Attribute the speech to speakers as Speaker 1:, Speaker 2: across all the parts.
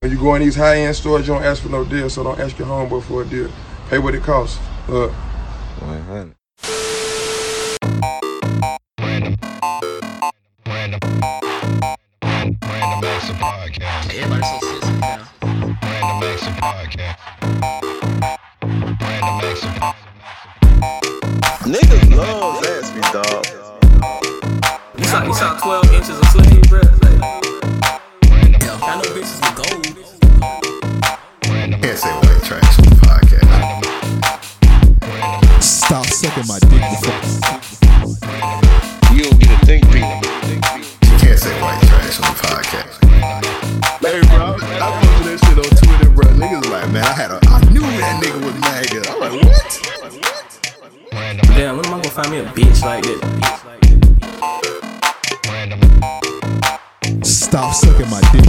Speaker 1: When you go in these high end stores, you don't ask for no deal, so don't ask your homeboy for a deal. Pay what it costs. Look.
Speaker 2: 100.
Speaker 3: Everybody's so sensitive now.
Speaker 4: Niggas love Zaxby, dog.
Speaker 3: You saw, you saw 12 inches of sleeve, bruh. Like, I know bitches with gold.
Speaker 5: Can't say white trash on the podcast.
Speaker 6: Stop sucking my dick. you fuck.
Speaker 2: You don't get a think piece.
Speaker 5: You can't say white trash on the podcast. Hey, bro, I, I posted that shit on Twitter, bro. Niggas was like, man, I had a, I knew that nigga was MAGA. I'm like, what?
Speaker 3: Damn, when am I gonna find me a bitch like this?
Speaker 6: Stop sucking my dick.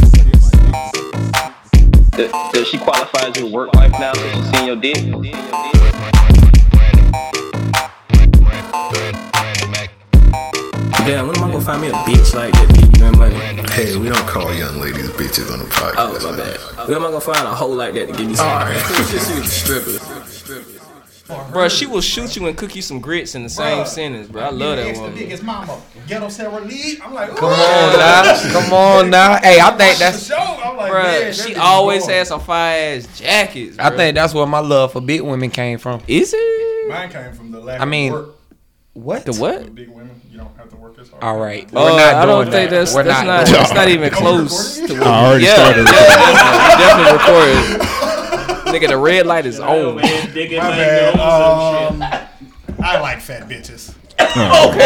Speaker 7: Does, does she qualify as your work wife now since she's seen your dick?
Speaker 3: Damn, when am I gonna find me a bitch like this? You know what I mean?
Speaker 5: Hey, we don't call young ladies bitches on the podcast.
Speaker 3: Oh, my
Speaker 5: man.
Speaker 3: bad. When am I gonna find a hoe like that to give me some?
Speaker 5: Alright.
Speaker 3: she was a stripper.
Speaker 8: Bro, she will shoot you and cook you some grits in the same sentence, bro. I love that
Speaker 9: It's the
Speaker 8: woman.
Speaker 9: biggest mama. Ghetto Sarah Lee. I'm like,
Speaker 2: Come on now. Come on now. Hey, I think that's.
Speaker 9: show. I'm like,
Speaker 8: Bro,
Speaker 9: man,
Speaker 8: she always has some fire ass jackets.
Speaker 2: I
Speaker 8: bruh.
Speaker 2: think that's where my love for big women came from.
Speaker 8: is it
Speaker 9: Mine came from the lack
Speaker 2: I mean,
Speaker 9: of work.
Speaker 2: What?
Speaker 8: the what?
Speaker 9: With big women, you don't have to work as hard.
Speaker 2: All right.
Speaker 8: Uh, I don't think that's
Speaker 2: We're
Speaker 8: that's not,
Speaker 2: not.
Speaker 8: that's not even close.
Speaker 9: Recording?
Speaker 8: To
Speaker 6: I already
Speaker 8: yeah,
Speaker 6: started.
Speaker 8: yeah, that's definitely recorded. Nigga, the red light is
Speaker 10: Oh,
Speaker 8: on.
Speaker 10: man, digging
Speaker 9: My
Speaker 10: my
Speaker 9: bad.
Speaker 10: nose and
Speaker 9: Um, I like fat bitches.
Speaker 2: Okay.
Speaker 9: I'm trying to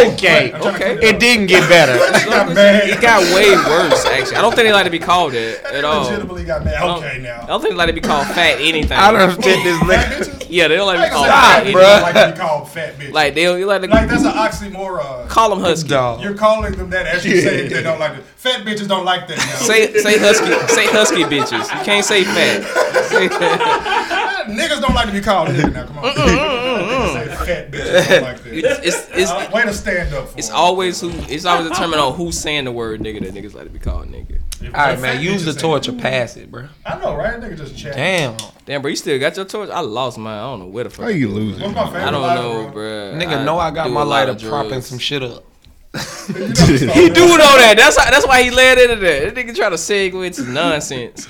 Speaker 8: Okay.
Speaker 9: clear
Speaker 2: It didn't get better.
Speaker 9: It got
Speaker 8: It
Speaker 9: mad.
Speaker 8: got way worse, actually. I don't think they like to be called that at all. I
Speaker 9: Legitimately got mad.
Speaker 8: don't-
Speaker 9: Okay,
Speaker 8: I
Speaker 9: now.
Speaker 8: don't think they like to be called fat anything.
Speaker 2: I don't fit this
Speaker 9: Fat
Speaker 2: nigga.
Speaker 9: bitches.
Speaker 8: Yeah, they don't like to be
Speaker 9: Like,
Speaker 8: called
Speaker 2: Stop,
Speaker 8: fat
Speaker 9: I
Speaker 2: bruh.
Speaker 9: said,
Speaker 8: anything.
Speaker 9: I don't like to be called fat bitches. Like,
Speaker 8: Oh. Like they don't you like to
Speaker 9: that's an oxymoron.
Speaker 8: call them husky.
Speaker 2: Dog.
Speaker 9: You're calling them that as you say they don't like it. Fat bitches don't like that now.
Speaker 8: Say say husky say husky bitches. You can't say fat. Say
Speaker 9: Niggas don't like to be called nigga now. Come on. Niggas say fat bitches don't like that.
Speaker 8: It's it's it's,
Speaker 9: Uh, way to stand up for
Speaker 8: it's
Speaker 9: them.
Speaker 8: always who it's always determined on who's saying the word nigga that niggas like to be called nigga.
Speaker 9: If
Speaker 2: All
Speaker 9: fat
Speaker 2: right, man.
Speaker 9: bitches
Speaker 2: Use the
Speaker 9: say-
Speaker 2: torture. Pass it, bro.
Speaker 9: I know, right? Nigga just chat.
Speaker 2: Damn.
Speaker 8: Damn bro, you still got your torch? I lost mine. I don't know where the fuck.
Speaker 6: How you
Speaker 9: What's
Speaker 6: losing?
Speaker 9: my favorite
Speaker 8: I don't
Speaker 9: line,
Speaker 8: know,
Speaker 9: bro?
Speaker 8: bro.
Speaker 2: Nigga, know I got
Speaker 8: do
Speaker 2: my
Speaker 8: a lot
Speaker 2: lighter
Speaker 8: of
Speaker 2: propping
Speaker 8: drugs.
Speaker 2: some shit up.
Speaker 6: he
Speaker 8: Dude, know that. That's how, that's why he led into that. That nigga try to segue to nonsense.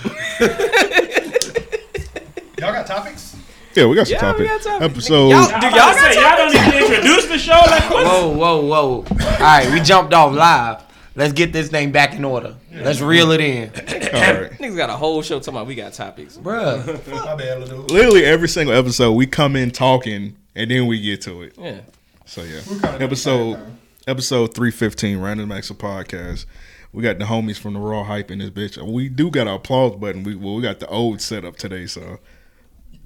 Speaker 9: Y'all got topics?
Speaker 6: Yeah, we got some
Speaker 8: Yeah, we
Speaker 6: topic.
Speaker 8: got topic.
Speaker 6: Episode.
Speaker 8: Y'all-
Speaker 10: shit. Y'all, say, y'all don't even introduce the show. Like, what?
Speaker 2: Whoa, whoa, whoa. All right, we jumped off live. Let's get this thing back in order. Let's reel it in.
Speaker 6: All right.
Speaker 8: Niggas got a whole show talking about we got topics.
Speaker 2: Bruh.
Speaker 9: My bad, little dude.
Speaker 6: Literally every single episode, we come in talking, and then we get to it.
Speaker 8: Yeah.
Speaker 6: So yeah,
Speaker 9: kinda
Speaker 6: episode episode three fifteen, Random Acts of Podcast. We got the homies from the Raw Hype in this bitch. We do got our applause button. We well, we got the old setup today, so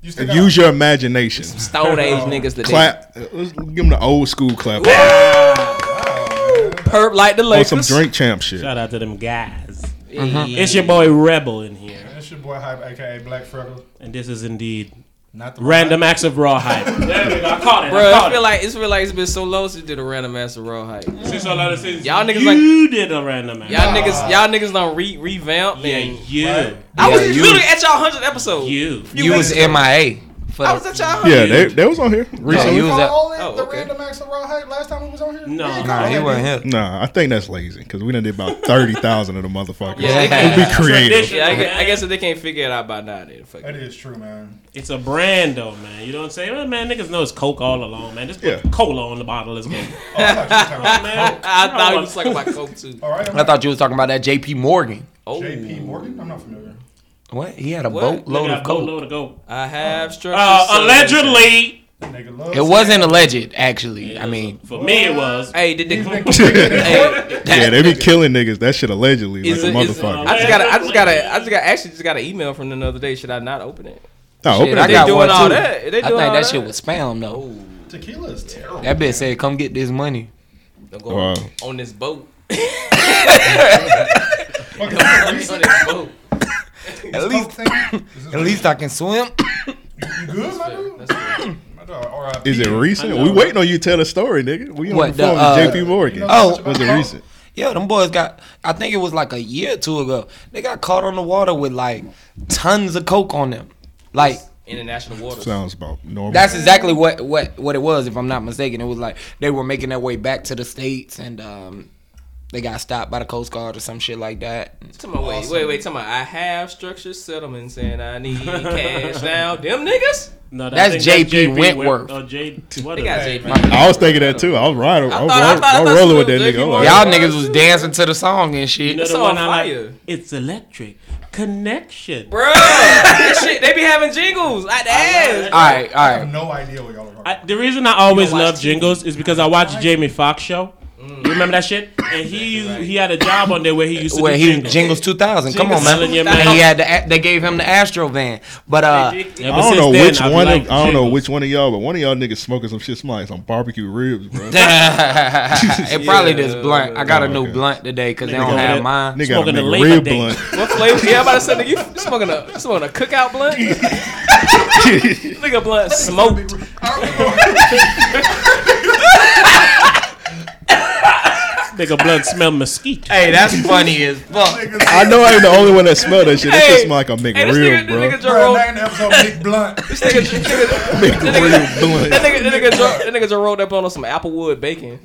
Speaker 9: You still got-
Speaker 6: use your imagination.
Speaker 8: Stone age niggas today.
Speaker 6: Clap. Let's give them the old school clap.
Speaker 8: Perp like the
Speaker 6: On
Speaker 8: Lakers.
Speaker 6: some drink champ shit.
Speaker 10: Shout out to them guys.
Speaker 8: Yeah.
Speaker 10: It's your boy Rebel in here,
Speaker 9: That's your boy Hype, aka Black Freckle.
Speaker 10: and this is indeed
Speaker 9: Not the
Speaker 10: random acts of raw hype. there we go. I caught it.
Speaker 8: Bro,
Speaker 10: I
Speaker 8: I
Speaker 10: caught
Speaker 8: feel
Speaker 10: it.
Speaker 8: like it's feel like it's been so long since you did a random ass of raw hype. Y'all
Speaker 10: Since a lot of seasons,
Speaker 8: Y'all niggas
Speaker 10: you
Speaker 8: like-
Speaker 10: did a random act.
Speaker 8: niggas, y'all niggas don't re- revamp.
Speaker 10: yeah,
Speaker 8: man.
Speaker 10: you,
Speaker 8: I was
Speaker 2: Yeah, you-
Speaker 8: literally at y'all hundred episode.
Speaker 10: you.
Speaker 2: You was MIA. For
Speaker 8: I was at y'all. 100.
Speaker 6: Yeah, they, they was on here
Speaker 2: Yeah,
Speaker 6: recently.
Speaker 2: you was at,
Speaker 9: All in
Speaker 8: Oh,
Speaker 9: the
Speaker 8: okay.
Speaker 9: random acts of raw hype last time we was on here?
Speaker 10: No.
Speaker 9: Yeah,
Speaker 2: nah, he wasn't here.
Speaker 6: Nah, I think that's lazy because we done did about thirty thousand of the motherfuckers.
Speaker 8: Yeah, they
Speaker 6: It
Speaker 8: can't-
Speaker 6: would be creative.
Speaker 8: Yeah, I, gue- I guess if they can't figure it out by now, then fuck.
Speaker 9: That
Speaker 8: it.
Speaker 9: is true, man.
Speaker 10: It's a brand though, man. You know what I'm saying? Well, man, niggas know it's Coke all along, man. Just put
Speaker 6: Yeah.
Speaker 10: cola on the bottle. Let's go.
Speaker 9: Oh, I thought you were talking about-
Speaker 10: man,
Speaker 8: I thought he was talking about coke too.
Speaker 9: All right, I'm
Speaker 2: I thought you was talking about that JP Morgan.
Speaker 8: Oh,
Speaker 9: JP Morgan? I'm not familiar.
Speaker 2: What? He had a
Speaker 8: What?
Speaker 2: boatload
Speaker 10: Got
Speaker 2: of
Speaker 10: a
Speaker 2: coke.
Speaker 10: boatload of Coke.
Speaker 8: Oh, I have struck.
Speaker 10: Uh, allegedly,
Speaker 9: That Nigga loves
Speaker 2: It wasn't alleged, actually. I mean,
Speaker 10: for me it was.
Speaker 8: Hey, did they?
Speaker 9: He's been
Speaker 8: hey,
Speaker 9: convicted.
Speaker 6: Yeah,
Speaker 8: that-
Speaker 6: they be killing niggas. That shit allegedly
Speaker 8: Is
Speaker 6: like a
Speaker 8: it- is it-
Speaker 6: motherfucker.
Speaker 8: I just got. a- I just got. a- I just got. Actually, just got an email from them the other day. Should I not open it?
Speaker 6: Nah,
Speaker 2: shit,
Speaker 6: open
Speaker 2: I
Speaker 6: it
Speaker 8: They
Speaker 2: got
Speaker 6: up.
Speaker 8: doing
Speaker 2: one
Speaker 8: all
Speaker 2: too.
Speaker 8: that. They
Speaker 2: I
Speaker 8: doing
Speaker 2: think
Speaker 8: all
Speaker 2: that
Speaker 8: that. Oh.
Speaker 2: shit was spam though.
Speaker 9: Tequila is terrible.
Speaker 2: That bitch said, "Come get this money."
Speaker 8: Don't go
Speaker 6: Wow.
Speaker 8: on this boat.
Speaker 9: Fucking police.
Speaker 8: On this boat.
Speaker 2: At least,
Speaker 9: Is this
Speaker 2: at least I can swim.
Speaker 9: you good, my dude? My dog, all right.
Speaker 6: Is it recent?
Speaker 10: I know,
Speaker 6: We
Speaker 10: right?
Speaker 6: waiting on you to tell a story, nigga. We on
Speaker 2: What,
Speaker 6: the
Speaker 2: the,
Speaker 6: phone
Speaker 2: uh,
Speaker 6: with JP Morgan.
Speaker 2: Oh.
Speaker 6: was it recent?
Speaker 2: Yeah, them boys got. I think it was like a year or two ago. They got caught on the water with like tons of coke on them. Like
Speaker 8: International waters.
Speaker 6: Sounds about normal.
Speaker 2: that's exactly what what what it was. If I'm not mistaken, it was like they were making their way back to the states and um, they got stopped by the Coast Guard or some shit like that.
Speaker 8: Tell me, wait, wait, wait. Tell me, I have structured settlements and I need cash now. Them niggas?
Speaker 10: No,
Speaker 2: That's
Speaker 10: I think
Speaker 2: JP Wentworth.
Speaker 10: Oh, J. What
Speaker 8: They
Speaker 10: is
Speaker 8: got
Speaker 10: that?
Speaker 8: JP.
Speaker 6: I was thinking that too. I was riding. I,
Speaker 8: I
Speaker 6: was
Speaker 8: thought- I
Speaker 6: roll-
Speaker 8: thought- I
Speaker 6: I'm
Speaker 8: thought
Speaker 6: rolling
Speaker 8: you
Speaker 6: with that
Speaker 8: was
Speaker 6: nigga.
Speaker 8: JP
Speaker 6: I'm
Speaker 8: Wentworth.
Speaker 6: like,
Speaker 2: Y'all niggas was dancing to the song and
Speaker 10: You
Speaker 2: shit.
Speaker 10: know
Speaker 8: It's
Speaker 10: the
Speaker 8: on
Speaker 10: one I like.
Speaker 8: fire.
Speaker 10: It's electric connection.
Speaker 8: Bruh, that shit, they be having jingles. I ass.
Speaker 2: all right, all
Speaker 9: I have
Speaker 2: right.
Speaker 9: no idea what y'all are talking about.
Speaker 10: I, the reason I always
Speaker 8: watch
Speaker 10: love
Speaker 8: TV.
Speaker 10: jingles is because I watch Jamie Foxx show.
Speaker 8: Mm.
Speaker 10: You remember that shit? And he used, he had a job on there where he used to
Speaker 2: Well,
Speaker 10: do
Speaker 2: he
Speaker 10: jingles.
Speaker 2: jingles two thousand. Come on, man.
Speaker 10: Jingles selling your
Speaker 2: And he
Speaker 10: mouth.
Speaker 2: had the, a- they gave him the Astro van, but uh,
Speaker 6: I
Speaker 10: Yeah, but
Speaker 6: don't
Speaker 10: since
Speaker 6: know
Speaker 10: then,
Speaker 6: which
Speaker 10: I've
Speaker 6: one. Of,
Speaker 10: liked
Speaker 6: I don't know
Speaker 10: jingles.
Speaker 6: which one of y'all, but one of y'all niggas smoking some shit smells like some barbecue ribs, bro.
Speaker 2: it probably
Speaker 8: Yeah.
Speaker 2: just blunt. I got a new
Speaker 6: Okay.
Speaker 2: blunt today because they
Speaker 10: Nigga
Speaker 2: don't
Speaker 10: got
Speaker 2: have
Speaker 10: it.
Speaker 2: mine.
Speaker 6: nigga got a
Speaker 10: Smoking a
Speaker 6: nigga
Speaker 10: Labor
Speaker 6: rib
Speaker 10: Day.
Speaker 6: blunt.
Speaker 8: What flavor? Yeah, I'm about to say, nigga, you smoking a, you smoking a cookout blunt? nigga blunt smoked.
Speaker 10: Nigga, blood smell mesquite.
Speaker 2: Hey, that's funny as fuck.
Speaker 6: I know I ain't the only one that smelled that shit. That
Speaker 8: Hey.
Speaker 6: shit smell like a
Speaker 8: Hey, this nigga,
Speaker 6: McRib, bro.
Speaker 8: this nigga
Speaker 9: Bro,
Speaker 8: Jerome,
Speaker 9: name the episode Big Blunt.
Speaker 8: this nigga, this nigga, this nigga,
Speaker 6: McRib
Speaker 8: that
Speaker 6: blunt.
Speaker 8: nigga, that nigga, Jer- that nigga just rolled up on us some applewood bacon.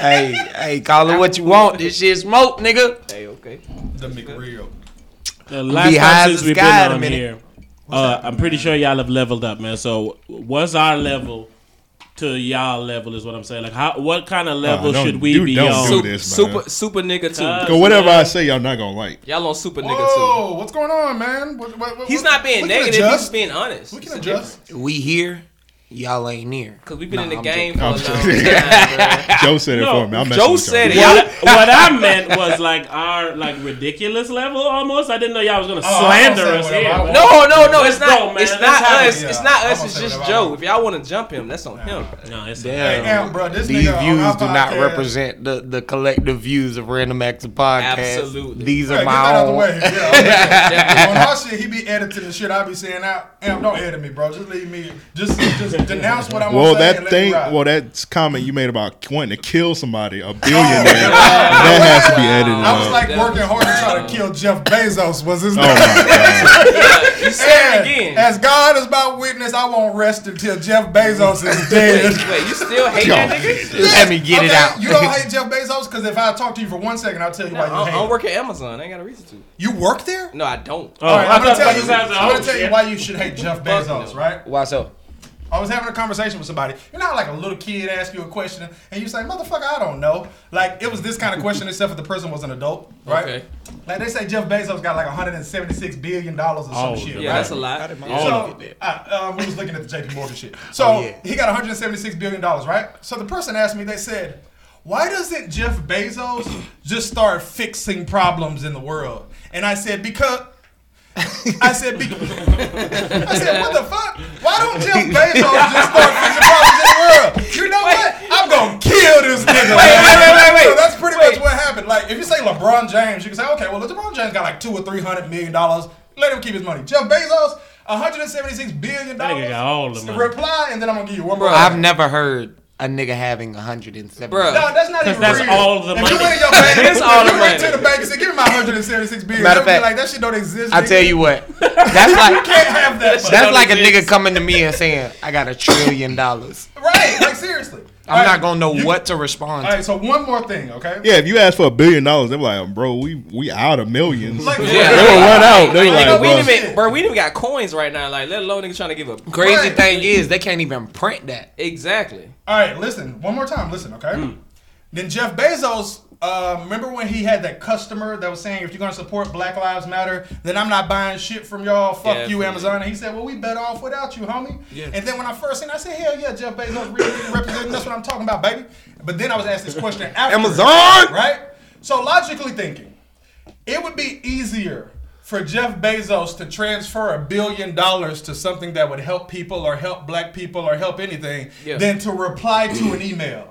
Speaker 2: hey, hey, call it what you want. This shit smoke, nigga.
Speaker 8: Hey, okay.
Speaker 9: The McReal.
Speaker 10: The last
Speaker 2: high
Speaker 10: time
Speaker 2: as
Speaker 10: since
Speaker 2: the
Speaker 10: we've
Speaker 2: sky in
Speaker 10: been
Speaker 2: a
Speaker 10: on
Speaker 2: minute.
Speaker 10: here, uh, I'm pretty sure y'all have leveled up, man. So, what's our level to y'all level? Is what I'm saying. Like, how? What kind of level
Speaker 6: don't-
Speaker 10: should we
Speaker 6: you
Speaker 10: be
Speaker 6: don't
Speaker 10: on?
Speaker 6: do
Speaker 8: Super,
Speaker 6: this, man.
Speaker 8: super, super nigga
Speaker 10: Uh,
Speaker 8: too.
Speaker 6: Cause whatever I say, y'all not gonna like.
Speaker 8: Y'all on super nigga too.
Speaker 9: Whoa, Oh, what's going on, man? What, what, what,
Speaker 8: He's
Speaker 9: what-
Speaker 8: not being
Speaker 9: we can
Speaker 8: negative. He's
Speaker 9: Adjust.
Speaker 8: being honest.
Speaker 9: We can adjust.
Speaker 2: We here, y'all ain't near.
Speaker 8: Cause we've been
Speaker 2: Nah,
Speaker 8: in the
Speaker 2: I'm
Speaker 8: game
Speaker 2: joking.
Speaker 8: for a long
Speaker 6: I'm
Speaker 8: time,
Speaker 6: joking.
Speaker 8: bruh.
Speaker 6: Joe said it
Speaker 10: No,
Speaker 6: for me. I'm messing
Speaker 8: Joe
Speaker 6: with
Speaker 8: said it.
Speaker 10: What, what I meant was like our like ridiculous level almost. I didn't know y'all was gonna
Speaker 9: Oh, I
Speaker 10: slander
Speaker 9: don't say
Speaker 10: us
Speaker 9: whatever
Speaker 10: here.
Speaker 9: I
Speaker 10: man.
Speaker 9: want.
Speaker 8: No, no, no,
Speaker 10: Let's
Speaker 8: it's not.
Speaker 10: go, man.
Speaker 8: it's
Speaker 10: Let's
Speaker 8: not
Speaker 10: have
Speaker 8: us.
Speaker 9: it.
Speaker 8: It's
Speaker 9: Yeah.
Speaker 8: not
Speaker 9: I'm
Speaker 8: us.
Speaker 9: gonna
Speaker 8: It's
Speaker 9: say
Speaker 8: just
Speaker 9: whatever I
Speaker 8: Joe.
Speaker 9: want.
Speaker 8: If y'all want to jump him, that's on him.
Speaker 10: No, it's
Speaker 2: Damn.
Speaker 9: Damn, bro, this
Speaker 2: These
Speaker 9: nigga on
Speaker 2: views
Speaker 9: our
Speaker 2: do not
Speaker 9: podcast-
Speaker 2: represent the, the collective views of Random Acts of Podcast.
Speaker 8: Absolutely.
Speaker 2: These
Speaker 9: Yeah,
Speaker 2: are
Speaker 9: get that
Speaker 2: my
Speaker 9: out the
Speaker 2: own.
Speaker 9: way. Yeah, on our shit, he be editing the shit I be saying out. Am, don't edit me, bro. Just leave me. Just, just denounce what I'm.
Speaker 6: Well,
Speaker 9: gonna say
Speaker 6: that
Speaker 9: and
Speaker 6: thing,
Speaker 9: Let me
Speaker 6: well,
Speaker 9: ride. Oh,
Speaker 6: that comment you made about wanting to kill somebody, a billionaire, that has to be edited
Speaker 9: I was
Speaker 6: out.
Speaker 9: like working hard to try to kill Jeff Bezos. Was his
Speaker 6: oh my
Speaker 9: name?
Speaker 6: god,
Speaker 8: You said it again.
Speaker 9: As God is my witness, I won't rest until Jeff Bezos is dead.
Speaker 8: Wait, wait, you still hate
Speaker 6: Yo.
Speaker 8: that nigga?
Speaker 2: Just let me get it
Speaker 9: Okay,
Speaker 2: out.
Speaker 9: You don't hate Jeff Bezos because if I talk to you for one second, I'll tell you why you
Speaker 8: I,
Speaker 9: hate.
Speaker 8: I
Speaker 9: him.
Speaker 8: work at Amazon. I ain't got a reason to.
Speaker 9: You work there?
Speaker 8: No, I don't.
Speaker 10: Oh,
Speaker 9: All right,
Speaker 10: I
Speaker 9: I'm gonna
Speaker 10: thought
Speaker 9: tell
Speaker 10: that
Speaker 9: you.
Speaker 10: was as a
Speaker 9: I'm gonna
Speaker 10: whole
Speaker 9: tell you
Speaker 10: shit.
Speaker 9: why you should hate Jeff Bezos, right?
Speaker 2: Why so?
Speaker 9: I was having a conversation with somebody. You know how like a little kid asks you a question and you say, "Motherfucker, I don't know." Like it was this kind of question, except if the person was an adult, right?
Speaker 8: Okay.
Speaker 9: Like they say Jeff Bezos got like 176 billion dollars or some
Speaker 10: Oh,
Speaker 9: shit,
Speaker 10: yeah.
Speaker 8: Yeah,
Speaker 9: right?
Speaker 8: that's a lot.
Speaker 10: All
Speaker 8: Yeah.
Speaker 10: of Oh,
Speaker 9: So I, um, we was looking at the JP Morgan shit. So he got 176 billion dollars, right? So the person asked me, they said, "Why doesn't Jeff Bezos just start fixing problems in the world?" And I said, "Because." I said, be- I said, what the fuck? Why don't Jeff Bezos just start fixing problems in the world? You know what? I'm gonna kill this
Speaker 8: Wait,
Speaker 9: nigga.
Speaker 8: wait, wait, wait, wait.
Speaker 9: So that's pretty
Speaker 8: Wait.
Speaker 9: much what happened. Like, if you say LeBron James, you can say, okay, well, LeBron James got like two or three hundred million dollars. Let him keep his money. Jeff Bezos, 176 billion
Speaker 10: That
Speaker 9: dollars.
Speaker 10: nigga got all the money.
Speaker 9: Reply, and then I'm gonna give you one more.
Speaker 2: I've never heard a nigga having 170.
Speaker 8: Bruh.
Speaker 9: No, that's not even
Speaker 10: that's
Speaker 9: real.
Speaker 10: all the
Speaker 9: if
Speaker 10: money.
Speaker 9: You went in your bank,
Speaker 8: That's all
Speaker 9: if
Speaker 8: the
Speaker 9: you went
Speaker 8: money.
Speaker 9: to the bank and said, "Give me my 176 billion."
Speaker 2: Matter of
Speaker 9: they'd be
Speaker 2: fact,
Speaker 9: like that shit don't exist.
Speaker 2: I tell you what, that's
Speaker 9: you
Speaker 2: like
Speaker 9: can't have that. Much.
Speaker 2: that's like a nigga coming to me and saying, "I got a trillion dollars."
Speaker 9: Right? Like seriously.
Speaker 2: I'm not gonna know what to respond.
Speaker 9: All
Speaker 2: to.
Speaker 9: right, so one more thing, okay?
Speaker 6: yeah. If you ask for a billion dollars, they're like, bro, we we out of millions.
Speaker 9: Like,
Speaker 6: They were run out. They were
Speaker 8: Nigga,
Speaker 6: like,
Speaker 8: we
Speaker 6: bro,
Speaker 8: didn't even, bro, we didn't even got coins right now. Like, let alone nigga trying to give up.
Speaker 2: Crazy
Speaker 9: Right.
Speaker 2: thing is, they can't even print that.
Speaker 8: Exactly.
Speaker 9: All right, listen. One more time, listen, okay? Then Jeff Bezos, uh, remember when he had that customer that was saying, if you're going to support Black Lives Matter, then I'm not buying shit from y'all. Fuck you,
Speaker 8: Definitely.
Speaker 9: Amazon. And he said, well, we better off without you, homie. And then when I first seen it, I said, hell yeah, Jeff Bezos really representing. That's what I'm talking about, baby. But then I was asked this question after.
Speaker 2: Amazon!
Speaker 9: Right? So logically thinking, it would be easier for Jeff Bezos to transfer a billion dollars to something that would help people or help black people or help anything
Speaker 8: Yeah.
Speaker 9: than to reply to an email.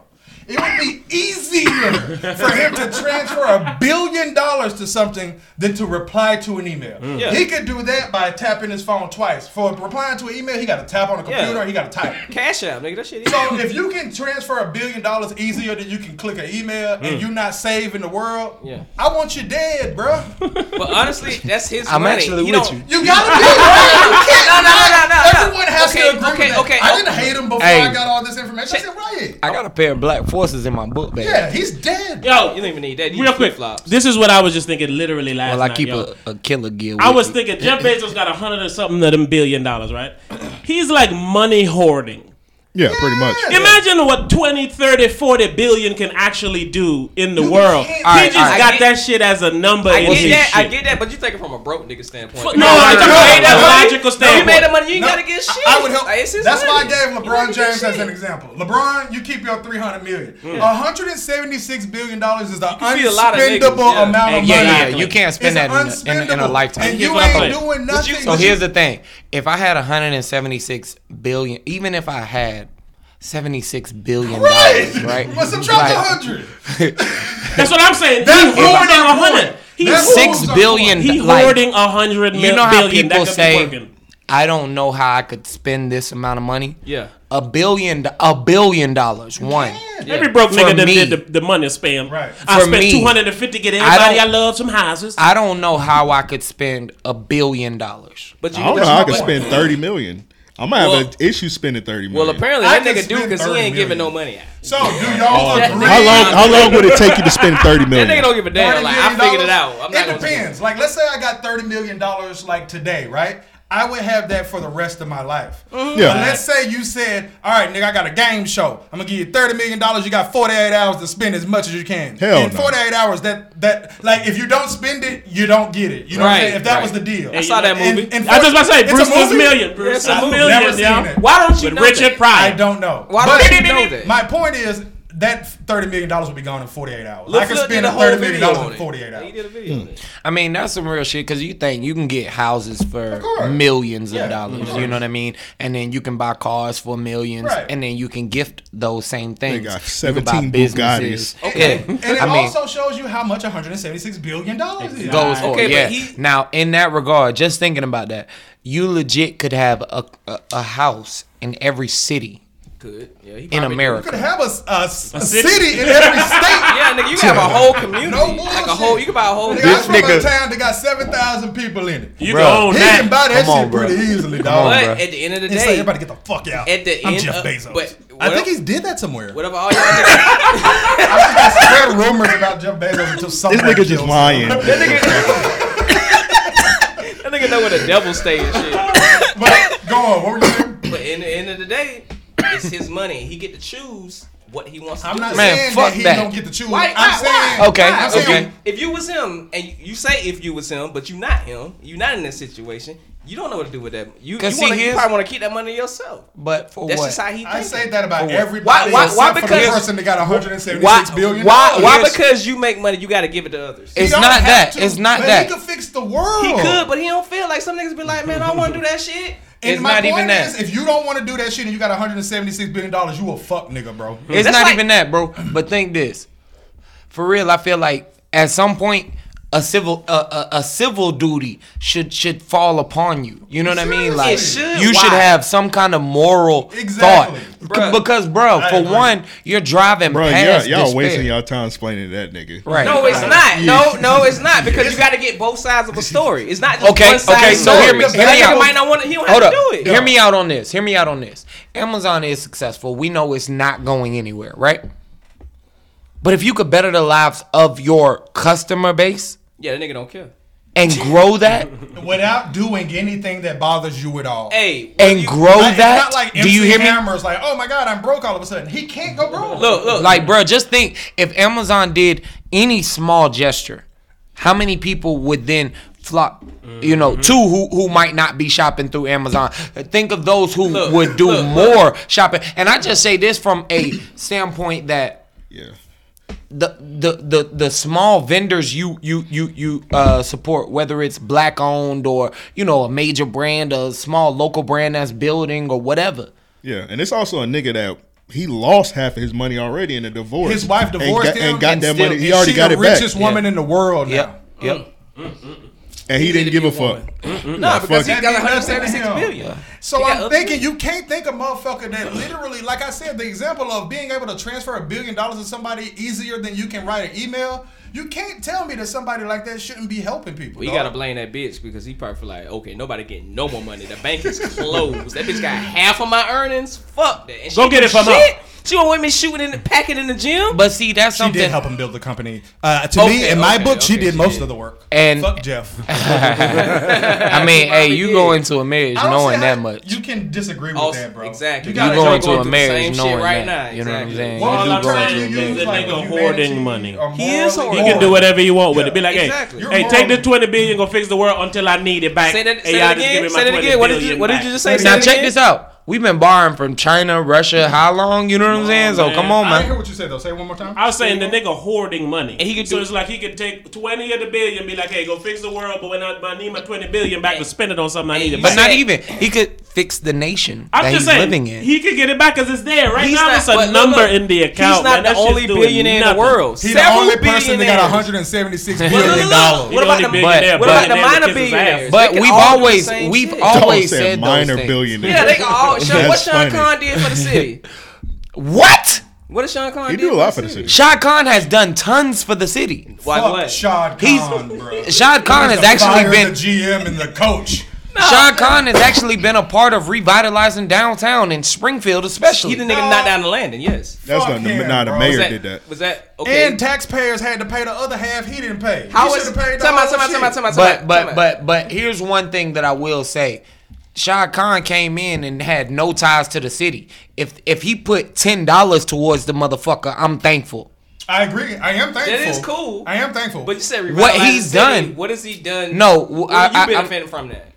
Speaker 9: It would be easier for him to transfer a billion dollars to something than to reply to an email.
Speaker 11: Mm. Yeah.
Speaker 9: He could do that by tapping his phone twice. For replying to an email, he got to tap on a computer.
Speaker 8: Yeah.
Speaker 9: He got to type.
Speaker 8: Cash app, nigga. That shit. easy.
Speaker 9: So if you can transfer a billion dollars easier than you can click an email
Speaker 8: Mm.
Speaker 9: and you not saving the world,
Speaker 8: Yeah.
Speaker 9: I want you dead, bro.
Speaker 8: But honestly, that's his
Speaker 9: I'm
Speaker 8: money.
Speaker 9: actually
Speaker 8: He
Speaker 9: with
Speaker 8: don't-
Speaker 9: you. You gotta be, bro. You can't
Speaker 8: No, no, no, no, no.
Speaker 9: Everyone has to
Speaker 8: okay,
Speaker 9: agree with
Speaker 8: Okay,
Speaker 9: that.
Speaker 8: okay.
Speaker 9: I didn't hate him before
Speaker 2: Hey.
Speaker 9: I got all this information. I said, right.
Speaker 2: I got a pair of black forces in my book bag.
Speaker 9: Yeah, he's dead.
Speaker 10: Yo,
Speaker 8: you don't even need that.
Speaker 10: Real quick, this is what I was just thinking literally last
Speaker 2: Well, I
Speaker 10: night.
Speaker 2: keep
Speaker 10: yo.
Speaker 2: a, a killer gear.
Speaker 10: I
Speaker 2: with
Speaker 10: was
Speaker 2: me.
Speaker 10: thinking Jeff Bezos got a hundred or something of them billion dollars, right? He's like money hoarding.
Speaker 6: Yeah, pretty much.
Speaker 10: Imagine what 20, 30, 40 billion can actually do in the world. He
Speaker 8: All right,
Speaker 10: just
Speaker 8: all right.
Speaker 10: got
Speaker 8: I get-
Speaker 10: that shit as a number
Speaker 8: I
Speaker 10: in
Speaker 8: get
Speaker 10: his
Speaker 8: that. I
Speaker 10: shit.
Speaker 8: get that. But you take it from a broke nigga standpoint.
Speaker 10: Fuck no, No, I no, just no, made that no. logical
Speaker 8: You
Speaker 10: standpoint.
Speaker 8: made that money. You ain't
Speaker 10: No,
Speaker 8: gotta get
Speaker 9: I-
Speaker 8: shit.
Speaker 9: I would help.
Speaker 8: Like, it's his
Speaker 9: That's why I
Speaker 8: money.
Speaker 9: gave
Speaker 8: You ain't
Speaker 9: LeBron
Speaker 8: gotta get
Speaker 9: James as
Speaker 8: shit.
Speaker 9: an example. LeBron, you keep your 300 million.
Speaker 2: Yeah.
Speaker 9: 176 billion dollars is the
Speaker 8: can feed a lot of niggas,
Speaker 9: unspendable
Speaker 2: yeah.
Speaker 9: amount of
Speaker 2: yeah,
Speaker 9: money.
Speaker 2: Yeah, yeah, you can't spend
Speaker 9: It's
Speaker 2: that in a, in, a- in a
Speaker 9: unspendable.
Speaker 2: lifetime.
Speaker 9: And you ain't doing nothing.
Speaker 2: So here's the thing: if I had 176 billion, even if I had 76 billion
Speaker 9: Right.
Speaker 2: dollars, right?
Speaker 9: Well, subtract
Speaker 2: Like,
Speaker 9: 100.
Speaker 10: That's what I'm saying.
Speaker 2: That
Speaker 10: He's
Speaker 2: hoarding
Speaker 10: hoarding a
Speaker 2: hoarding.
Speaker 10: hundred. He's
Speaker 2: That six billion.
Speaker 10: He's
Speaker 2: like,
Speaker 10: hoarding a hundred mil-
Speaker 2: You know how
Speaker 10: billion. That
Speaker 2: people
Speaker 10: could be
Speaker 2: say,
Speaker 10: working.
Speaker 2: "I don't know how I could spend this amount of money."
Speaker 10: Yeah.
Speaker 2: a billion, a billion dollars. One.
Speaker 10: Every broke
Speaker 2: For
Speaker 10: nigga that
Speaker 2: me,
Speaker 10: did the, the money spam. Right. I
Speaker 2: For
Speaker 10: spent
Speaker 2: me,
Speaker 10: two hundred and fifty get
Speaker 2: I
Speaker 10: everybody I,
Speaker 2: don't-
Speaker 10: love some houses.
Speaker 2: I don't know how I could spend a billion dollars.
Speaker 8: But
Speaker 6: I don't know how I could spend thirty million. I might have an issue spending thirty million.
Speaker 2: well,
Speaker 8: Apparently
Speaker 9: I
Speaker 8: that
Speaker 9: can
Speaker 8: nigga do
Speaker 9: spend
Speaker 8: because he
Speaker 9: 30
Speaker 8: ain't giving no money. out.
Speaker 9: So do y'all
Speaker 8: That
Speaker 9: agree?
Speaker 6: How long? How long would it take you to spend thirty
Speaker 8: That
Speaker 6: million?
Speaker 8: nigga don't give a damn. Like I figured it out. I'm not
Speaker 9: it
Speaker 8: gonna
Speaker 9: depends. Like, let's say I got thirty million dollars, like today, right? I would have that for the rest of my life.
Speaker 6: Mm-hmm. Yeah.
Speaker 9: But let's say you said, "All right, nigga, I got a game show. I'm gonna give you thirty million dollars. You got forty eight hours to spend as much as you can.
Speaker 6: Hell
Speaker 9: In
Speaker 6: no.
Speaker 9: forty eight hours, that that like if you don't spend it, you don't get it. You know what I'm
Speaker 8: Right,
Speaker 9: saying? If that
Speaker 8: right.
Speaker 9: was the deal,
Speaker 8: I saw that movie.
Speaker 10: I was just about to say,
Speaker 9: it's a
Speaker 10: Brewster's
Speaker 9: movie?
Speaker 10: Million, Bruce. It's a
Speaker 9: I've
Speaker 10: million,
Speaker 9: never seen
Speaker 10: yeah.
Speaker 9: it.
Speaker 10: Why don't you With know Richard that?
Speaker 9: I
Speaker 10: Pryor.
Speaker 9: don't know.
Speaker 10: Why
Speaker 9: But
Speaker 10: don't you know that?
Speaker 9: My point is that thirty million dollars will be gone in forty eight hours. I
Speaker 2: Look,
Speaker 9: can
Speaker 2: look, did
Speaker 9: spend
Speaker 2: a
Speaker 9: thirty
Speaker 2: whole
Speaker 9: million
Speaker 2: video
Speaker 9: dollars
Speaker 2: on
Speaker 9: in
Speaker 2: it.
Speaker 9: forty eight hours.
Speaker 8: Hmm.
Speaker 2: I mean, that's some real shit because you think you can get houses for millions of
Speaker 9: Yeah, of
Speaker 2: dollars.
Speaker 9: course.
Speaker 2: you know what I mean? And then you can buy cars for millions,
Speaker 9: Right.
Speaker 2: and then you can gift those same things.
Speaker 6: got
Speaker 2: You can buy
Speaker 6: 17
Speaker 2: businesses.
Speaker 6: Bugattis.
Speaker 2: Yeah,
Speaker 9: And it
Speaker 2: I mean,
Speaker 9: also shows you how much 176 billion dollars is.
Speaker 2: goes for yeah. now, in that regard, just thinking about that, you legit could have a a, a house in every city
Speaker 8: Could. Yeah, he
Speaker 2: in
Speaker 8: probably-
Speaker 9: You could
Speaker 2: America.
Speaker 9: have a, s- a s- a city in every state.
Speaker 8: Yeah, nigga, you can have a whole community.
Speaker 9: No
Speaker 8: like a whole, you can buy a whole.
Speaker 9: Nigga, I'm from a
Speaker 2: nigga-
Speaker 9: town that got 7,000 people in it.
Speaker 10: You
Speaker 2: Bruh. can own
Speaker 9: he
Speaker 2: that.
Speaker 9: can buy that
Speaker 2: Come on,
Speaker 9: shit pretty
Speaker 2: bruh.
Speaker 9: easily,
Speaker 2: Come
Speaker 9: dog.
Speaker 2: on,
Speaker 8: But bruh. at the end of the
Speaker 9: It's like,
Speaker 8: day-
Speaker 9: everybody get the fuck out.
Speaker 8: At the
Speaker 9: I'm
Speaker 8: end
Speaker 9: Jeff
Speaker 8: of-
Speaker 9: Bezos.
Speaker 8: but
Speaker 9: I
Speaker 8: what-
Speaker 9: think he's did that somewhere.
Speaker 8: Whatever all y'all niggas
Speaker 9: I just got spread rumors about Jeff Bezos until
Speaker 6: This
Speaker 9: somebody
Speaker 6: nigga
Speaker 9: kills
Speaker 6: just
Speaker 9: him.
Speaker 6: lying.
Speaker 8: That nigga know where the devil stay and shit.
Speaker 9: But go on, what were you saying?
Speaker 8: But in the end of the day, it's his money. He get to choose what he wants to
Speaker 9: I'm
Speaker 8: do.
Speaker 9: not
Speaker 8: with it.
Speaker 2: Man,
Speaker 9: saying
Speaker 2: fuck
Speaker 9: that he
Speaker 2: that.
Speaker 9: don't get to choose.
Speaker 8: Why,
Speaker 9: I'm
Speaker 8: why,
Speaker 9: saying
Speaker 8: why?
Speaker 2: Okay,
Speaker 8: Why?
Speaker 2: okay.
Speaker 8: If you was him, and you, you say if you was him, but you not him, you not in that situation. You don't know what to do with that. You, you,
Speaker 2: 'Cause
Speaker 8: wanna,
Speaker 2: see,
Speaker 8: you
Speaker 2: his-
Speaker 8: probably want to keep that money yourself.
Speaker 2: But for
Speaker 8: That's
Speaker 2: what?
Speaker 8: just how he.
Speaker 9: I
Speaker 8: thinking.
Speaker 9: say that about
Speaker 2: Why-
Speaker 9: everybody
Speaker 8: why-
Speaker 9: except
Speaker 8: why
Speaker 9: for
Speaker 8: because-
Speaker 9: the person that got 176
Speaker 8: Why?
Speaker 9: billion
Speaker 8: Why?
Speaker 9: dollars.
Speaker 8: Why? Because you make money, you got to give it to others.
Speaker 2: It's
Speaker 9: He don't
Speaker 2: not
Speaker 9: have
Speaker 2: that.
Speaker 9: to,
Speaker 2: It's not
Speaker 9: but
Speaker 2: that.
Speaker 9: He could fix the world.
Speaker 8: He could, but he don't feel like some niggas be like, man, I don't want to do that shit.
Speaker 9: And
Speaker 2: It's
Speaker 9: my
Speaker 2: not
Speaker 9: point
Speaker 2: even that.
Speaker 9: is, if you don't want to do that shit and you got 176 billion dollars, you a fuck nigga, bro.
Speaker 2: It's
Speaker 8: That's
Speaker 2: not
Speaker 8: like-
Speaker 2: even that, bro. But think this. For real, I feel like at some point a civil a, a, a civil duty should should fall upon you. You know what I mean? Like
Speaker 8: should.
Speaker 2: you should
Speaker 8: Why?
Speaker 2: have some kind of moral thought.
Speaker 9: Exactly.
Speaker 2: C- Because bro, for one, you're driving
Speaker 6: Bro, y'all,
Speaker 2: past
Speaker 6: y'all
Speaker 2: despair.
Speaker 6: wasting y'all time explaining to that nigga.
Speaker 2: Right.
Speaker 8: No, it's not.
Speaker 6: Yeah.
Speaker 8: No, no, it's not because you got to get both sides of a story. It's not just
Speaker 2: Okay,
Speaker 8: one side.
Speaker 2: okay,
Speaker 8: of the
Speaker 2: so hear
Speaker 8: story.
Speaker 2: me-
Speaker 8: That
Speaker 2: hear me
Speaker 8: nigga
Speaker 2: out.
Speaker 8: might not want to. He don't
Speaker 2: Hold
Speaker 8: have
Speaker 2: up.
Speaker 8: to do it.
Speaker 2: Hear me out on this. Hear me out on this. Amazon is successful. We know it's not going anywhere, right? But if you could better the lives of your customer base
Speaker 8: Yeah, that nigga don't care.
Speaker 2: and grow that,
Speaker 9: Without doing anything that bothers you at all.
Speaker 8: Hey,
Speaker 2: and grow
Speaker 9: Like, it's
Speaker 2: that.
Speaker 9: not like
Speaker 2: do you hear me?
Speaker 9: Hammer's like, oh my god, I'm broke all of a sudden. He can't go broke.
Speaker 8: look, look.
Speaker 2: Like, bro, just think if Amazon did any small gesture, how many people would then flock? You know,
Speaker 8: Mm-hmm.
Speaker 2: to who who might not be shopping through Amazon. Think of those who
Speaker 8: Look,
Speaker 2: would do
Speaker 8: look,
Speaker 2: more shopping. And I just say this from a standpoint that
Speaker 6: Yeah.
Speaker 2: the the the the small vendors you you you you uh, support, whether it's black owned or you know a major brand, a small local brand that's building or whatever.
Speaker 6: Yeah, and it's also a nigga that he lost half of his money already in a divorce.
Speaker 9: His wife
Speaker 6: And
Speaker 9: divorced
Speaker 6: got-
Speaker 9: him
Speaker 6: and got
Speaker 9: and
Speaker 6: that
Speaker 9: still-
Speaker 6: money. He
Speaker 9: and
Speaker 6: already
Speaker 9: she
Speaker 6: got
Speaker 9: the
Speaker 6: it back.
Speaker 9: richest woman in the world now. Yep.
Speaker 8: Mm.
Speaker 2: Yep.
Speaker 6: And he didn't give a fuck.
Speaker 9: No,
Speaker 6: Like, fuck
Speaker 9: because he
Speaker 6: it.
Speaker 9: got 176
Speaker 8: million.
Speaker 9: So I'm thinking you can't think a motherfucker that literally, like I said, the example of being able to transfer a billion dollars to somebody easier than you can write an email. You can't tell me that somebody like that shouldn't be helping people.
Speaker 8: Well, you
Speaker 9: dog.
Speaker 8: gotta blame that bitch because he probably feel like, okay, nobody getting no more money. The bank is closed. that bitch got half of my earnings. Fuck that. And
Speaker 9: Go
Speaker 8: she
Speaker 9: get it
Speaker 8: don't
Speaker 9: from her.
Speaker 8: shit. She want women shooting in the packing in the gym.
Speaker 2: But see, that's
Speaker 9: She did help him build the company. Uh, to me,
Speaker 8: Okay,
Speaker 9: in my
Speaker 8: okay,
Speaker 9: book, she
Speaker 8: okay,
Speaker 9: did
Speaker 8: she
Speaker 9: most
Speaker 8: did.
Speaker 9: of the work.
Speaker 2: And
Speaker 9: Fuck Jeff.
Speaker 2: I mean, hey, you go into a marriage
Speaker 9: I don't see
Speaker 2: knowing
Speaker 9: how
Speaker 2: that much.
Speaker 9: You can disagree with
Speaker 8: Also-
Speaker 9: that, bro.
Speaker 8: Exactly.
Speaker 2: You,
Speaker 8: gotta
Speaker 2: go
Speaker 8: go
Speaker 2: into
Speaker 8: through
Speaker 2: a
Speaker 8: the
Speaker 2: marriage
Speaker 8: same
Speaker 2: knowing
Speaker 8: shit right
Speaker 2: that.
Speaker 8: now,
Speaker 2: You know what I'm
Speaker 8: exactly.
Speaker 2: saying?
Speaker 9: Well,
Speaker 2: you
Speaker 9: I'm
Speaker 2: do go
Speaker 9: trying
Speaker 2: into a
Speaker 9: to
Speaker 2: marriage.
Speaker 9: use
Speaker 10: The
Speaker 9: like
Speaker 10: nigga
Speaker 9: humanity
Speaker 10: hoarding money.
Speaker 9: or
Speaker 8: He is
Speaker 9: morally-
Speaker 10: He can do whatever you want with it. Be like,
Speaker 8: Exactly.
Speaker 10: hey,
Speaker 9: You're
Speaker 10: hey, take the
Speaker 9: morally-
Speaker 10: twenty billion, go fix the world until I need it back.
Speaker 8: Say that, say
Speaker 10: Hey, y'all
Speaker 8: that
Speaker 10: just
Speaker 8: again.
Speaker 10: give me my
Speaker 8: Say that
Speaker 10: 20
Speaker 8: again. What did you
Speaker 10: billion
Speaker 8: What did
Speaker 10: back.
Speaker 8: you just say? Say
Speaker 2: Now
Speaker 8: that
Speaker 2: check
Speaker 8: again.
Speaker 2: this out. We've been borrowing from China, Russia, how long? You know what I'm saying? So
Speaker 10: man.
Speaker 2: come on,
Speaker 9: I didn't hear
Speaker 2: man.
Speaker 9: what you said though. Say it one more time.
Speaker 10: I was saying the nigga hoarding money.
Speaker 8: And he could
Speaker 10: so
Speaker 8: do-
Speaker 10: it's like he could take twenty of the billion, be like, hey, go fix the world, but when I, when I need my twenty billion back to spend it on something I need it
Speaker 2: But
Speaker 10: back.
Speaker 2: not even he could fix the nation
Speaker 10: I'm
Speaker 2: that
Speaker 10: just
Speaker 2: he's
Speaker 10: saying
Speaker 2: living in.
Speaker 10: he could get it back because it's there right
Speaker 8: He's
Speaker 10: now.
Speaker 8: not-
Speaker 10: it's a
Speaker 8: but look,
Speaker 10: number
Speaker 8: look,
Speaker 10: in the account.
Speaker 8: He's not
Speaker 10: man.
Speaker 8: the
Speaker 10: That shit's
Speaker 8: only
Speaker 10: doing
Speaker 8: billionaire in the
Speaker 10: nothing.
Speaker 8: world.
Speaker 9: He's the
Speaker 8: Several
Speaker 9: only person that got
Speaker 8: billionaires.
Speaker 9: 176
Speaker 8: Look, look,
Speaker 9: billion
Speaker 8: look,
Speaker 9: dollars.
Speaker 8: look. What
Speaker 10: He's
Speaker 8: about
Speaker 10: the
Speaker 8: the
Speaker 10: only
Speaker 2: billionaire,
Speaker 8: but, what about the
Speaker 10: billionaire that
Speaker 8: minor
Speaker 10: kisses
Speaker 8: billionaires?
Speaker 10: ass.
Speaker 2: but
Speaker 8: They can
Speaker 2: we've
Speaker 8: all do the
Speaker 2: always
Speaker 8: same
Speaker 2: we've
Speaker 8: shit.
Speaker 2: always
Speaker 6: Dog
Speaker 2: said
Speaker 6: minor
Speaker 2: those things.
Speaker 6: billionaire.
Speaker 8: Yeah, they all. Sean, what
Speaker 6: That's
Speaker 8: Sean
Speaker 6: funny.
Speaker 8: Conn did for the city?
Speaker 2: What?
Speaker 8: What does Sean Conn
Speaker 6: He
Speaker 8: did
Speaker 6: do a lot
Speaker 8: for
Speaker 6: for the city.
Speaker 2: Shad Khan has done tons for the city.
Speaker 8: Why
Speaker 9: Fuck
Speaker 8: what?
Speaker 9: Shad
Speaker 2: He's-
Speaker 9: Khan, bro.
Speaker 2: Shad Khan has
Speaker 9: He's the
Speaker 2: actually
Speaker 9: fire,
Speaker 2: been
Speaker 9: the GM and the coach.
Speaker 2: Shad Khan has actually been a part of revitalizing downtown in Springfield, especially.
Speaker 8: He the nigga knocked down the landing. Yes.
Speaker 6: That's
Speaker 9: Fuck
Speaker 6: not the,
Speaker 9: him,
Speaker 6: nah, the
Speaker 9: bro.
Speaker 6: mayor
Speaker 8: Was that,
Speaker 6: did that.
Speaker 8: Was that okay?
Speaker 9: And taxpayers had to pay the other half. He didn't pay.
Speaker 8: How
Speaker 9: he
Speaker 8: was
Speaker 9: should
Speaker 8: time
Speaker 9: have paid
Speaker 8: out?
Speaker 9: the
Speaker 8: Time out.
Speaker 9: whole
Speaker 8: Time out. Time out.
Speaker 9: shit.
Speaker 8: Time out.
Speaker 2: but but but but here's one thing that I will say. Shah Khan came in and had no ties to the city. If if he put ten dollars towards the motherfucker, I'm thankful.
Speaker 9: I agree. I am thankful.
Speaker 8: That is cool.
Speaker 9: I am thankful.
Speaker 8: But you said
Speaker 2: What
Speaker 8: revitalize
Speaker 2: he's
Speaker 8: the city.
Speaker 2: done.
Speaker 8: What has he done?
Speaker 2: No,
Speaker 8: what
Speaker 2: I-
Speaker 8: are
Speaker 2: I-
Speaker 8: you benefiting from that?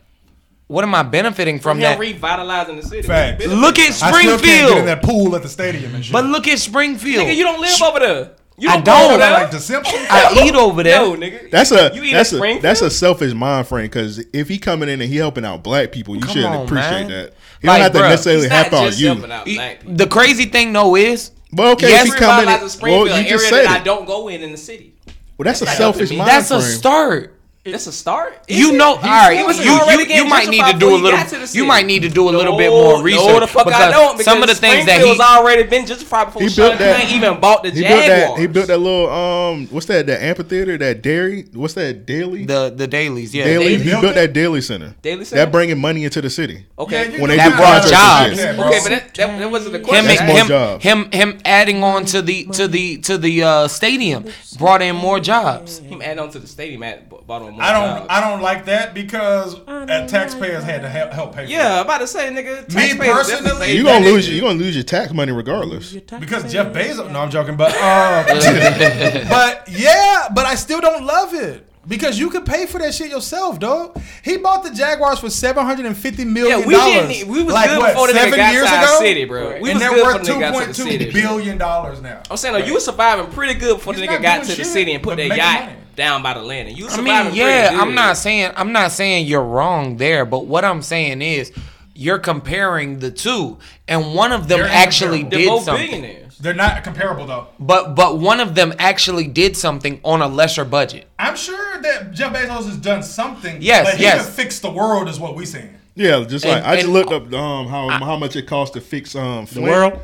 Speaker 2: What am I benefiting from
Speaker 8: From him
Speaker 2: that?
Speaker 8: revitalizing the city.
Speaker 9: Fact.
Speaker 8: You benefit-
Speaker 2: Look at
Speaker 9: I still can't get in
Speaker 2: Springfield.
Speaker 9: that pool at the stadium and shit.
Speaker 2: But look at Springfield.
Speaker 8: Nigga, you don't live over there. You
Speaker 2: I
Speaker 8: don't. go over
Speaker 2: don't.
Speaker 9: I
Speaker 8: there.
Speaker 9: like the simple.
Speaker 2: I eat over there.
Speaker 8: Yo, nigga.
Speaker 6: That's a
Speaker 8: You eat
Speaker 6: that's
Speaker 8: at
Speaker 6: a
Speaker 8: Springfield?
Speaker 6: that's a selfish mind frame because if he coming in and he helping out black people, you
Speaker 2: Come
Speaker 6: should
Speaker 2: on,
Speaker 6: appreciate
Speaker 2: man.
Speaker 6: that. He
Speaker 2: Like,
Speaker 6: don't have to
Speaker 2: bruh,
Speaker 6: necessarily
Speaker 8: He's not
Speaker 6: help out
Speaker 8: just
Speaker 6: you.
Speaker 8: helping out
Speaker 2: You-
Speaker 8: black people.
Speaker 2: the crazy thing though is
Speaker 6: But okay,
Speaker 2: Yes,
Speaker 6: if he coming in,
Speaker 8: Revitalizing Springfield,
Speaker 6: well, you
Speaker 8: area
Speaker 6: just said
Speaker 8: that I
Speaker 6: it.
Speaker 8: don't go in in the city.
Speaker 6: Well, that's a
Speaker 8: That's
Speaker 6: selfish
Speaker 8: not
Speaker 6: mind
Speaker 2: that's
Speaker 6: frame.
Speaker 2: a start.
Speaker 8: That's a start. Is
Speaker 2: you
Speaker 8: it?
Speaker 2: know, all right.
Speaker 8: It was
Speaker 2: You,
Speaker 8: already
Speaker 2: you, you
Speaker 8: getting
Speaker 2: might need
Speaker 8: gentrified
Speaker 2: to do a
Speaker 8: before he
Speaker 2: little.
Speaker 8: got to the
Speaker 2: You
Speaker 8: city.
Speaker 2: might need to do a little
Speaker 8: Oh, No,
Speaker 2: bit more research
Speaker 8: No, the fuck
Speaker 2: because,
Speaker 8: I don't. Because
Speaker 2: some of the things that
Speaker 8: Springfield's
Speaker 2: he
Speaker 8: already been gentrified before
Speaker 6: He
Speaker 8: he
Speaker 6: built that-
Speaker 8: even bought the
Speaker 6: He built
Speaker 8: Jaguars.
Speaker 6: that. He built that little um. What's that? That amphitheater. That dairy. What's that? Daily.
Speaker 2: the the dailies, yeah,
Speaker 6: daily. He
Speaker 9: Daily?
Speaker 6: built that daily center.
Speaker 8: Daily
Speaker 6: That
Speaker 8: center?
Speaker 6: bringing money into the city.
Speaker 8: Okay.
Speaker 9: Yeah, you
Speaker 6: When they
Speaker 9: know,
Speaker 6: do
Speaker 9: I-
Speaker 6: projects
Speaker 2: jobs.
Speaker 6: and shit.
Speaker 9: Yeah, bro.
Speaker 8: okay, but that, that, that wasn't the question.
Speaker 2: him,
Speaker 6: That's more
Speaker 2: him,
Speaker 6: jobs.
Speaker 2: him, him adding on to the to the to the uh, stadium brought in more jobs.
Speaker 8: Him add on to the stadium at bottom.
Speaker 9: I don't. I don't like that because uh, taxpayers had to help, help pay. for
Speaker 8: yeah, about to say, nigga.
Speaker 9: Me
Speaker 8: taxpayers
Speaker 9: personally,
Speaker 8: definitely-
Speaker 6: You
Speaker 9: that
Speaker 6: gonna lose.
Speaker 9: is-
Speaker 6: You gonna lose your tax money regardless.
Speaker 9: Because Jeff Bezos. No, I'm joking. But uh, but yeah, but I still don't love it. Because you could pay for that shit yourself, dog. He bought the Jaguars for seven hundred and fifty million
Speaker 8: Yeah, we didn't need- we was good before the nigga got to our city, bro. We was
Speaker 9: and they're
Speaker 8: good
Speaker 9: worth
Speaker 8: before the
Speaker 9: two
Speaker 8: nigga got
Speaker 9: point
Speaker 8: to the
Speaker 9: two
Speaker 8: city.
Speaker 9: billion dollars now.
Speaker 8: I'm saying, though, you was surviving pretty good before the
Speaker 9: He's
Speaker 8: nigga
Speaker 9: not
Speaker 8: got
Speaker 9: doing
Speaker 8: to the
Speaker 9: shit,
Speaker 8: city and put
Speaker 9: but
Speaker 8: that
Speaker 9: making
Speaker 8: yacht
Speaker 9: money.
Speaker 8: down by the landing. You was
Speaker 2: I
Speaker 8: surviving
Speaker 2: mean,
Speaker 8: pretty
Speaker 2: yeah,
Speaker 8: good.
Speaker 2: I'm not saying I'm not saying you're wrong there, but what I'm saying is you're comparing the two, and one of them
Speaker 9: They're
Speaker 2: actually
Speaker 9: incomparable.
Speaker 8: They're
Speaker 2: did
Speaker 8: both
Speaker 2: something.
Speaker 8: billionaires.
Speaker 9: They're not comparable though.
Speaker 2: But but one of them actually did something on a lesser budget.
Speaker 9: I'm sure that Jeff Bezos has done something.
Speaker 2: Yes,
Speaker 9: but he
Speaker 2: yes.
Speaker 9: can fix the world is what we saying.
Speaker 6: Yeah, just like
Speaker 2: And-
Speaker 6: I just
Speaker 2: and-
Speaker 6: looked up um how how much it costs to fix um Flint.
Speaker 10: world?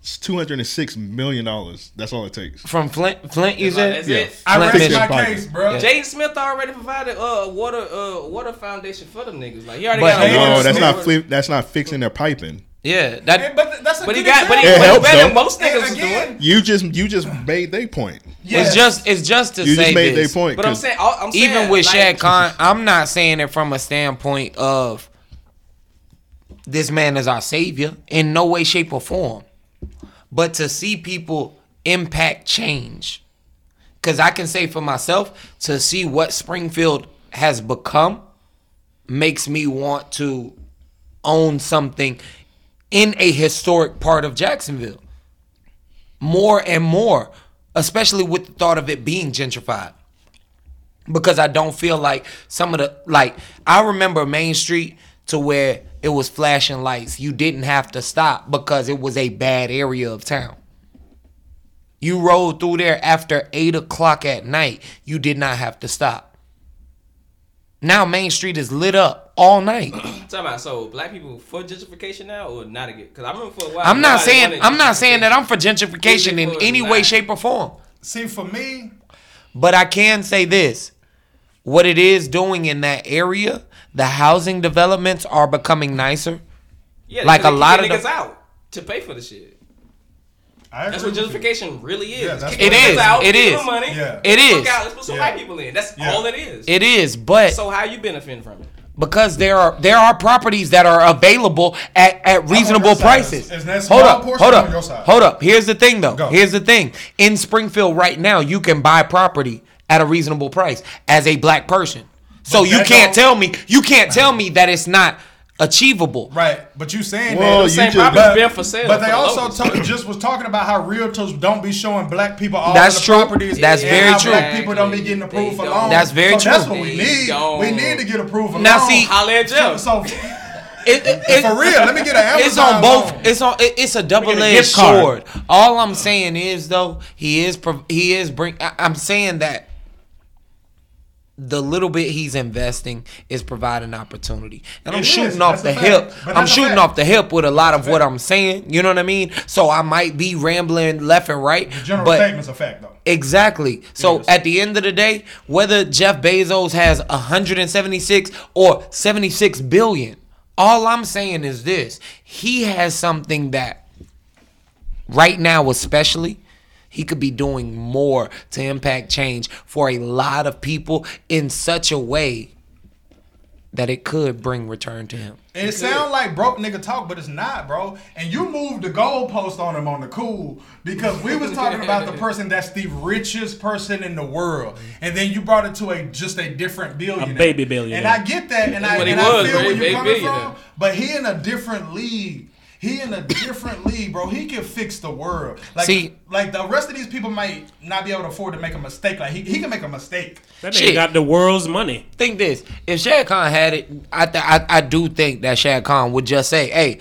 Speaker 6: It's two hundred and six million dollars. That's all it takes.
Speaker 2: From Flint, Flint, you
Speaker 8: That's
Speaker 2: said.
Speaker 6: Yeah.
Speaker 8: it.
Speaker 9: I
Speaker 2: Flint
Speaker 9: rest
Speaker 2: is
Speaker 9: my
Speaker 6: pipe.
Speaker 9: case, bro.
Speaker 8: Jaden Smith already provided uh water uh water foundation for them niggas. Like he already
Speaker 2: But-
Speaker 8: got a
Speaker 2: Hey,
Speaker 6: No,
Speaker 8: water
Speaker 6: that's
Speaker 9: it's
Speaker 6: not
Speaker 8: source.
Speaker 6: fli- that's not fixing their piping.
Speaker 2: Yeah,
Speaker 9: Hey,
Speaker 2: that
Speaker 9: But th- that's a
Speaker 8: But he
Speaker 9: good
Speaker 8: got but he
Speaker 6: It
Speaker 9: example.
Speaker 8: but he
Speaker 6: helps,
Speaker 8: better than
Speaker 6: though.
Speaker 8: most niggas is
Speaker 9: Again,
Speaker 8: doing.
Speaker 6: You just you just made they point.
Speaker 9: Yes.
Speaker 2: it's just it's just to
Speaker 6: You
Speaker 2: say
Speaker 6: just made
Speaker 2: this.
Speaker 6: they point.
Speaker 8: But I'm
Speaker 6: 'cause
Speaker 8: saying all- I'm saying
Speaker 2: even with
Speaker 8: like,
Speaker 2: Shad Khan, I'm not saying it from a standpoint of this man is our savior in no way, shape, or form. But to see people impact change. Cause I can say for myself, to see what Springfield has become makes me want to own something in a historic part of Jacksonville. More and more, especially with the thought of it being gentrified because I don't feel like some of the like I remember Main Street to where it was flashing lights. You didn't have to stop because it was a bad area of town. You rode through there after eight o'clock at night. You did not have to stop. Now Main Street is lit up all night.
Speaker 8: Talking about so black people for gentrification now or not again? Because I remember for a while.
Speaker 2: I'm not
Speaker 8: nobody
Speaker 2: saying
Speaker 8: wanted
Speaker 2: I'm not saying that I'm for gentrification in any way, shape, or form.
Speaker 9: See, for me,
Speaker 2: But I can say this. What it is doing in that area, the housing developments are becoming nicer.
Speaker 8: Yeah,
Speaker 2: like a
Speaker 8: because they
Speaker 2: lot of
Speaker 8: kick
Speaker 2: the,
Speaker 8: niggas out to pay for the shit.
Speaker 9: I
Speaker 8: That's what gentrification really is.
Speaker 9: that's
Speaker 8: Kick
Speaker 2: what it
Speaker 8: niggas
Speaker 2: is.
Speaker 8: Out,
Speaker 2: It
Speaker 8: give them
Speaker 2: is.
Speaker 8: Money,
Speaker 2: Yeah.
Speaker 8: get the
Speaker 2: It
Speaker 8: fuck
Speaker 2: is.
Speaker 8: Out. Let's put some white people in. That's all it is.
Speaker 2: It is, but-
Speaker 8: so how you benefiting from it?
Speaker 2: because there are there are properties that are available at, at reasonable prices.
Speaker 9: Is that small
Speaker 2: Hold up,
Speaker 9: portion
Speaker 2: hold
Speaker 9: or
Speaker 2: up,
Speaker 9: on your side?
Speaker 2: hold up. Here's the thing though. Here's the thing. In Springfield right now, you can buy property at a reasonable price as a black person. So
Speaker 9: But
Speaker 2: you
Speaker 9: that
Speaker 2: can't tell me you can't tell me that it's not achievable.
Speaker 9: Right, but you saying
Speaker 2: Well,
Speaker 9: that
Speaker 2: you just-
Speaker 9: but,
Speaker 2: been for sale
Speaker 9: But they
Speaker 2: for
Speaker 9: also talk, just was talking about how realtors don't be showing black people all
Speaker 2: That's
Speaker 9: of the
Speaker 2: true.
Speaker 9: properties.
Speaker 2: That's
Speaker 9: and
Speaker 2: very
Speaker 9: how
Speaker 2: true.
Speaker 9: Black people don't be getting approved for loans.
Speaker 2: That's very
Speaker 9: so That's
Speaker 2: true.
Speaker 9: what we
Speaker 2: They
Speaker 9: need. We
Speaker 2: don't.
Speaker 9: need to get approved for
Speaker 2: Now
Speaker 9: loans.
Speaker 2: see- Holla
Speaker 9: at Jeff. So,
Speaker 2: It-
Speaker 9: for real, let me get an
Speaker 2: It's
Speaker 9: Amazon
Speaker 2: on
Speaker 9: loan.
Speaker 2: both. It's on. it- it's a double edged
Speaker 9: gift card.
Speaker 2: sword. All I'm saying is though, he is. prov- He is bring. I, I'm saying that the little bit he's investing is providing opportunity, and I'm
Speaker 9: It
Speaker 2: shooting
Speaker 9: is.
Speaker 2: off
Speaker 9: That's a
Speaker 2: the
Speaker 9: fact.
Speaker 2: hip.
Speaker 9: But
Speaker 2: I'm
Speaker 9: that's a
Speaker 2: shooting
Speaker 9: fact.
Speaker 2: off the hip with a lot of what I'm saying. You know what I mean? So I might be rambling left and right.
Speaker 9: general
Speaker 2: but
Speaker 9: statement's a fact, though.
Speaker 2: Exactly. So at the end of the day, whether Jeff Bezos has 176 or 76 billion, all I'm saying is this. He has something that right now especially he could be doing more to impact change for a lot of people in such a way that it could bring return to him.
Speaker 9: And it sound like broke nigga talk, but it's not, bro. And you moved the goalpost on him on the cool because we was talking about the person that's the richest person in the world, and then you brought it to a just a different billionaire,
Speaker 10: baby billionaire.
Speaker 9: And I get that, and I
Speaker 10: That's what he
Speaker 9: and
Speaker 10: was,
Speaker 9: I feel
Speaker 10: bro.
Speaker 9: where
Speaker 10: Baby
Speaker 9: you're coming
Speaker 10: billionaire.
Speaker 9: from. But he in a different league. He in a different league, bro. He can fix the world. Like,
Speaker 2: See-
Speaker 9: like the rest of these people might not be able to afford to make a mistake. Like he, he can make a mistake.
Speaker 10: That nigga
Speaker 2: Shit.
Speaker 10: got the world's money.
Speaker 2: think this. If Shad Khan had it, I th- I, I do think that Shad Khan would just say, "Hey,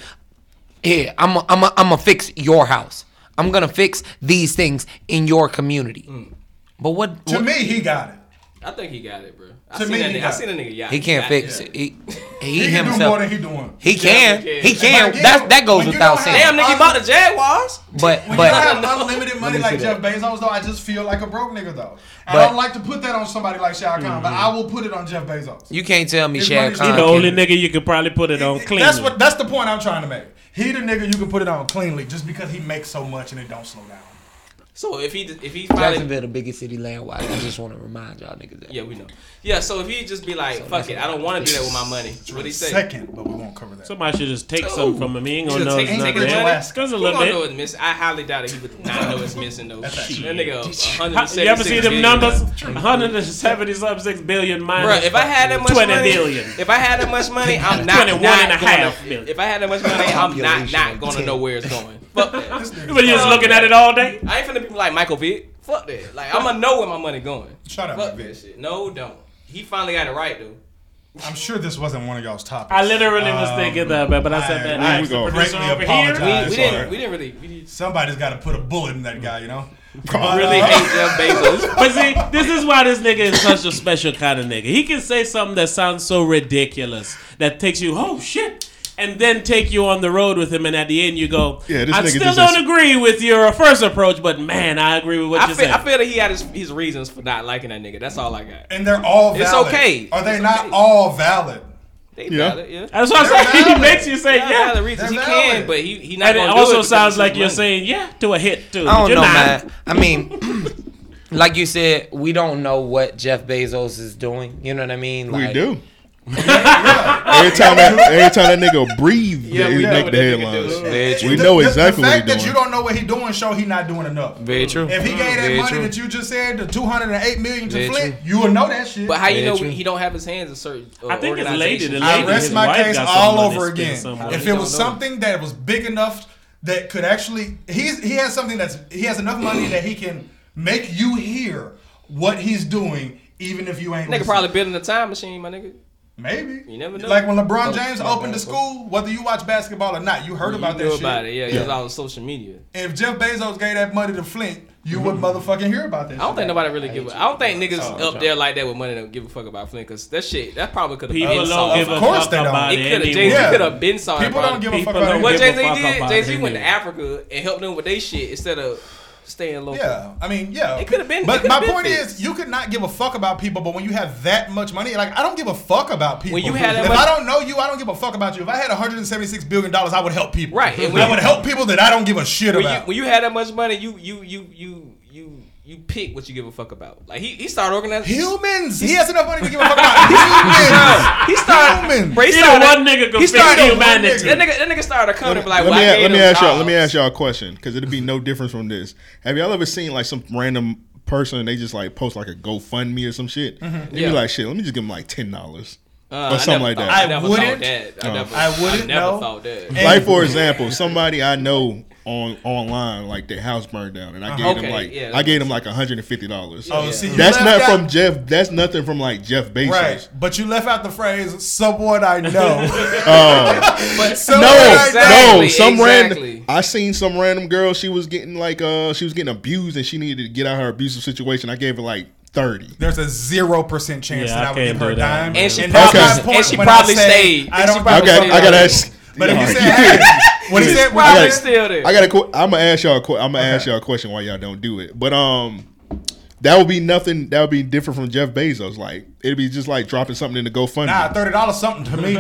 Speaker 2: here I'm i I'm i I'm gonna fix your house. I'm gonna fix these things in your community." But what
Speaker 9: Mm. To
Speaker 2: what-
Speaker 9: me, he got it.
Speaker 8: I think he got it, bro. I
Speaker 9: To
Speaker 8: seen
Speaker 9: me,
Speaker 8: that
Speaker 9: he
Speaker 8: nigga. I
Speaker 9: got
Speaker 8: seen
Speaker 9: it.
Speaker 8: that nigga. yacht.
Speaker 2: he can't
Speaker 8: Yacht,
Speaker 2: fix
Speaker 8: yeah.
Speaker 2: it. He,
Speaker 9: He,
Speaker 2: he,
Speaker 9: can
Speaker 2: himself.
Speaker 9: do more than he doing.
Speaker 2: He can.
Speaker 8: Definitely
Speaker 2: He
Speaker 8: can.
Speaker 2: can.
Speaker 9: But again,
Speaker 2: That's that goes
Speaker 9: when you
Speaker 2: without
Speaker 9: don't
Speaker 2: saying.
Speaker 9: have
Speaker 8: Damn, nigga, he bought the Jaguars.
Speaker 2: but
Speaker 9: When you
Speaker 2: but
Speaker 9: have unlimited money like Jeff Bezos, though, I just feel like a broke nigga, though. And
Speaker 2: But-
Speaker 9: I don't like to put that on somebody like Shao Kahn, but I will put it on Jeff Bezos.
Speaker 2: you can't tell me
Speaker 9: His
Speaker 2: Shad
Speaker 9: money's
Speaker 10: He
Speaker 2: Khan.
Speaker 10: the only
Speaker 2: can't-
Speaker 10: nigga you could probably put it on clean.
Speaker 9: That's what. That's the point I'm trying to make. He the nigga you can put it on cleanly, just because he makes so much and it don't slow down.
Speaker 8: So if he if he finally
Speaker 2: Jacksonville, the biggest city land wise. I just want to remind y'all niggas that.
Speaker 8: yeah we know yeah so if he just be like fuck it I don't want to do that with my money. What he say?
Speaker 9: Second, but we won't cover that.
Speaker 10: Somebody should just take something from him. He ain't gonna
Speaker 8: Should've
Speaker 10: know
Speaker 8: taken-
Speaker 10: it's not
Speaker 8: taken it your
Speaker 10: there.
Speaker 9: ass.
Speaker 10: Cause a
Speaker 8: He
Speaker 10: little
Speaker 8: gonna know
Speaker 10: bit.
Speaker 8: it's missing. I highly doubt that he would not know it's missing though. That nigga,
Speaker 10: How-
Speaker 8: 176
Speaker 10: You ever see them
Speaker 8: billion.
Speaker 10: numbers? 170 sub six billion minus.
Speaker 8: Bruh, if I had that much
Speaker 10: 20
Speaker 8: money,
Speaker 10: billion.
Speaker 8: if I had that much money, I'm not
Speaker 10: 21
Speaker 8: not
Speaker 10: and a
Speaker 8: gonna-
Speaker 10: half billion.
Speaker 8: If I had that much money, I'm not not gonna know where it's going. Fuck that.
Speaker 10: But you just looking at it all day.
Speaker 8: I ain't finna be like Michael Vick. Fuck that. Like I'm gonna know where my money going.
Speaker 9: Shut up,
Speaker 8: Fuck
Speaker 9: my
Speaker 8: that shit. No, don't. He finally got it right though.
Speaker 9: I'm sure this wasn't one of y'all's topics.
Speaker 10: I literally was
Speaker 2: Oh,
Speaker 10: thinking that, but, but I said
Speaker 9: I-
Speaker 10: that.
Speaker 9: I
Speaker 10: next. The
Speaker 9: go.
Speaker 10: producer
Speaker 9: Greatly
Speaker 10: over here.
Speaker 9: apologize.
Speaker 8: We
Speaker 9: Sorry.
Speaker 8: didn't. We didn't really. We didn't
Speaker 9: Somebody's got to put a bullet in that guy, you know. Uh,
Speaker 8: really hate Jeff Bezos.
Speaker 10: But see, this is why this nigga is such a special kind of nigga. He can say something that sounds so ridiculous that takes you, oh shit, and then take you on the road with him, and at the end you go,
Speaker 6: Yeah, this
Speaker 10: I
Speaker 6: nigga
Speaker 10: still
Speaker 6: just
Speaker 10: don't
Speaker 6: is-
Speaker 10: agree with your first approach, but man, I agree with what
Speaker 8: I
Speaker 10: you
Speaker 8: feel,
Speaker 10: said.
Speaker 8: I feel that he had his, his reasons for not liking that nigga. That's all I got.
Speaker 9: And they're all.
Speaker 8: It's
Speaker 9: valid.
Speaker 8: okay.
Speaker 9: Are they
Speaker 8: It's
Speaker 9: not
Speaker 8: okay.
Speaker 9: all valid?
Speaker 8: They
Speaker 6: Yeah.
Speaker 8: valid, yeah.
Speaker 10: That's what I'm
Speaker 9: They're
Speaker 10: saying. He
Speaker 9: valid.
Speaker 10: makes you say,
Speaker 8: They have
Speaker 10: yeah.
Speaker 8: valid reasons.
Speaker 9: They're
Speaker 8: He
Speaker 9: valid.
Speaker 8: can, but he he not
Speaker 10: And it
Speaker 8: gonna do it
Speaker 10: also
Speaker 8: because
Speaker 10: sounds
Speaker 8: it's
Speaker 10: like
Speaker 8: his
Speaker 10: you're
Speaker 8: money.
Speaker 10: saying yeah to a hit too.
Speaker 2: I don't
Speaker 10: you're
Speaker 2: know,
Speaker 10: not.
Speaker 2: man. I mean, like you said, we don't know what Jeff Bezos is doing. You know what I mean?
Speaker 6: We
Speaker 2: Like,
Speaker 6: do. every time that every time that nigga breathe,
Speaker 8: Yeah,
Speaker 6: we
Speaker 8: we know
Speaker 6: make
Speaker 8: what
Speaker 6: the
Speaker 8: that nigga do.
Speaker 6: headlines.
Speaker 2: Bitch.
Speaker 6: We
Speaker 9: The-
Speaker 6: know
Speaker 9: the-
Speaker 6: exactly
Speaker 9: The
Speaker 6: what
Speaker 9: fact
Speaker 6: he's
Speaker 9: that you
Speaker 6: doing.
Speaker 9: don't know what he's doing, show he not doing enough.
Speaker 2: Very true.
Speaker 9: If he gave that
Speaker 2: Very
Speaker 9: money
Speaker 2: true.
Speaker 9: that you just said, the 208 million to
Speaker 2: Very
Speaker 9: Flint,
Speaker 2: true.
Speaker 9: you will know that shit.
Speaker 8: But how you
Speaker 2: Yeah,
Speaker 8: know
Speaker 2: true.
Speaker 8: he don't have his hands in certain? Uh,
Speaker 10: I think it's lady. The
Speaker 8: organizations?
Speaker 10: lady,
Speaker 9: I rest
Speaker 10: his
Speaker 9: my
Speaker 10: wife
Speaker 9: case
Speaker 10: got some
Speaker 9: all
Speaker 10: money
Speaker 9: over
Speaker 10: spent
Speaker 9: again.
Speaker 10: somewhere.
Speaker 9: If
Speaker 8: They
Speaker 9: it
Speaker 8: don't
Speaker 9: was
Speaker 8: know.
Speaker 9: something that was big enough that could actually, he's he has something that's he has enough money that he can make you hear what he's doing, even if you ain't.
Speaker 8: Nigga
Speaker 9: listening.
Speaker 8: probably building a time machine, my nigga.
Speaker 9: Maybe.
Speaker 8: You never know. Oh,
Speaker 9: Like when LeBron
Speaker 8: Those
Speaker 9: James
Speaker 8: small
Speaker 9: opened the
Speaker 8: balls.
Speaker 9: school, whether you watch basketball or not, you heard about
Speaker 8: you
Speaker 9: that
Speaker 8: knew
Speaker 9: shit.
Speaker 8: about it, yeah. It was all on social media.
Speaker 9: If Jeff Bezos gave that money to Flint, you would motherfucking hear about that.
Speaker 8: I don't
Speaker 9: shit.
Speaker 8: think nobody really give. A, I don't think niggas up there like that with money don't give a fuck about Flint because that shit that probably could have
Speaker 10: People
Speaker 8: been
Speaker 10: don't
Speaker 8: solved.
Speaker 10: give a Of course fuck they don't. about
Speaker 8: It
Speaker 10: it
Speaker 8: could have Jay
Speaker 10: anyway.
Speaker 8: Z
Speaker 10: Yeah.
Speaker 8: could have been solved.
Speaker 10: People don't give a fuck
Speaker 8: People
Speaker 10: about
Speaker 8: don't
Speaker 10: it.
Speaker 8: What
Speaker 10: give a
Speaker 8: Jay Z
Speaker 10: fuck
Speaker 8: did?
Speaker 10: about
Speaker 8: Jay Z
Speaker 10: it
Speaker 8: went to
Speaker 10: anyway.
Speaker 8: Africa and helped them with their shit instead of staying local.
Speaker 9: Yeah, I mean, yeah.
Speaker 8: It could have been.
Speaker 9: But my point is, you could not give a fuck about people. But when you have that much money, like I don't give a fuck about people.
Speaker 8: When you had that
Speaker 9: if
Speaker 8: much-
Speaker 9: I don't know you, I don't give a fuck about you. If I had 176 billion dollars, I would help people.
Speaker 8: Right, and when
Speaker 9: I
Speaker 8: you-
Speaker 9: would help people that I don't give a shit
Speaker 8: when you,
Speaker 9: about.
Speaker 8: when you had that much money, you you you you you you pick what you give a fuck about. Like he he started organizing
Speaker 9: humans. He has enough money to give a fuck about humans.
Speaker 8: he started. Humans. Bro, he
Speaker 10: He the
Speaker 8: started
Speaker 10: one nigga could
Speaker 8: He
Speaker 10: fix
Speaker 8: started
Speaker 10: humanity.
Speaker 8: That nigga, that nigga started a company. Like,
Speaker 6: let
Speaker 8: why
Speaker 6: me,
Speaker 8: I
Speaker 6: a-
Speaker 8: gave
Speaker 6: let me
Speaker 8: them
Speaker 6: ask y'all.
Speaker 8: jobs.
Speaker 6: Let me ask y'all a question because it'd be no difference from this. Have y'all ever seen like some random person and they just like post like a GoFundMe or some shit?
Speaker 8: Mhm.
Speaker 6: They
Speaker 8: Yeah.
Speaker 6: be like, shit, let me just give them like ten dollars
Speaker 8: Uh, I
Speaker 6: or something
Speaker 8: never
Speaker 6: like
Speaker 8: thought-
Speaker 6: that.
Speaker 8: I I never wouldn't. thought that. I
Speaker 6: Oh.
Speaker 8: never- I I wouldn't, never no. thought that.
Speaker 6: Like
Speaker 8: And-
Speaker 6: for example, somebody I know on online like their house burned down and I
Speaker 9: Uh-huh.
Speaker 6: gave them
Speaker 9: Okay,
Speaker 6: like
Speaker 9: yeah,
Speaker 6: I gave them like hundred and fifty dollars.
Speaker 9: Oh, see, you
Speaker 6: that's not
Speaker 9: left out-
Speaker 6: from Jeff. That's nothing from like Jeff Bezos.
Speaker 9: Right, but you left out the phrase "someone I know."
Speaker 6: Oh.
Speaker 9: but
Speaker 6: no,
Speaker 9: someone I know.
Speaker 6: no, some random. I seen some random girl. She was getting like uh, she was getting abused, and she needed to get out of her abusive situation. I gave her like thirty.
Speaker 9: There's a zero percent chance
Speaker 6: Yeah,
Speaker 9: that
Speaker 6: I
Speaker 9: I, would give
Speaker 6: can't
Speaker 9: her
Speaker 6: do
Speaker 9: a
Speaker 6: that.
Speaker 9: dime.
Speaker 6: And she
Speaker 9: that's
Speaker 6: probably-
Speaker 9: my point
Speaker 6: and she
Speaker 9: when I
Speaker 6: probably
Speaker 9: say
Speaker 6: stayed.
Speaker 9: I
Speaker 6: And
Speaker 9: don't
Speaker 6: she probably Okay, stayed. I gotta ask-
Speaker 9: But if you
Speaker 6: Yeah.
Speaker 9: said, hey, when he said,
Speaker 6: I
Speaker 9: when he
Speaker 6: gotta-
Speaker 9: said-
Speaker 6: I got to. I'm gonna ask y'all. I'm gonna ask y'all a question why y'all don't do it. But um, that would be nothing. That would be different from Jeff Bezos. Like it'd be just like dropping something in the GoFundMe.
Speaker 9: Nah, thirty dollars something to me.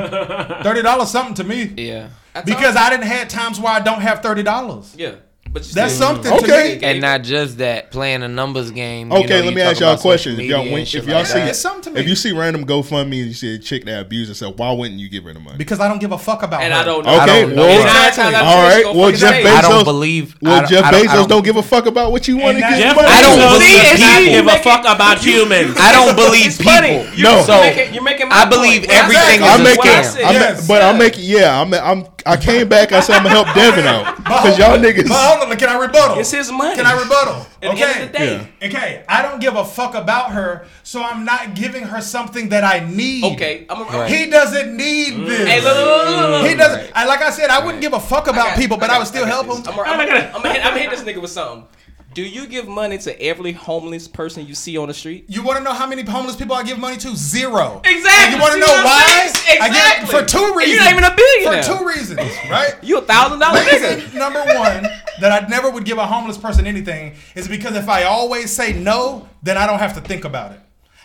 Speaker 9: Thirty dollars something to me.
Speaker 2: Yeah.
Speaker 9: Because I didn't had times where I don't have thirty dollars.
Speaker 8: Yeah. But
Speaker 6: Mm.
Speaker 9: that's something. To me.
Speaker 2: and not just that playing a numbers game. you
Speaker 6: Okay,
Speaker 2: know,
Speaker 6: let
Speaker 2: you
Speaker 6: me
Speaker 2: talk
Speaker 6: ask y'all a
Speaker 2: about social
Speaker 6: question. If
Speaker 2: media
Speaker 6: y'all,
Speaker 2: and
Speaker 6: went,
Speaker 2: shit
Speaker 6: if y'all
Speaker 2: like
Speaker 6: see,
Speaker 2: that.
Speaker 6: if you see random GoFundMe and you see a chick that abused herself, why wouldn't you give her the money?
Speaker 9: Because I don't give a fuck about.
Speaker 8: And
Speaker 9: her.
Speaker 8: I don't know.
Speaker 6: Okay,
Speaker 8: don't know.
Speaker 6: well,
Speaker 8: Nine times out of ten,
Speaker 6: all
Speaker 8: it's
Speaker 6: right.
Speaker 8: gonna
Speaker 6: Well,
Speaker 8: fucking
Speaker 6: Jeff
Speaker 8: say.
Speaker 6: Bezos.
Speaker 8: I don't believe- I
Speaker 6: Well,
Speaker 2: don't-
Speaker 6: Jeff
Speaker 2: I don't-
Speaker 6: Bezos
Speaker 2: I
Speaker 6: don't,
Speaker 2: don't-
Speaker 6: give a fuck about what you want to get.
Speaker 10: Jeff
Speaker 6: money.
Speaker 10: I don't Bezos believe- does not give a fuck about humans.
Speaker 2: I don't believe people.
Speaker 6: You- No.
Speaker 2: so
Speaker 6: you're making-
Speaker 8: you're making
Speaker 2: I believe everything
Speaker 6: I'm
Speaker 2: is a
Speaker 6: making,
Speaker 2: scam.
Speaker 6: I'm but I'm making, yeah, I'm, I'm, I came back. I said I'm gonna help Devin out because y'all niggas.
Speaker 9: But hold on, can I rebuttal?
Speaker 8: It's his money.
Speaker 9: Can I rebuttal?
Speaker 8: At the end of the day.
Speaker 9: Okay, I don't give a fuck about her, so I'm not giving her something that I need.
Speaker 8: Okay, I'm a- Right.
Speaker 9: he doesn't need this.
Speaker 8: Hey, look, look, look, look, look, look.
Speaker 9: He doesn't. I, like I said, I wouldn't give a fuck about people, but I, would still help him.
Speaker 8: I'm gonna hit, I'ma hit this nigga with something. Do you give money to every homeless person you see on the street?
Speaker 9: You want to know how many homeless people I give money to? Zero.
Speaker 8: Exactly.
Speaker 9: And you want
Speaker 8: See
Speaker 9: to know
Speaker 8: what I'm
Speaker 9: why?
Speaker 8: saying?
Speaker 9: I give,
Speaker 8: Exactly.
Speaker 9: for two
Speaker 8: And
Speaker 9: reasons.
Speaker 8: you're not even a billionaire.
Speaker 9: For two reasons, right?
Speaker 8: You a thousand dollar nigga.
Speaker 9: Reason number one that I never would give a homeless person anything is because if I always say no, then I don't have to think about it.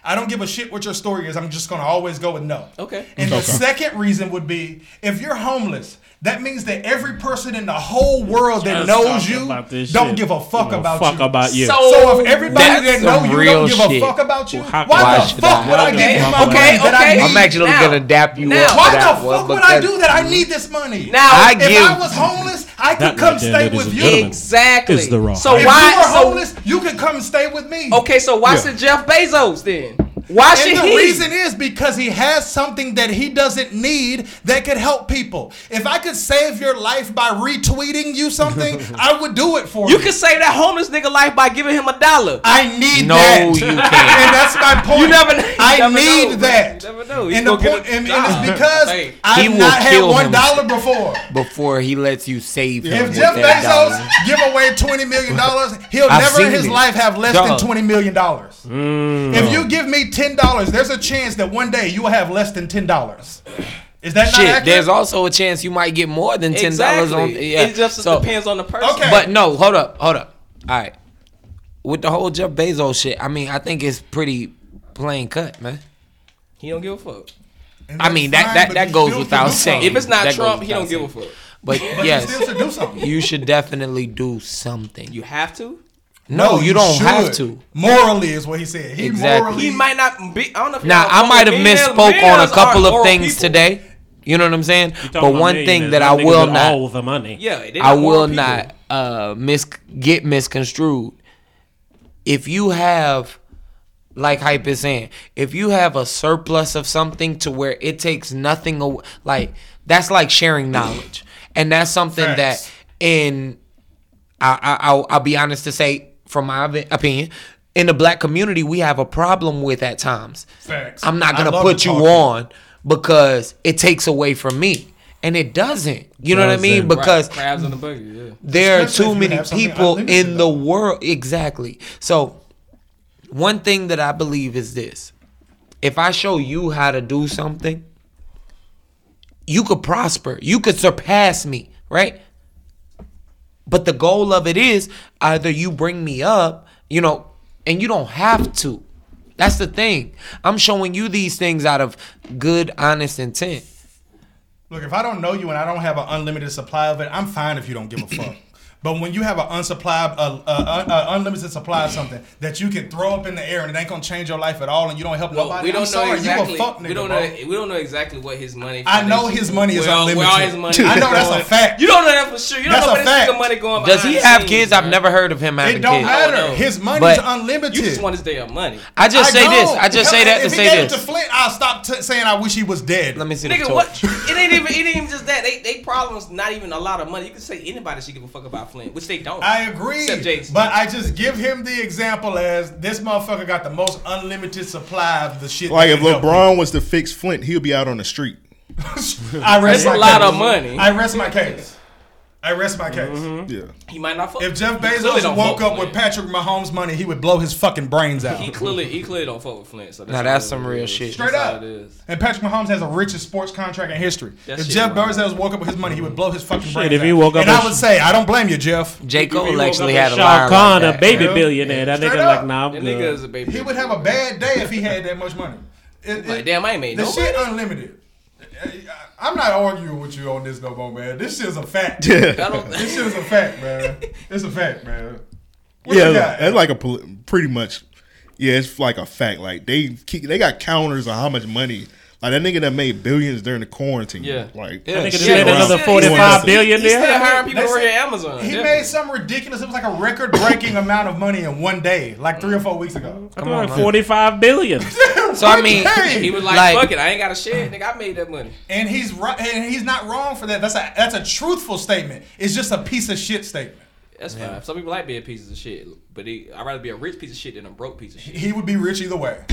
Speaker 9: I don't give a shit what your story is. I'm just gonna always go with no.
Speaker 8: Okay.
Speaker 9: And the
Speaker 8: Okay.
Speaker 9: second reason would be if you're homeless, that means that every person in the whole world that
Speaker 10: Just
Speaker 9: knows
Speaker 10: talking
Speaker 9: you
Speaker 10: about this
Speaker 9: don't
Speaker 10: shit.
Speaker 9: give a fuck
Speaker 10: Don't
Speaker 9: about
Speaker 10: fuck
Speaker 9: you.
Speaker 10: about you.
Speaker 9: So,
Speaker 10: So
Speaker 9: if everybody that
Speaker 10: that's
Speaker 9: know
Speaker 10: some
Speaker 9: you
Speaker 10: real
Speaker 9: don't give a
Speaker 10: shit.
Speaker 9: fuck about you,
Speaker 10: Well, how-
Speaker 9: why,
Speaker 10: why
Speaker 9: the
Speaker 10: should
Speaker 9: fuck
Speaker 10: I?
Speaker 9: would I
Speaker 10: Okay,
Speaker 9: give you my
Speaker 10: okay,
Speaker 9: money that I
Speaker 10: okay.
Speaker 9: need?
Speaker 2: I'm actually
Speaker 9: now?
Speaker 2: gonna dap you
Speaker 9: Now,
Speaker 2: up. for
Speaker 9: why the
Speaker 2: that
Speaker 9: fuck
Speaker 2: one
Speaker 9: would I
Speaker 2: because-
Speaker 9: do that? I need this money.
Speaker 2: Now, I give-
Speaker 9: if I was homeless, I could
Speaker 2: That
Speaker 9: come
Speaker 2: right there,
Speaker 9: stay
Speaker 2: ladies
Speaker 9: with
Speaker 2: and
Speaker 9: you.
Speaker 2: gentlemen, Exactly. is the wrong.
Speaker 9: So
Speaker 2: So
Speaker 9: if
Speaker 2: why-
Speaker 9: you were
Speaker 2: so-
Speaker 9: homeless, you could come stay with me.
Speaker 8: Okay, so why
Speaker 9: Yeah.
Speaker 8: should Jeff Bezos then? Why
Speaker 9: and
Speaker 8: should
Speaker 9: the
Speaker 8: he?
Speaker 9: reason is because he has something that he doesn't need that could help people. If I could save your life by retweeting you something, I would do it for you.
Speaker 8: you can save that homeless nigga life by giving him a dollar.
Speaker 9: I need
Speaker 8: No,
Speaker 9: that.
Speaker 8: you can't.
Speaker 9: And that's my point.
Speaker 8: You never-
Speaker 9: I
Speaker 8: you never
Speaker 9: need
Speaker 8: know, man.
Speaker 9: that.
Speaker 8: You never know. He's
Speaker 9: And the
Speaker 8: gonna get
Speaker 9: point,
Speaker 8: a
Speaker 9: and, and
Speaker 8: job.
Speaker 9: it's because
Speaker 8: Hey.
Speaker 2: He
Speaker 9: I've
Speaker 2: will
Speaker 9: not had
Speaker 2: kill
Speaker 9: one
Speaker 2: himself.
Speaker 9: dollar before.
Speaker 2: before he lets you save him.
Speaker 9: If
Speaker 2: with
Speaker 9: Jeff
Speaker 2: that
Speaker 9: Bezos
Speaker 2: dollar.
Speaker 9: give away twenty million dollars, he'll
Speaker 2: I've
Speaker 9: never in
Speaker 2: seen
Speaker 9: his
Speaker 2: it. Mm.
Speaker 9: life have less than
Speaker 2: Dog.
Speaker 9: twenty million dollars. If you give me ten dollars, there's a chance that one day you will have less than ten dollars. Is that
Speaker 2: shit,
Speaker 9: not accurate?
Speaker 2: there's also a chance you might get more than ten dollars on.
Speaker 8: Exactly.
Speaker 2: Yeah,
Speaker 8: It just depends on the person. Okay.
Speaker 2: But no, hold up, hold up. All right, with the whole Jeff Bezos shit, I mean, I think it's pretty plain cut, man.
Speaker 8: He don't give a fuck.
Speaker 2: I mean that that, that goes without saying.
Speaker 8: If it's not
Speaker 2: That goes
Speaker 8: Trump, he
Speaker 2: without
Speaker 8: don't give a
Speaker 2: saying.
Speaker 8: fuck.
Speaker 2: But
Speaker 8: But he
Speaker 2: yes,
Speaker 8: still should do something.
Speaker 2: you should definitely do something.
Speaker 8: You have to.
Speaker 2: No, you, don't have
Speaker 9: should.
Speaker 2: to.
Speaker 9: Morally is what he said. He
Speaker 2: Exactly.
Speaker 9: morally
Speaker 8: He might not be. I don't know if he
Speaker 2: Now
Speaker 8: don't
Speaker 2: I
Speaker 8: fuck
Speaker 2: might
Speaker 8: with
Speaker 2: have
Speaker 8: millionaires.
Speaker 2: misspoke on a
Speaker 8: Millionaires
Speaker 2: couple
Speaker 8: aren't
Speaker 2: of
Speaker 8: oral
Speaker 2: things
Speaker 8: people.
Speaker 2: today. You know what I'm saying? But
Speaker 10: about
Speaker 2: one thing
Speaker 10: millionaires,
Speaker 2: that I
Speaker 10: them niggas
Speaker 2: will
Speaker 10: with
Speaker 2: not,
Speaker 10: all the money. Yeah, they
Speaker 2: I
Speaker 10: not
Speaker 2: will
Speaker 10: moral
Speaker 2: not uh, mis get misconstrued. If you have, like hype is saying, if you have a surplus of something to where it takes nothing away, like that's like sharing knowledge, and that's something
Speaker 9: Facts.
Speaker 2: that in I, I I'll, I'll be honest to say, from my opi- opinion, in the black community, we have a problem with at times.
Speaker 9: Facts.
Speaker 2: I'm not
Speaker 9: I
Speaker 2: gonna
Speaker 9: love
Speaker 2: put
Speaker 9: to
Speaker 2: you
Speaker 9: talk to you.
Speaker 2: on, because it takes away from me. And it doesn't. You know what I mean? Because
Speaker 12: crabs in the bucket. Yeah.
Speaker 2: there are
Speaker 12: Especially
Speaker 2: too
Speaker 12: if you
Speaker 2: many
Speaker 12: have something
Speaker 2: people
Speaker 12: unlimited,
Speaker 2: in the world. Exactly. So, one thing that I believe is this if I show you how to do something, you could prosper, you could surpass me, right? But the goal of it is either you bring me up, you know, and you don't have to. That's the thing. I'm showing you these things out of good, honest intent.
Speaker 9: Look, if I don't know you and I don't have an unlimited supply of it, I'm fine if you don't give a fuck. But when you have an unsupplied, uh, uh, uh, unlimited supply of something that you can throw up in the air and it ain't gonna change your life at all, and you don't help
Speaker 8: Well,
Speaker 9: nobody,
Speaker 8: we don't
Speaker 9: I'm
Speaker 8: know
Speaker 9: sorry,
Speaker 8: exactly.
Speaker 9: you a fuck nigga.
Speaker 8: we don't
Speaker 9: bro.
Speaker 8: know. e, We don't know exactly what his money.
Speaker 9: I know
Speaker 8: foundation-
Speaker 9: his money is
Speaker 8: where all- where all
Speaker 9: unlimited.
Speaker 8: his money
Speaker 9: I
Speaker 8: is
Speaker 9: know that's a
Speaker 8: going.
Speaker 9: fact.
Speaker 8: You don't know that for sure. You don't
Speaker 9: That's
Speaker 8: know
Speaker 9: a
Speaker 8: where this
Speaker 9: fact.
Speaker 8: nigga money going.
Speaker 2: Does he
Speaker 8: behind
Speaker 2: have
Speaker 8: the
Speaker 2: kids?
Speaker 8: scenes,
Speaker 2: I've
Speaker 8: bro.
Speaker 2: never heard of him having
Speaker 8: It don't
Speaker 2: kids.
Speaker 8: matter.
Speaker 9: Matter. His money's
Speaker 2: But-
Speaker 9: unlimited.
Speaker 8: You just want his damn money.
Speaker 2: I just say this.
Speaker 9: don't.
Speaker 2: I just say
Speaker 9: Hell,
Speaker 2: that to
Speaker 9: if
Speaker 2: say
Speaker 9: he gave
Speaker 2: this.
Speaker 9: it to Flint, I'll stop t- saying I wish he was dead. Let
Speaker 2: me see
Speaker 8: Nigga, what? It ain't even. It ain't even just that. They they problems. Not even a lot of money. You can say anybody should give a fuck about Flint, which they don't.
Speaker 9: I agree,
Speaker 8: Except Jason.
Speaker 9: but I just give him the example as this motherfucker got the most unlimited supply of the shit.
Speaker 6: Like
Speaker 9: that
Speaker 6: if
Speaker 9: can help
Speaker 6: LeBron was to fix Flint, he'll be out on the street.
Speaker 9: I rest
Speaker 6: That's
Speaker 9: my
Speaker 6: a lot
Speaker 9: case.
Speaker 6: of money.
Speaker 9: I rest my case. I rest my case.
Speaker 6: Yeah.
Speaker 8: He might not. Fuck.
Speaker 9: If Jeff
Speaker 8: He Mm-hmm. clearly
Speaker 9: Bezos
Speaker 8: don't
Speaker 9: woke
Speaker 8: fuck
Speaker 9: up with Patrick Mahomes' money, he would blow his fucking brains out.
Speaker 8: He clearly he clearly don't fuck with Flint. So that's
Speaker 2: Now that's some real shit.
Speaker 9: Straight up. And Patrick Mahomes has the richest sports contract in history.
Speaker 8: That
Speaker 9: if
Speaker 8: shit
Speaker 9: Jeff Bezos woke up with his money, he would blow his fucking brains
Speaker 10: if
Speaker 9: out.
Speaker 10: he woke up
Speaker 9: and I
Speaker 10: with-
Speaker 9: would say, I don't blame you, Jeff.
Speaker 2: J.
Speaker 10: If he Cole woke up actually
Speaker 8: with had a
Speaker 10: Shah line Khan, like a that. baby billionaire. That nigga like, nah, I'm
Speaker 8: That
Speaker 10: good.
Speaker 8: nigga is a baby.
Speaker 9: He would have a bad day if he had that much money. It- it-
Speaker 8: Like damn, I ain't made
Speaker 9: the
Speaker 8: no
Speaker 9: shit
Speaker 8: money.
Speaker 9: unlimited. I'm not arguing with you on this no more, man. This shit's a fact.
Speaker 6: Yeah. I don't-
Speaker 9: this shit is a fact, man. It's a fact, man. What
Speaker 6: yeah,
Speaker 9: you got?
Speaker 6: that's like a pol- pretty much. Yeah, it's like a fact. Like they keep, they got counters on how much money. Like that nigga that made billions during the quarantine.
Speaker 8: Yeah.
Speaker 6: like
Speaker 8: That nigga
Speaker 6: shit
Speaker 8: just made
Speaker 6: around
Speaker 8: another
Speaker 6: $45
Speaker 10: 45 billion
Speaker 8: He's still
Speaker 10: there.
Speaker 8: hiring people to
Speaker 9: They
Speaker 8: work
Speaker 9: said-
Speaker 8: at Amazon.
Speaker 9: He
Speaker 8: definitely.
Speaker 9: made some ridiculous. It was like a record-breaking amount of money in one day, like three or four weeks ago.
Speaker 10: Come on, 45 billion.
Speaker 2: So I mean,
Speaker 8: He was like,
Speaker 2: Like-
Speaker 8: fuck it, I ain't got a shit, nigga. I made that money.
Speaker 9: and he's right, and he's not wrong for that. That's a that's a truthful statement. It's just a piece of shit statement.
Speaker 8: That's fine. Some people like being pieces of shit, but he, I'd rather be a rich piece of shit than a broke piece of shit.
Speaker 9: He would be rich either way.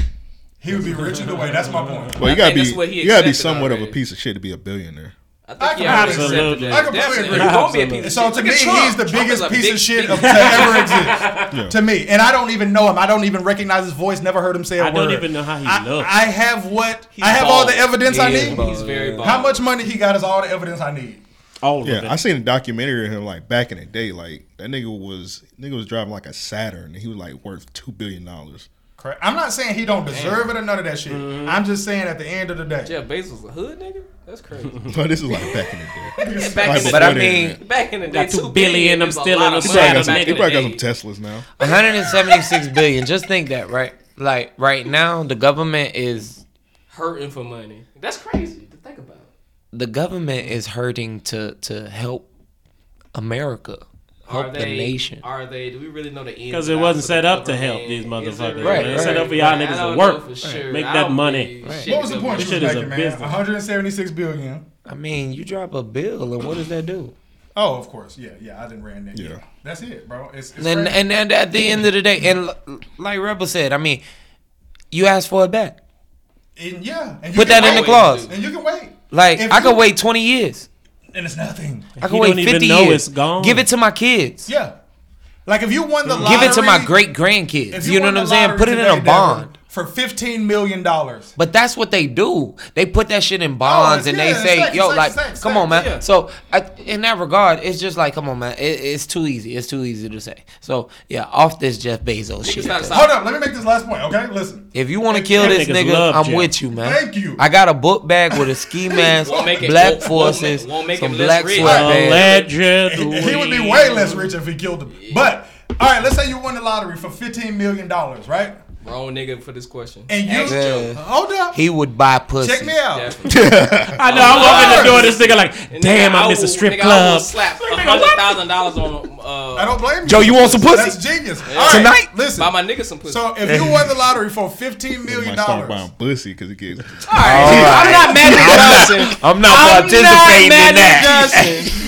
Speaker 9: He would be rich either way. That's my point.
Speaker 6: Well, you
Speaker 8: I
Speaker 6: gotta
Speaker 8: think that's what
Speaker 6: be
Speaker 8: he
Speaker 6: you gotta be
Speaker 8: accepted
Speaker 6: somewhat of a
Speaker 8: already.
Speaker 6: piece of shit to be a billionaire.
Speaker 8: I think he already accepted
Speaker 10: Absolutely.
Speaker 8: that.
Speaker 9: I completely
Speaker 8: Definitely.
Speaker 9: agree.
Speaker 8: He gonna be a piece of
Speaker 9: So
Speaker 8: shit.
Speaker 9: to
Speaker 8: Look
Speaker 9: me,
Speaker 8: at Trump.
Speaker 9: he's the
Speaker 8: Trump is
Speaker 9: biggest
Speaker 8: a
Speaker 9: piece
Speaker 8: big
Speaker 9: of shit
Speaker 8: piece
Speaker 9: of, to ever exist. To me, and I don't even know him. I don't even recognize his voice. Never heard him say a
Speaker 10: I
Speaker 9: word.
Speaker 10: don't even know how he
Speaker 9: I,
Speaker 10: looks.
Speaker 9: I have what I have all the
Speaker 8: bald.
Speaker 9: evidence I
Speaker 8: He is
Speaker 9: need.
Speaker 8: bald, He's very yeah. bald.
Speaker 9: How much money he got is all the evidence I need.
Speaker 10: All
Speaker 6: yeah,
Speaker 10: of it.
Speaker 6: I seen a documentary of him like back in the day. Like that nigga was nigga was driving like a Saturn, and he was like worth two billion dollars.
Speaker 9: Correct. I'm not saying he don't deserve it or none of that shit.
Speaker 10: Mm-hmm.
Speaker 9: I'm just saying at the end of the day,
Speaker 8: Jeff Bezos a hood nigga? That's crazy.
Speaker 6: But this is like back in the day.
Speaker 8: Back
Speaker 6: Like
Speaker 8: in the
Speaker 6: before
Speaker 2: But I
Speaker 6: the
Speaker 2: mean-
Speaker 6: internet.
Speaker 8: Back in the day,
Speaker 10: Got two
Speaker 8: two
Speaker 10: billion,
Speaker 8: billion.
Speaker 10: I'm
Speaker 8: is
Speaker 10: still
Speaker 8: lot
Speaker 10: in
Speaker 8: of
Speaker 10: the
Speaker 6: He probably
Speaker 8: money
Speaker 10: saddle,
Speaker 6: got some,
Speaker 8: back
Speaker 6: he
Speaker 8: in the
Speaker 6: probably got
Speaker 8: day.
Speaker 6: some Teslas now.
Speaker 2: 176 billion. Just think that, right? Like right now, the government is
Speaker 8: Hurting for money. That's crazy to think about.
Speaker 2: the government is hurting to to help America, help
Speaker 8: Are
Speaker 2: the
Speaker 8: they?
Speaker 2: nation.
Speaker 8: Are they? Do we really know the end?
Speaker 10: Because
Speaker 8: and
Speaker 10: it
Speaker 8: outs
Speaker 10: wasn't
Speaker 8: of
Speaker 10: set
Speaker 8: the
Speaker 10: up to help
Speaker 8: government?
Speaker 10: these
Speaker 8: Is it
Speaker 10: motherfuckers.
Speaker 8: really?
Speaker 10: It was set up for y'all
Speaker 8: Right. I
Speaker 10: niggas to
Speaker 8: don't
Speaker 10: work.
Speaker 8: know for sure.
Speaker 10: Make
Speaker 8: I
Speaker 10: that
Speaker 8: don't
Speaker 10: money.
Speaker 8: believe shit
Speaker 9: what was the
Speaker 8: is
Speaker 9: point
Speaker 10: This
Speaker 8: government.
Speaker 9: you was
Speaker 10: shit is
Speaker 9: making,
Speaker 10: a
Speaker 9: man?
Speaker 10: business.
Speaker 9: 176 billion.
Speaker 2: I mean, you drop a bill, and what does that do?
Speaker 9: Oh, of course. Yeah, yeah. I didn't ran that.
Speaker 6: Yeah.
Speaker 9: That's it, bro. It's, it's
Speaker 2: And
Speaker 9: crazy.
Speaker 2: and, and at the end of the day, and l- like Rebel said, I mean, you ask for it back.
Speaker 9: And yeah. And you
Speaker 2: Put
Speaker 9: can
Speaker 2: that in the
Speaker 9: wait.
Speaker 2: clause.
Speaker 9: And you can wait.
Speaker 2: Like
Speaker 9: If
Speaker 2: I could
Speaker 9: you-
Speaker 2: wait 20 years.
Speaker 9: And it's nothing.
Speaker 2: I
Speaker 10: You
Speaker 2: could wait
Speaker 10: don't even
Speaker 2: 50
Speaker 10: know
Speaker 2: years.
Speaker 10: it's gone.
Speaker 2: Give it to my kids.
Speaker 9: Yeah. Like if you won the lottery,
Speaker 2: Give it to my great
Speaker 9: if
Speaker 2: grandkids. You know
Speaker 9: won
Speaker 2: what I'm
Speaker 9: the
Speaker 2: saying?
Speaker 9: lottery
Speaker 2: Put it in
Speaker 9: today,
Speaker 2: a
Speaker 9: Devin,
Speaker 2: bond.
Speaker 9: for 15 million dollars.
Speaker 2: But that's what they do. They put that shit in bonds,
Speaker 9: Oh,
Speaker 2: and
Speaker 9: yeah,
Speaker 2: they
Speaker 9: it's
Speaker 2: say,
Speaker 9: like- it's
Speaker 2: "Yo,
Speaker 9: like-
Speaker 2: like,
Speaker 9: it's like- it's
Speaker 2: come
Speaker 9: like-
Speaker 2: on, man."
Speaker 9: yeah.
Speaker 2: So, I, in that regard, it's just like, "Come on, man." It, it's too easy. It's too easy to say. So, yeah, off this Jeff Bezos shit.
Speaker 8: gotta stop.
Speaker 9: Hold up, let me make this last point, okay? Listen.
Speaker 2: If you want to kill this
Speaker 10: niggas
Speaker 2: nigga,
Speaker 10: love
Speaker 2: I'm
Speaker 10: Jeff.
Speaker 2: with you, man.
Speaker 9: Thank you.
Speaker 2: I got a book bag with a ski mask,
Speaker 8: Won't make it-
Speaker 2: black
Speaker 8: won't- won't make-
Speaker 2: forces,
Speaker 8: won't make
Speaker 2: some
Speaker 8: him less
Speaker 2: black
Speaker 8: rich.
Speaker 2: sweatpants.
Speaker 10: Allegedly.
Speaker 9: He would be way less rich if he killed him. But all right, let's say you won the lottery for 15 million dollars, right?
Speaker 8: Wrong nigga for this question.
Speaker 9: And you
Speaker 2: Yeah.
Speaker 9: hold up.
Speaker 2: He would buy pussy.
Speaker 9: Check me out.
Speaker 8: Definitely.
Speaker 10: I know. I'm walking the door. This nigga like, damn, I miss a
Speaker 8: will-
Speaker 10: strip
Speaker 8: nigga, I will
Speaker 10: club.
Speaker 8: slap a hundred thousand dollars on uh,
Speaker 9: I don't blame you.
Speaker 2: Joe, you want some pussy?
Speaker 9: That's genius. All right,
Speaker 2: Tonight?
Speaker 9: listen.
Speaker 8: buy my nigga some pussy.
Speaker 9: So if you won the lottery for 15
Speaker 6: He
Speaker 9: million
Speaker 6: might start
Speaker 9: dollars,
Speaker 6: buying pussy because he gets.
Speaker 2: I'm not mad at Johnson. I'm not participating in that.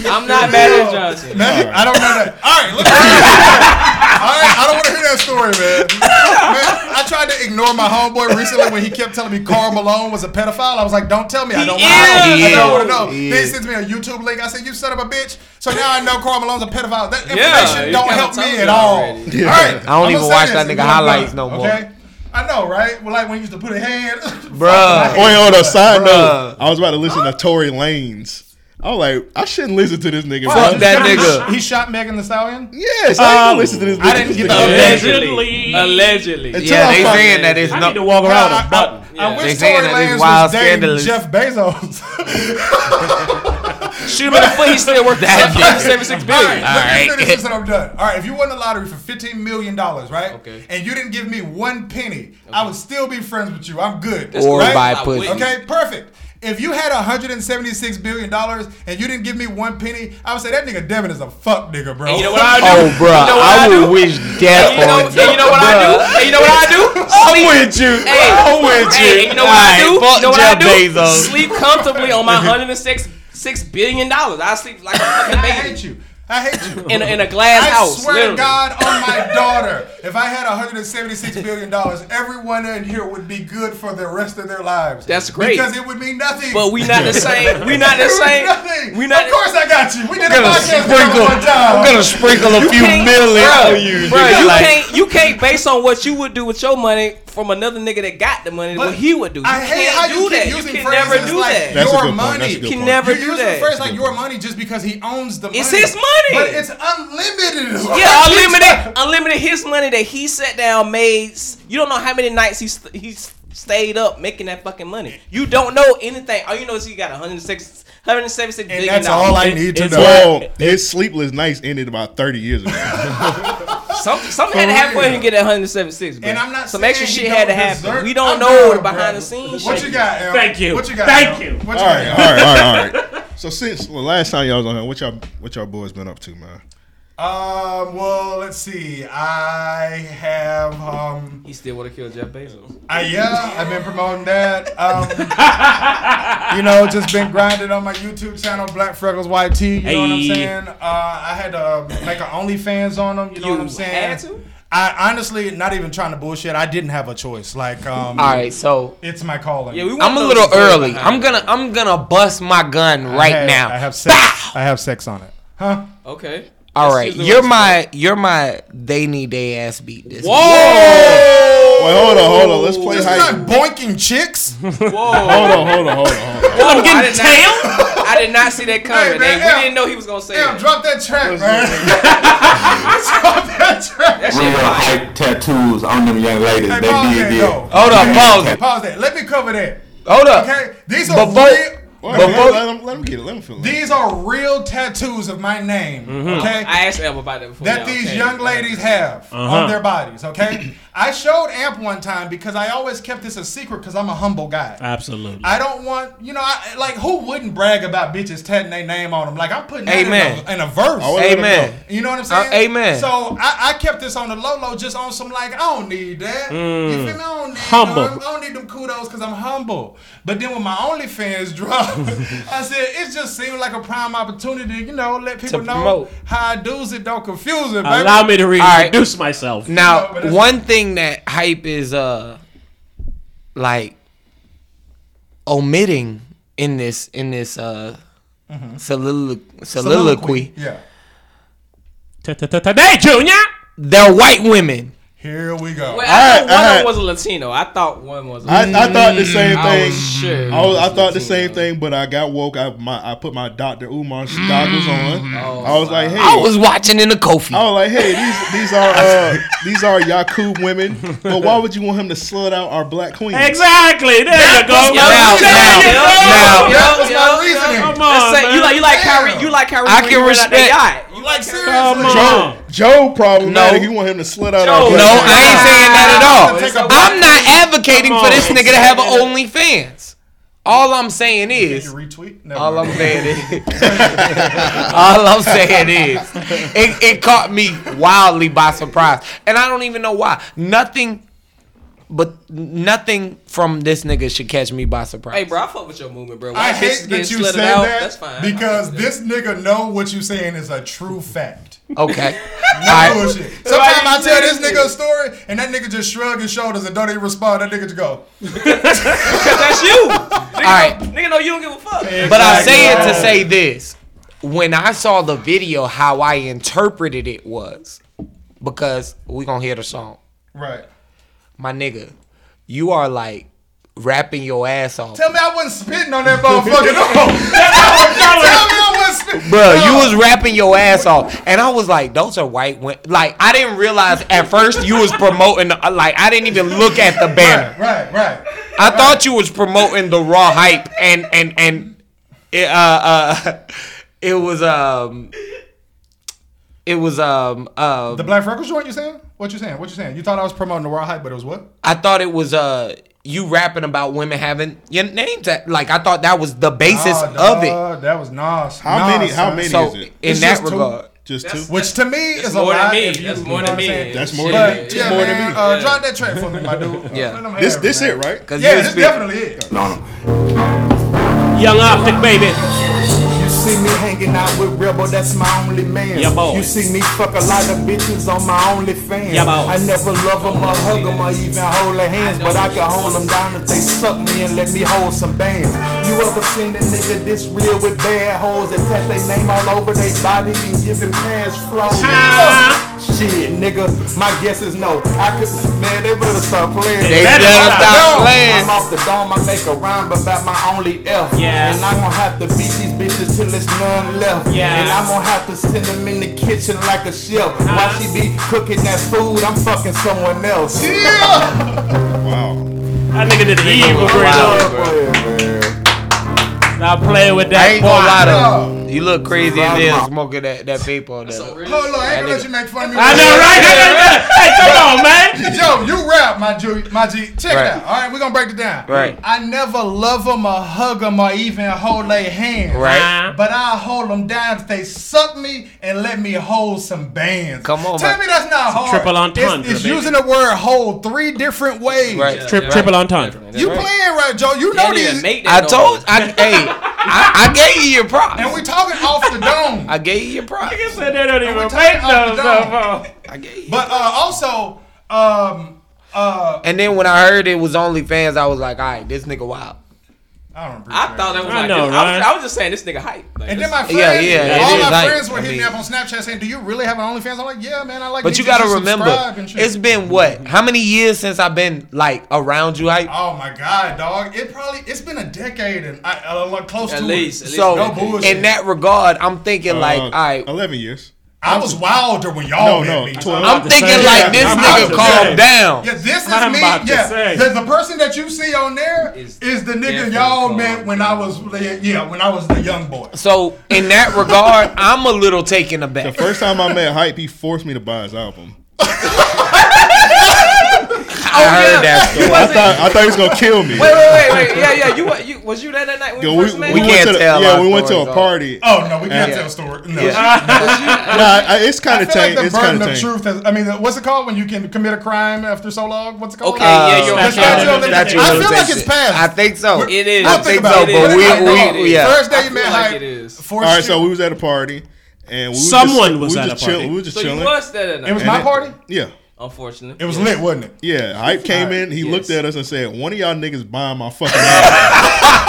Speaker 8: I'm not mad at Johnson.
Speaker 9: Magic, I don't know that. All right, look. All right, I don't want to hear that story, man. man I tried to ignore my homeboy recently when he kept telling me Carl Malone was a pedophile. I was like, don't tell me. I don't want
Speaker 13: is.
Speaker 9: to know. I
Speaker 13: He
Speaker 9: don't want to know.
Speaker 13: is.
Speaker 9: Then he sends me a YouTube link. I said, you son of a bitch. So now I know Carl Malone's a pedophile. That information
Speaker 13: Yeah, you
Speaker 9: don't
Speaker 13: kinda
Speaker 9: help
Speaker 13: told
Speaker 9: me
Speaker 13: me
Speaker 9: at all.
Speaker 13: already. Yeah.
Speaker 9: All right.
Speaker 2: I don't
Speaker 9: I'm
Speaker 2: even
Speaker 9: gonna say
Speaker 2: watch
Speaker 9: this,
Speaker 2: that
Speaker 9: and
Speaker 2: nigga
Speaker 9: we're
Speaker 2: highlights
Speaker 9: done,
Speaker 2: no more.
Speaker 9: Okay? I know, right? Well, like when you used to put a hand.
Speaker 2: Bruh.
Speaker 6: Wait, Oh, on a side
Speaker 2: Bruh.
Speaker 6: note, I was about to listen to Tory Lanez. I was like, I shouldn't listen to this nigga.
Speaker 9: Why?
Speaker 6: bruh.
Speaker 9: He shot- He shot Megan the Stallion?
Speaker 6: Yes, I ain't gonna listen to this.
Speaker 9: I didn't get the
Speaker 10: Allegedly.
Speaker 8: Allegedly.
Speaker 6: Until
Speaker 2: yeah,
Speaker 6: I
Speaker 2: they
Speaker 6: fucking-
Speaker 2: saying that it's
Speaker 10: I
Speaker 2: no.
Speaker 10: need to walk around a button.
Speaker 9: I
Speaker 2: They
Speaker 9: wish
Speaker 2: saying
Speaker 9: Tory
Speaker 2: that
Speaker 9: Lanez
Speaker 2: it's wild
Speaker 9: was dating
Speaker 2: scandalous.
Speaker 9: Jeff Bezos.
Speaker 8: Shoot him in the foot. He's still worth
Speaker 9: That nigga.
Speaker 8: 76 billion.
Speaker 9: All right, let me finish this and I'm done. All right, if you won the lottery for fifteen million dollars, right? Okay. And you didn't give me one penny, I would still be friends with you. I'm good.
Speaker 2: That's Or
Speaker 9: right?
Speaker 2: buy pussy.
Speaker 9: Okay, perfect. If you had 176 billion dollars and you didn't give me one penny, I would say that nigga Devin is a fuck nigga, bro.
Speaker 8: And you know what I do?
Speaker 2: Oh, bruh,
Speaker 8: You know what
Speaker 2: I
Speaker 8: I
Speaker 2: would
Speaker 8: do?
Speaker 2: wish death
Speaker 8: And you know,
Speaker 2: on you.
Speaker 8: and you know what I do? And you know what I do?
Speaker 2: I'm with you.
Speaker 8: Hey,
Speaker 2: I'm with
Speaker 8: hey,
Speaker 2: you.
Speaker 8: you know what I do?
Speaker 2: Alright, fuck
Speaker 8: you know what I
Speaker 2: Jeff
Speaker 8: do?
Speaker 2: Bezos.
Speaker 8: Sleep comfortably on my 106 six billion dollars. I sleep like a fucking baby. I hate
Speaker 9: you. I hate you.
Speaker 8: In a, in a glass
Speaker 9: I
Speaker 8: house.
Speaker 9: swear
Speaker 8: literally.
Speaker 9: to God on my daughter, if I had 176 billion dollars, everyone in here would be good for the rest of their lives.
Speaker 8: That's great.
Speaker 9: because it would mean nothing.
Speaker 8: But we not the same. We not the
Speaker 9: It would mean
Speaker 8: same.
Speaker 9: nothing.
Speaker 8: We not-
Speaker 9: Of course, I got you. We did a
Speaker 8: I'm gonna
Speaker 9: podcast
Speaker 8: sprinkle-
Speaker 9: together one time.
Speaker 8: I'm gonna
Speaker 2: sprinkle a few
Speaker 8: can't-
Speaker 2: million
Speaker 8: bruh,
Speaker 2: on you,
Speaker 8: bruh,
Speaker 2: nigga,
Speaker 8: you
Speaker 2: like-
Speaker 8: can't you can't base on what you would do with your money from another nigga that got the money what he would do. You
Speaker 9: I hate
Speaker 8: can't
Speaker 9: how
Speaker 8: do
Speaker 9: you
Speaker 8: that.
Speaker 9: keep using
Speaker 8: you can
Speaker 9: phrases
Speaker 8: never do
Speaker 9: like
Speaker 8: that.
Speaker 9: your
Speaker 6: That's a good point.
Speaker 9: money.
Speaker 6: That's a good
Speaker 8: Can point. never
Speaker 9: You're
Speaker 8: do
Speaker 9: using
Speaker 8: that.
Speaker 9: phrases like your money just because he owns the money.
Speaker 8: It's his money.
Speaker 9: but it's unlimited.
Speaker 8: Yeah, unlimited, unlimited. His money that he sat down made. s- You don't know how many nights he st- he s- stayed up making that fucking money. You don't know anything. All you know is he got 106, 176 billion. dollars.
Speaker 6: Well, his sleepless nights ended about 30 years ago.
Speaker 8: Some something had to
Speaker 9: For
Speaker 8: happen for
Speaker 9: real.
Speaker 8: him to get that 176. Bro.
Speaker 9: And I'm not
Speaker 8: some
Speaker 9: saying
Speaker 8: extra
Speaker 9: he
Speaker 8: shit had to
Speaker 9: don't
Speaker 8: happen.
Speaker 9: deserve-
Speaker 8: We don't
Speaker 9: I'm
Speaker 8: know
Speaker 9: done,
Speaker 8: the behind
Speaker 9: bro.
Speaker 8: the scenes.
Speaker 9: What you got, Al?
Speaker 10: Thank you.
Speaker 9: What you got,
Speaker 10: Thank
Speaker 9: Al?
Speaker 10: you.
Speaker 9: What
Speaker 6: all
Speaker 9: you
Speaker 6: right,
Speaker 9: got?
Speaker 6: all right, all right, all right. So since the last time y'all was on here, what y'all what y'all boys been up to, man?
Speaker 9: Um. Well, let's see. I have. Um.
Speaker 8: He still want to kill Jeff Bezos.
Speaker 9: I yeah. I've been promoting that. Um. you know, just been grinding on my YouTube channel, Black Freckles YT. You know what I'm
Speaker 10: Hey.
Speaker 9: saying? Uh, I had to um, make an OnlyFans on them. You know what I'm
Speaker 8: You
Speaker 9: saying?
Speaker 8: had to?
Speaker 9: I honestly, not even trying to bullshit. I didn't have a choice. Like, um.
Speaker 2: All right, so
Speaker 9: It's my calling.
Speaker 2: I'm a little early. I'm gonna I'm gonna bust my gun right
Speaker 9: have-
Speaker 2: now.
Speaker 9: I have sex. I have sex on it. Huh?
Speaker 8: Okay.
Speaker 2: All
Speaker 9: That's
Speaker 2: right,
Speaker 9: usually
Speaker 2: you're
Speaker 9: what it's
Speaker 2: my you're my they need they ass beat this. Oh!
Speaker 6: Whoa! Wait, hold on, hold on. Let's play
Speaker 9: This is
Speaker 6: hype.
Speaker 9: not boinking chicks. Whoa.
Speaker 6: Hold on, hold on, hold on, hold on.
Speaker 8: I'm getting tail. I did not see that coming.
Speaker 9: Hey, man,
Speaker 8: and we
Speaker 9: Al.
Speaker 8: didn't know he was gonna say
Speaker 9: Damn,
Speaker 8: that.
Speaker 9: drop that track, man. drop that track.
Speaker 8: That
Speaker 14: Real
Speaker 8: shit fire.
Speaker 14: hype tattoos on them young ladies.
Speaker 9: Hey,
Speaker 14: they
Speaker 9: pause
Speaker 14: did
Speaker 9: that,
Speaker 14: this.
Speaker 9: yo.
Speaker 2: Hold up, pause it.
Speaker 9: Pause that. Let me cover that.
Speaker 2: Hold up.
Speaker 9: Okay, these are
Speaker 2: Before-
Speaker 9: real.
Speaker 6: Wait,
Speaker 2: Before-
Speaker 6: let, let him, let him get it. Let him feel it.
Speaker 9: These are real tattoos of my name. Okay.
Speaker 8: I asked Amp about that before.
Speaker 9: that
Speaker 8: y'all
Speaker 9: these
Speaker 8: came.
Speaker 9: young ladies have
Speaker 10: Uh-huh.
Speaker 9: on their bodies, okay? I showed Amp one time because I always kept this a secret because I'm a humble guy.
Speaker 10: Absolutely.
Speaker 9: I don't want, you know, I, like who wouldn't brag about bitches tatting their name on them? Like I'm putting that in
Speaker 2: Amen.
Speaker 9: a- in, a, verse.
Speaker 2: I wouldn't let 'em Amen. know.
Speaker 9: You know what I'm saying?
Speaker 2: Uh, amen.
Speaker 9: So I, I kept this on the low low, just on some like I don't need that. You
Speaker 10: Mm.
Speaker 9: feel me? I don't need
Speaker 10: Humble.
Speaker 9: them. I don't need them kudos because I'm humble. But then when my OnlyFans dropped, I said it just seemed like a prime opportunity, you know, let people know
Speaker 2: promote.
Speaker 9: how I do's it. Don't confuse it. Baby.
Speaker 10: Allow me to
Speaker 2: All right.
Speaker 10: reintroduce myself.
Speaker 2: Now, one thing that hype is uh like omitting in this in this uh solilo- soliloquy.
Speaker 9: Yeah.
Speaker 10: Today, Junior.
Speaker 2: They're white women.
Speaker 9: Here we go.
Speaker 8: Well, I thought one of
Speaker 6: All right, all right.
Speaker 8: them was a Latino. I thought one was. A
Speaker 6: I, I thought the same
Speaker 8: Mm,
Speaker 6: thing.
Speaker 8: I was sure.
Speaker 6: I, was- I thought the same thing, but I got woke. I my I put my Dr. Umar goggles on. I was like, hey,
Speaker 2: I was watching in the Kofi.
Speaker 6: I was like, hey, these these are uh, these are Yakub women, but why would you want him to slut out our black queen?
Speaker 10: Exactly. There you go.
Speaker 2: Now, now,
Speaker 9: That was my reasoning.
Speaker 10: Come on,
Speaker 8: Let's say- you
Speaker 10: man.
Speaker 8: like you like
Speaker 9: Damn.
Speaker 8: Kyrie. You like Kyrie.
Speaker 2: I
Speaker 8: when
Speaker 2: can
Speaker 8: he ran out that
Speaker 2: respect-
Speaker 8: yacht.
Speaker 9: You like seriously?
Speaker 6: Joe, Joe problematic.
Speaker 2: No.
Speaker 6: He want him to slut out
Speaker 2: no,
Speaker 6: our black
Speaker 2: I
Speaker 6: queen.
Speaker 2: ain't saying that at all.
Speaker 9: Take a
Speaker 2: I'm not advocating
Speaker 6: Come
Speaker 2: for this
Speaker 6: on.
Speaker 2: nigga to have an OnlyFans. All I'm saying is,
Speaker 9: retweet. Never
Speaker 2: all
Speaker 9: mind.
Speaker 2: I'm saying is, all I'm saying is, it, it caught me wildly by surprise, and I don't even know why. Nothing But nothing from this nigga should catch me by surprise.
Speaker 8: Hey, bro, I fuck with your movement, bro. White
Speaker 9: I hate
Speaker 8: bitches
Speaker 9: that
Speaker 8: getting
Speaker 9: you
Speaker 8: slutted
Speaker 9: said
Speaker 8: out,
Speaker 9: that
Speaker 8: That's fine.
Speaker 9: because this nigga know what you saying is a true fact.
Speaker 2: Okay.
Speaker 9: No
Speaker 2: Alright.
Speaker 9: bullshit.
Speaker 2: That's why
Speaker 9: Sometimes I
Speaker 2: you
Speaker 9: tell this
Speaker 2: said
Speaker 9: nigga a story and that nigga just shrug his shoulders and don't even respond. That nigga just go.
Speaker 8: that's you.
Speaker 2: All right.
Speaker 8: Nigga, know you don't give a fuck.
Speaker 2: But I say it to say this. When I saw the video, how I interpreted it was because we gonna hear the song.
Speaker 9: Right.
Speaker 2: My nigga, you are like rapping your ass off.
Speaker 9: Tell me I wasn't spitting on that motherfucker. No. Tell me I wasn't spitting.
Speaker 2: Bro, you was rapping your ass off, and I was like, "Those are white women." Like, I didn't realize at first you was promoting. The, like, I didn't even look at the banner.
Speaker 9: Right, right.
Speaker 2: I thought you was promoting the raw hype, and and and it, uh, uh, it was um, it was um, uh,
Speaker 9: The Black Freckles joint you saying? What you saying? What you saying? You thought I was promoting the raw hype, but it was what?
Speaker 2: I thought it was uh, you rapping about women having your names. That, like, I thought that was the basis of it.
Speaker 9: it. Ah, That was Nas.
Speaker 2: How
Speaker 9: Nas,
Speaker 2: many- how
Speaker 9: son.
Speaker 2: many So, is it? in
Speaker 9: It's
Speaker 2: that
Speaker 9: just two.
Speaker 2: regard.
Speaker 6: Just
Speaker 9: two. Which to me
Speaker 6: That's
Speaker 9: is a
Speaker 6: more than
Speaker 9: lot.
Speaker 6: me.
Speaker 9: if you-
Speaker 6: That's
Speaker 9: you
Speaker 6: more
Speaker 9: know
Speaker 6: than
Speaker 9: what I'm
Speaker 6: me.
Speaker 9: saying?
Speaker 6: That's more
Speaker 9: But,
Speaker 6: than me.
Speaker 9: Yeah,
Speaker 6: That's more
Speaker 9: man,
Speaker 6: than me.
Speaker 9: Uh,
Speaker 6: Yeah.
Speaker 9: drop that track for me, my dude.
Speaker 6: Yeah.
Speaker 9: Let 'em
Speaker 6: This-
Speaker 9: have
Speaker 6: this
Speaker 9: man.
Speaker 6: it, right? 'Cause
Speaker 9: Yeah,
Speaker 6: you
Speaker 9: this
Speaker 6: spit-
Speaker 9: definitely it.
Speaker 14: No, no.
Speaker 10: Young Optic, baby.
Speaker 14: You see me hanging out with Rebel, that's my only man.
Speaker 10: Yeah, boy.
Speaker 14: You see me fuck a lot of bitches on my only fans.
Speaker 10: Yeah, boy.
Speaker 14: I never love them or hug them or even hold their hands, but I can hold them down if they suck me and let me hold some bands. You ever seen a nigga this real with bad hoes that tat their name all over their body and giving pants flows?
Speaker 10: Ah,
Speaker 14: Shit, nigga, my guess is no. I could, man, they better stop playing.
Speaker 2: They better stop playing.
Speaker 14: I'm off the dome, I make a rhyme about my only F.
Speaker 10: Yeah.
Speaker 14: And I'm gonna have to beat these bitches till there's none left.
Speaker 10: Yeah.
Speaker 14: And I'm gonna have to send them in the kitchen like a chef. While she be cooking that food, I'm fucking someone else. Yeah.
Speaker 10: That nigga did an evil
Speaker 14: green
Speaker 10: Stop playing with that.
Speaker 2: I ain't gonna
Speaker 10: boy.
Speaker 2: lie though. You look crazy as hell
Speaker 10: Grandma.
Speaker 2: smoking that, that paper on that.
Speaker 9: Hold on, I ain't gonna let you make fun of me.
Speaker 10: I know, right? Hey, come on, man.
Speaker 9: Yo, you rap, my G. My G. Check
Speaker 2: Right.
Speaker 9: it out. All right, we're gonna break it down.
Speaker 2: Right.
Speaker 9: I never love them or hug them or even hold their hands.
Speaker 2: Right.
Speaker 9: But I hold them down if they suck me and let me hold some bands. Come
Speaker 2: on,
Speaker 9: Tell
Speaker 2: man.
Speaker 9: me that's not
Speaker 2: It's a
Speaker 9: hard.
Speaker 2: triple entendre,
Speaker 9: It's, it's
Speaker 2: baby.
Speaker 9: using the word hold three different ways.
Speaker 2: Right.
Speaker 10: Tri- Triple entendre.
Speaker 9: You playing right, Joe? You know these.
Speaker 2: I told I hey, I, I gave you your props.
Speaker 9: And we talking off the dome.
Speaker 2: I gave you your props.
Speaker 10: Nigga said they don't even
Speaker 9: We're
Speaker 10: make
Speaker 9: talking off
Speaker 10: those
Speaker 9: the
Speaker 10: no
Speaker 9: dome.
Speaker 10: more.
Speaker 9: But uh, also, um, uh,
Speaker 2: And then when I heard it was OnlyFans, I was like, all right, this nigga wild.
Speaker 9: I don't.
Speaker 8: I thought that was
Speaker 10: I
Speaker 8: like.
Speaker 10: know,
Speaker 8: this. I,
Speaker 10: right?
Speaker 8: was, I was just saying this nigga hype. Like,
Speaker 9: And
Speaker 8: this-
Speaker 9: then my friends,
Speaker 2: Yeah, yeah,
Speaker 9: all
Speaker 2: it
Speaker 9: my
Speaker 2: is like-
Speaker 9: friends were
Speaker 2: I
Speaker 9: hitting
Speaker 2: mean-
Speaker 9: me up on Snapchat saying, "Do you really have an OnlyFans?" I'm like, "Yeah, man, I like."
Speaker 2: But
Speaker 9: need
Speaker 2: you gotta
Speaker 9: to
Speaker 2: remember,
Speaker 9: subscribe and shit."
Speaker 2: it's been what? How many years since I've been like around you? I
Speaker 9: Oh my god, dog! It probably it's been a decade and I, I look close
Speaker 8: At
Speaker 9: to
Speaker 8: least,
Speaker 9: it.
Speaker 2: so
Speaker 9: no bullshit.
Speaker 2: in that regard, I'm thinking
Speaker 6: Uh,
Speaker 2: like, all right,
Speaker 6: eleven years.
Speaker 9: I was wilder when
Speaker 6: No,
Speaker 9: y'all met
Speaker 6: no,
Speaker 9: me.
Speaker 6: 12.
Speaker 2: I'm
Speaker 6: about to
Speaker 2: thinking
Speaker 6: say.
Speaker 2: like this
Speaker 6: I'm about
Speaker 2: nigga
Speaker 6: to
Speaker 2: calm
Speaker 6: say.
Speaker 2: down.
Speaker 9: Yeah, this is
Speaker 6: I'm
Speaker 9: me.
Speaker 6: about to
Speaker 9: Yeah,
Speaker 6: say.
Speaker 9: the, the person that you see on there is, the nigga y'all met when I was yeah when I was the young boy.
Speaker 2: So in that regard, I'm a little taken
Speaker 6: The
Speaker 2: aback.
Speaker 6: first time I met Hype, he forced me to buy his album.
Speaker 2: I heard that.
Speaker 6: So I thought I thought he was gonna kill me.
Speaker 8: Wait, wait, wait, wait. Yeah, yeah. You, wa- you was you there that night when
Speaker 6: Yo,
Speaker 8: we
Speaker 6: we,
Speaker 8: first met?
Speaker 6: we went to the, yeah, we went to a party.
Speaker 9: Oh no, we can't
Speaker 6: Yeah.
Speaker 9: tell story. No,
Speaker 6: Nah, I- it's kind of
Speaker 9: I feel like
Speaker 6: changed.
Speaker 9: the
Speaker 6: It's kind of
Speaker 9: burden of
Speaker 6: changed.
Speaker 9: truth. Has, I mean, what's it called when you can commit a crime after so long? What's it called?
Speaker 8: Okay, yeah,
Speaker 6: uh,
Speaker 2: you're
Speaker 9: The
Speaker 2: right.
Speaker 9: statute of
Speaker 2: Statute of
Speaker 9: limitations. I feel like it's
Speaker 2: limitations.
Speaker 9: past.
Speaker 2: uh, I think so.
Speaker 8: It is.
Speaker 2: I
Speaker 9: We'll think
Speaker 2: think
Speaker 9: about
Speaker 2: so,
Speaker 9: it.
Speaker 2: but
Speaker 9: We'll think about
Speaker 2: we,
Speaker 9: it.
Speaker 2: we, yeah.
Speaker 9: First day you met
Speaker 8: like
Speaker 9: hype.
Speaker 8: it is.
Speaker 9: Fourth
Speaker 6: All right,
Speaker 9: shit-
Speaker 6: so we was at a party, and we
Speaker 10: Someone
Speaker 6: just,
Speaker 10: was
Speaker 6: we
Speaker 10: at
Speaker 6: just
Speaker 10: a
Speaker 6: chill-
Speaker 10: party.
Speaker 6: we was just
Speaker 8: So
Speaker 6: chilling.
Speaker 8: you was there that night.
Speaker 9: It was my
Speaker 6: And
Speaker 9: party.
Speaker 6: Yeah,
Speaker 8: Unfortunately,
Speaker 9: It was lit, wasn't it?
Speaker 6: yeah. Hype
Speaker 8: All
Speaker 6: came
Speaker 8: right,
Speaker 6: in. He
Speaker 8: yes.
Speaker 6: looked at us and said, "One of y'all niggas buying my fucking album,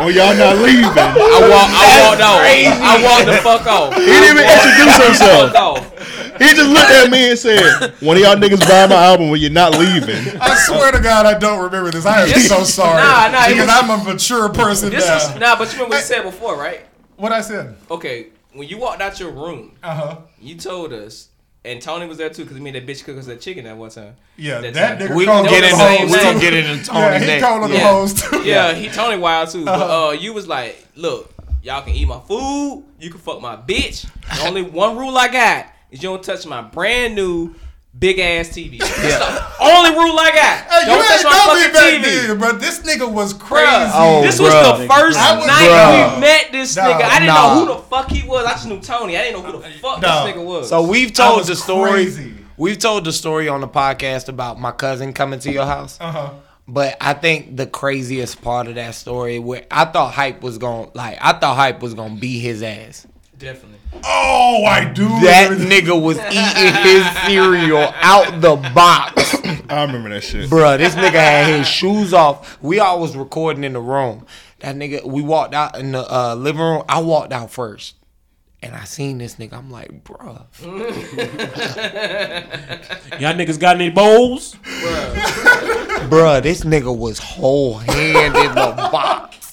Speaker 6: or y'all not leaving."
Speaker 8: I walked. I walked out. I walked the fuck off.
Speaker 6: He didn't even introduce himself.
Speaker 8: Fuck off.
Speaker 6: He just looked at me and said, "One of y'all niggas buying my album when you're not leaving."
Speaker 9: I swear to God, I don't remember this. I am
Speaker 8: This-
Speaker 9: so sorry.
Speaker 8: Nah, nah, it
Speaker 9: Because
Speaker 8: was-
Speaker 9: I'm a mature person
Speaker 8: This
Speaker 9: now.
Speaker 8: was nah, but you remember what you said before, right?
Speaker 9: what I said.
Speaker 8: Okay, when you walked out your room,
Speaker 9: Uh huh.
Speaker 8: you told us, and Tony was there too, because he made that bitch cook us that chicken at one time.
Speaker 9: Yeah, that,
Speaker 8: time.
Speaker 9: nigga.
Speaker 2: We
Speaker 9: called
Speaker 2: gonna get
Speaker 9: the
Speaker 2: in
Speaker 9: hoes
Speaker 2: the- we
Speaker 9: too.
Speaker 2: gonna get in the
Speaker 9: Yeah,
Speaker 2: Tony
Speaker 9: he
Speaker 2: neck.
Speaker 9: called on the
Speaker 8: Yeah.
Speaker 9: hoes too.
Speaker 8: Yeah, he Tony Wild too.
Speaker 9: Uh-huh.
Speaker 8: But uh, you was like, look, y'all can eat my food. You can fuck my bitch. The only one rule I got is you don't touch my brand new big ass TV. That's the only rule I got.
Speaker 9: Hey, you
Speaker 8: don't
Speaker 9: ain't
Speaker 8: touch
Speaker 9: know me
Speaker 8: my fucking
Speaker 9: back
Speaker 8: TV.
Speaker 9: then, bro. This nigga was crazy.
Speaker 8: Bruh,
Speaker 2: Oh,
Speaker 8: this was
Speaker 2: bruh.
Speaker 8: the first
Speaker 9: I was-
Speaker 8: night
Speaker 9: bruh.
Speaker 8: we met this
Speaker 9: Nah,
Speaker 8: nigga. I didn't
Speaker 2: nah.
Speaker 8: know who the fuck he was. I just knew Tony. I didn't know who the fuck
Speaker 9: Nah.
Speaker 8: this nigga was.
Speaker 2: So we've
Speaker 9: I
Speaker 2: told
Speaker 9: was
Speaker 2: the story.
Speaker 9: Crazy.
Speaker 2: We've told the story on the podcast about my cousin coming to your house.
Speaker 9: Uh-huh.
Speaker 2: But I think the craziest part of that story where I thought hype was gonna like I thought hype was gonna beat his ass.
Speaker 8: Definitely.
Speaker 9: Oh, I do.
Speaker 2: That nigga was eating his cereal out the box.
Speaker 6: I remember that shit.
Speaker 2: Bruh, this nigga had his shoes off. We all was recording in the room. That nigga, we walked out in the uh, living room. I walked out first. And I seen this nigga. I'm like, bruh.
Speaker 10: Y'all niggas got any bowls?
Speaker 2: bruh, this nigga was whole hand in the box.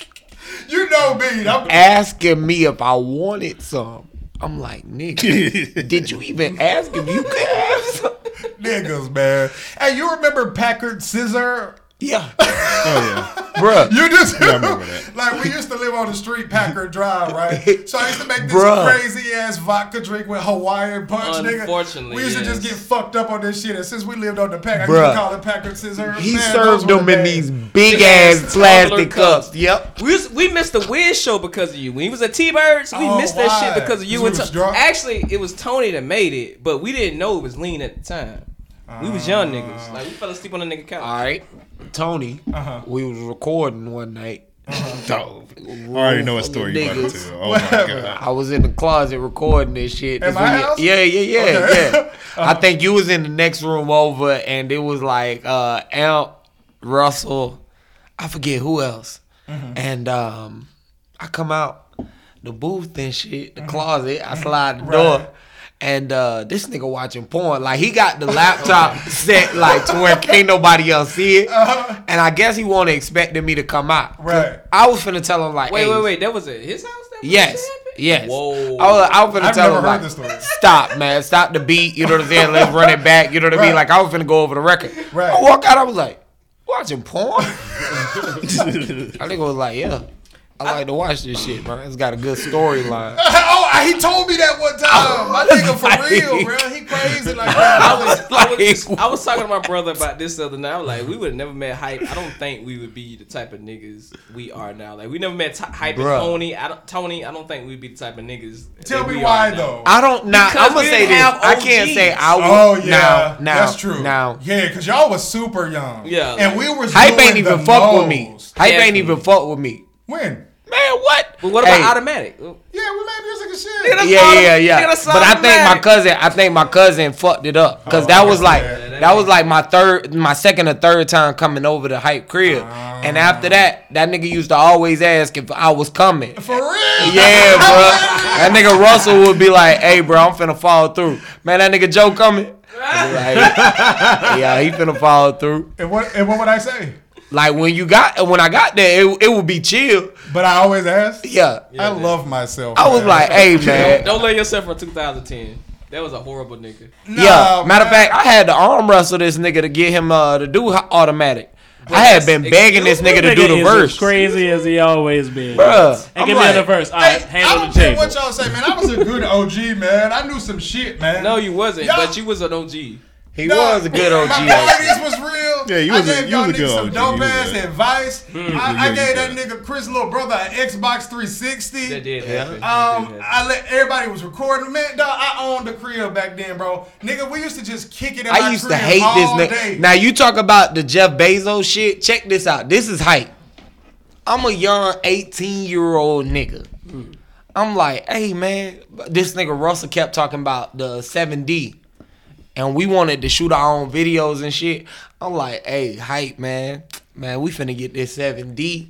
Speaker 9: You know me. I'm,
Speaker 2: Asking me if I wanted some. I'm like, nigga, did you even ask if you could have some?
Speaker 9: Niggas, man. Hey, you remember Packard Scissor?
Speaker 2: Yeah.
Speaker 6: Oh yeah.
Speaker 2: Bruh.
Speaker 9: You just
Speaker 6: Yeah, I remember that.
Speaker 9: like we used to live on the street, Packard Drive, right? So I used to make this
Speaker 2: Bruh.
Speaker 9: crazy ass vodka drink with Hawaiian punch, nigga.
Speaker 11: Unfortunately,
Speaker 9: we used to just
Speaker 11: yes.
Speaker 9: get fucked up on this shit. And since we lived on the pack, I
Speaker 2: Bruh.
Speaker 9: used to call it Packard Scissor.
Speaker 2: He
Speaker 9: Man,
Speaker 2: served
Speaker 9: those were
Speaker 2: them in
Speaker 9: the
Speaker 2: these
Speaker 9: days.
Speaker 2: big ass plastic cups. Yep.
Speaker 8: We, was, we missed the Wiz show because of you. When he was at T Birds, we
Speaker 9: Oh,
Speaker 8: missed that
Speaker 9: why?
Speaker 8: shit because of you. And
Speaker 9: Because we was
Speaker 8: to-
Speaker 9: drunk?
Speaker 8: actually, it was Tony that made it, but we didn't know it was Lean at the time. We was young
Speaker 9: Uh.
Speaker 8: niggas. Like we fell asleep on the nigga couch.
Speaker 2: All right. Tony,
Speaker 9: Uh-huh.
Speaker 2: we was recording one night.
Speaker 6: Dog. I already know what story you about to
Speaker 2: Niggas.
Speaker 6: tell. Oh my god.
Speaker 2: I was in the closet recording this shit.
Speaker 9: At
Speaker 2: This
Speaker 9: my
Speaker 2: was-
Speaker 9: house?
Speaker 2: Yeah, yeah, yeah,
Speaker 9: Okay.
Speaker 2: yeah. I think you was in the next room over, and it was like uh Amp, Russell, I forget who else,
Speaker 9: Mm-hmm.
Speaker 2: and um I come out the booth and shit, the
Speaker 9: Mm-hmm.
Speaker 2: closet. I slide the door. And uh, this nigga watching porn, like he got the laptop set like to where can't nobody else see it, and I guess he wasn't expecting me to come out. 'Cause
Speaker 9: Uh-huh. Right.
Speaker 2: I was finna tell him like,
Speaker 8: Wait,
Speaker 2: hey,
Speaker 8: wait, wait. That was at his house. That was
Speaker 2: Yes. Yes.
Speaker 8: Whoa.
Speaker 2: I was, I was finna
Speaker 9: I've
Speaker 2: tell
Speaker 9: never
Speaker 2: him
Speaker 9: heard
Speaker 2: like,
Speaker 9: this story.
Speaker 2: stop, man, stop the beat. You know what I'm saying? Let's run it back. You know what I mean?
Speaker 9: Right.
Speaker 2: Like I was finna go over the record.
Speaker 9: Right.
Speaker 2: I walk out. I was like, watching porn. I think I was like, yeah, I like to watch this shit, man. It's got a good storyline.
Speaker 9: Oh, I- he told me that one time. My nigga, for real, bro. He crazy like that. I was-
Speaker 8: I was, just- I was talking to my brother about this the other night. I was like, we would have never met hype. I don't think we would be the type of niggas we are now. Like, we never met Ty- hype
Speaker 2: Bruh.
Speaker 8: and Tony. I don't, Tony, I don't think we'd be the type of niggas.
Speaker 9: Tell
Speaker 8: that
Speaker 9: me
Speaker 8: we
Speaker 9: why
Speaker 8: are now.
Speaker 9: though.
Speaker 2: I don't now.
Speaker 8: Because
Speaker 2: I'm gonna
Speaker 8: we
Speaker 2: say
Speaker 8: didn't
Speaker 2: this.
Speaker 8: have
Speaker 2: I can't
Speaker 8: OGs.
Speaker 2: say I would.
Speaker 9: Oh yeah,
Speaker 2: now, now,
Speaker 9: that's true.
Speaker 2: Now,
Speaker 9: yeah, because y'all was super young.
Speaker 8: Yeah.
Speaker 9: and we was
Speaker 2: hype
Speaker 9: doing
Speaker 2: ain't even
Speaker 9: the
Speaker 2: fuck with me.
Speaker 9: most.
Speaker 2: Hype ain't even fuck with me.
Speaker 9: When?
Speaker 2: Man, what?
Speaker 8: But what about
Speaker 2: Hey.
Speaker 8: automatic?
Speaker 9: Yeah, we made music and shit.
Speaker 8: Nigga, that's
Speaker 2: yeah,
Speaker 8: auto-
Speaker 2: yeah,
Speaker 8: nigga,
Speaker 2: yeah.
Speaker 8: that's
Speaker 2: But I think my
Speaker 8: automatic.
Speaker 2: cousin, I think my cousin fucked it up because
Speaker 9: Oh,
Speaker 2: that was
Speaker 9: okay.
Speaker 2: like
Speaker 9: Yeah,
Speaker 8: that
Speaker 2: that was
Speaker 8: makes-
Speaker 2: like my third, my second or third time coming over to hype crib,
Speaker 9: Ah.
Speaker 2: and after that, that nigga used to always ask if I was coming.
Speaker 9: For real?
Speaker 2: Yeah, bro. That nigga Russell would be like, "Hey, bro, I'm finna follow through, man. That nigga Joe coming." I'd be like, yeah, he finna follow through.
Speaker 9: And what and what would I say?
Speaker 2: Like when you got when I got there, it, it would be chill.
Speaker 9: But I always ask.
Speaker 2: Yeah,
Speaker 9: I love myself.
Speaker 2: I was
Speaker 9: man.
Speaker 2: like, "Hey, man."
Speaker 8: Don't let yourself for 2010. That was a horrible nigga.
Speaker 2: yeah.
Speaker 9: Nah,
Speaker 2: Matter of
Speaker 9: man.
Speaker 2: fact, I had to arm wrestle this nigga to get him uh, to do ho- automatic. I had been begging this nigga to do the
Speaker 10: is
Speaker 2: verse.
Speaker 10: as crazy as he always been.
Speaker 2: Bruh.
Speaker 10: Hey,
Speaker 2: I'm
Speaker 10: give me
Speaker 2: like,
Speaker 10: another verse. All right,
Speaker 9: Hey,
Speaker 10: hand
Speaker 9: I
Speaker 10: on
Speaker 9: don't
Speaker 10: the
Speaker 9: care
Speaker 10: table.
Speaker 9: what y'all say, man. I was a good OG, man. I knew some shit, man.
Speaker 8: No, you wasn't,
Speaker 9: Y'all-
Speaker 8: but you was an OG.
Speaker 2: He was a good OG.
Speaker 9: My
Speaker 2: actually.
Speaker 9: parties was real.
Speaker 6: Yeah, you was a-
Speaker 9: I gave
Speaker 6: you
Speaker 9: y'all
Speaker 6: was a
Speaker 9: niggas
Speaker 6: good
Speaker 9: some
Speaker 6: OG.
Speaker 9: dope
Speaker 6: You was
Speaker 9: ass
Speaker 6: good.
Speaker 9: advice.
Speaker 2: Hmm.
Speaker 9: I, I
Speaker 6: Yeah, you
Speaker 9: gave that
Speaker 6: good.
Speaker 9: nigga Chris little brother an Xbox 360.
Speaker 8: That did happen. That
Speaker 9: Um,
Speaker 8: did happen.
Speaker 9: I let everybody was recording. Man, dog, I owned the crib back then, bro. Nigga, we used to just kick it. In my
Speaker 2: I used to
Speaker 9: crib
Speaker 2: hate this
Speaker 9: all
Speaker 2: nigga.
Speaker 9: Day.
Speaker 2: Now you talk about the Jeff Bezos shit. Check this out. This is hype. I'm a young 18 year old nigga. I'm like, hey man, this nigga Russell kept talking about the 7D. And we wanted to shoot our own videos and shit. I'm like, hey, hype, man. Man, we finna get this 7D.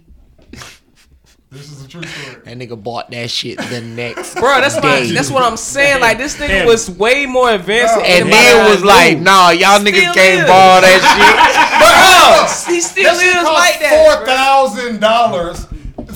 Speaker 9: This is a true story.
Speaker 2: That nigga bought that shit the next
Speaker 8: Bro, that's
Speaker 2: day.
Speaker 8: why. That's what I'm saying. Like this nigga
Speaker 10: Damn.
Speaker 8: was way more advanced. than
Speaker 2: and
Speaker 8: anybody
Speaker 2: then
Speaker 8: I
Speaker 2: was
Speaker 8: knew.
Speaker 2: like, nah, y'all niggas
Speaker 8: Still
Speaker 2: can't
Speaker 8: is.
Speaker 2: borrow that shit.
Speaker 8: he still
Speaker 9: That shit
Speaker 8: is
Speaker 9: cost
Speaker 8: like that.
Speaker 9: Four thousand dollars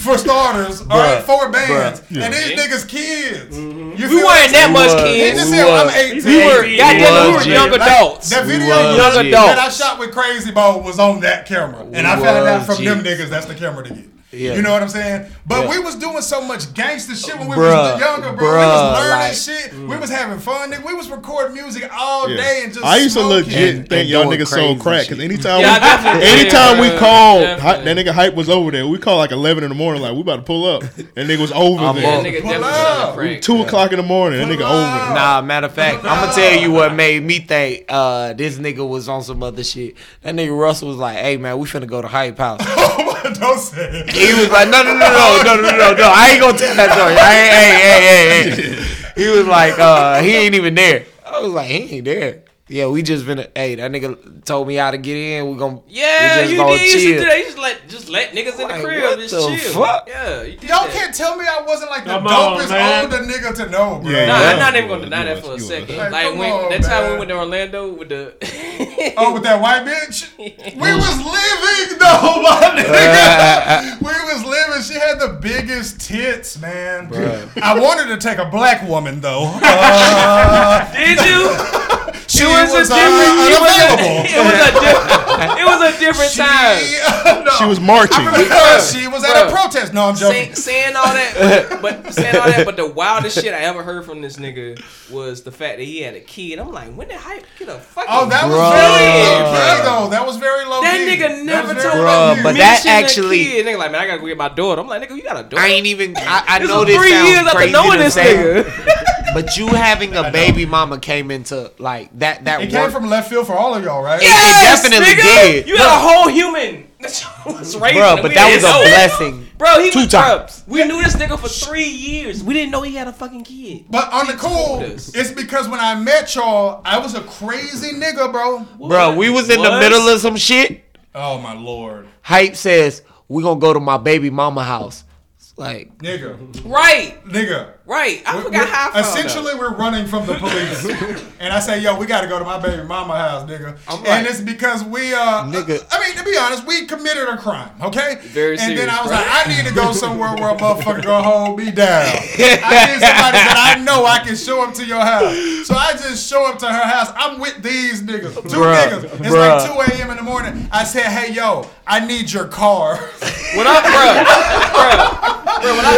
Speaker 9: for starters. All right, four bands,
Speaker 6: Bruh.
Speaker 9: and these niggas kids. You
Speaker 8: Mm-hmm. We weren't
Speaker 9: feel what
Speaker 8: that
Speaker 9: I'm
Speaker 8: much
Speaker 2: was.
Speaker 9: saying?
Speaker 8: kids.
Speaker 9: This
Speaker 2: We
Speaker 9: here, I'm
Speaker 2: was.
Speaker 9: 18.
Speaker 8: We were,
Speaker 10: We
Speaker 8: goddamn, we
Speaker 2: was,
Speaker 8: were young
Speaker 2: yeah.
Speaker 9: Like,
Speaker 8: adults.
Speaker 9: That video
Speaker 2: was
Speaker 9: that
Speaker 2: young
Speaker 9: I- that I
Speaker 2: adults.
Speaker 9: shot with Crazy Bo was on that camera, and I
Speaker 2: We
Speaker 9: found out
Speaker 2: was
Speaker 9: from them
Speaker 2: G's.
Speaker 9: niggas that's the camera to get. Yeah.
Speaker 1: Yeah.
Speaker 9: You know what I'm saying? But
Speaker 1: Yeah.
Speaker 9: we was doing so much gangster shit when we
Speaker 1: Bruh,
Speaker 9: was younger, bro. we
Speaker 1: bruh,
Speaker 9: was learning
Speaker 1: like-
Speaker 9: shit. We was having fun. Nigga. We was recording music all
Speaker 6: Yeah.
Speaker 9: day and just.
Speaker 6: I used to
Speaker 9: smoking.
Speaker 6: legit think y'all niggas sold crack because anytime,
Speaker 9: Yeah, I
Speaker 6: we,
Speaker 9: definitely did,
Speaker 6: anytime we
Speaker 9: bro.
Speaker 6: called, hy- that nigga hype was over there. We called like eleven in the morning, like we about to pull up, and nigga was over
Speaker 2: I'm
Speaker 6: there.
Speaker 2: up. That nigga
Speaker 6: Pull
Speaker 2: definitely
Speaker 6: up.
Speaker 2: selling crack.
Speaker 6: Two o'clock in the morning, that nigga over.
Speaker 2: Nah, matter of fact, I'm gonna tell you what made me think uh, this nigga was on some other shit. That nigga Russell was like, "Hey man, we finna go to Hype House."
Speaker 9: Oh, Don't say it.
Speaker 2: He was like, "No, no, no, no, no, no, no, no. I ain't gonna tell that story. I ain't, hey, hey, hey, hey." He was like, uh, "He ain't even there." I was like, "He ain't there." Yeah, we just finna. Hey, that nigga told me how to get in. We gonna
Speaker 8: Yeah,
Speaker 2: we just
Speaker 8: you
Speaker 2: gonna
Speaker 8: did. You should
Speaker 2: chill.
Speaker 8: do that. You just let just let niggas in the
Speaker 2: Like,
Speaker 8: crib.
Speaker 2: what
Speaker 8: just
Speaker 2: the
Speaker 8: chill.
Speaker 2: fuck?
Speaker 8: Yeah, you did
Speaker 9: Y'all
Speaker 8: that.
Speaker 9: can't tell me I wasn't like the
Speaker 8: Come on,
Speaker 9: dopest
Speaker 8: man.
Speaker 9: older nigga to know, bro.
Speaker 8: Nah, I'm not even gonna deny that for a second.
Speaker 9: Like,
Speaker 8: Like,
Speaker 9: come
Speaker 8: when,
Speaker 9: on,
Speaker 8: that time
Speaker 9: man.
Speaker 8: we went to Orlando with the
Speaker 9: Oh, with that white bitch? We was living though, my nigga. we was living. She had the biggest tits, man.
Speaker 14: Bruh.
Speaker 9: I wanted to take a black woman though. Uh,
Speaker 8: Did you?
Speaker 9: She
Speaker 8: it was,
Speaker 9: was,
Speaker 8: a
Speaker 9: uh,
Speaker 8: different. it, was a,
Speaker 9: unavailable.
Speaker 8: it was a different. It was a different time.
Speaker 6: She was marching.
Speaker 9: because she was at a
Speaker 8: Bruh.
Speaker 9: protest. No, I'm joking.
Speaker 8: Say, saying all that, but, but saying all that, but the wildest shit I ever heard from this nigga was the fact that he had a kid. I'm like, when did hype get a fucking?
Speaker 9: Oh, that was
Speaker 2: Bruh.
Speaker 9: very low key, though. That was very low
Speaker 8: That
Speaker 9: key.
Speaker 8: nigga never
Speaker 9: was
Speaker 8: told
Speaker 9: very
Speaker 8: me.
Speaker 9: low
Speaker 2: Bruh,
Speaker 9: key.
Speaker 2: but
Speaker 8: Mention
Speaker 2: that
Speaker 8: a
Speaker 2: actually-
Speaker 8: kid. nigga like, man, I gotta go get my daughter. I'm like, nigga, you got a daughter.
Speaker 2: I ain't even. I, I
Speaker 8: This
Speaker 2: know
Speaker 8: was
Speaker 2: this
Speaker 8: three
Speaker 2: sounds
Speaker 8: years after
Speaker 2: crazy
Speaker 8: knowing
Speaker 2: to
Speaker 8: this
Speaker 2: say, but you having a baby mama came into like that. That
Speaker 9: It came
Speaker 2: worked.
Speaker 9: from left field for all of y'all, right?
Speaker 2: Yes, definitely nigga. did.
Speaker 8: You had a whole human. That was raising.
Speaker 2: Bruh,
Speaker 8: him.
Speaker 2: but
Speaker 8: We
Speaker 2: that
Speaker 8: didn't
Speaker 2: was a
Speaker 8: know.
Speaker 2: blessing.
Speaker 8: Bro, he
Speaker 2: Two
Speaker 8: was,
Speaker 2: times.
Speaker 8: Bruh, we knew this nigga for three years. We didn't know he had a fucking kid.
Speaker 9: But on the cool, it's because when I met y'all, I was a crazy nigga, bro.
Speaker 2: Bro, we was in the
Speaker 9: What?
Speaker 2: middle of some shit.
Speaker 9: Oh my lord,
Speaker 2: Hype says we gonna go to my baby mama house. It's Like
Speaker 9: nigga,
Speaker 8: Right,
Speaker 9: nigga.
Speaker 8: right. I
Speaker 9: We're-
Speaker 8: forgot how. I found
Speaker 9: essentially, we're running from the police, and I say, "Yo, we got to go to my baby mama house, nigga."
Speaker 2: right.
Speaker 9: And it's because we, uh,
Speaker 2: Nigga.
Speaker 9: I mean, to be honest, we committed a crime, okay?
Speaker 2: Very
Speaker 9: and
Speaker 2: serious,
Speaker 9: then I was
Speaker 2: bro.
Speaker 9: like, I need to go somewhere where a motherfucker gonna hold me down. I need somebody that I know I can show up to your house. So I just show up to her house. I'm with these niggas, two
Speaker 14: Bruh,
Speaker 9: niggas. It's
Speaker 14: bruh.
Speaker 9: like 2 a.m. in the morning. I said, "Hey, yo, I need your car."
Speaker 8: What up, bro? Bro, when I,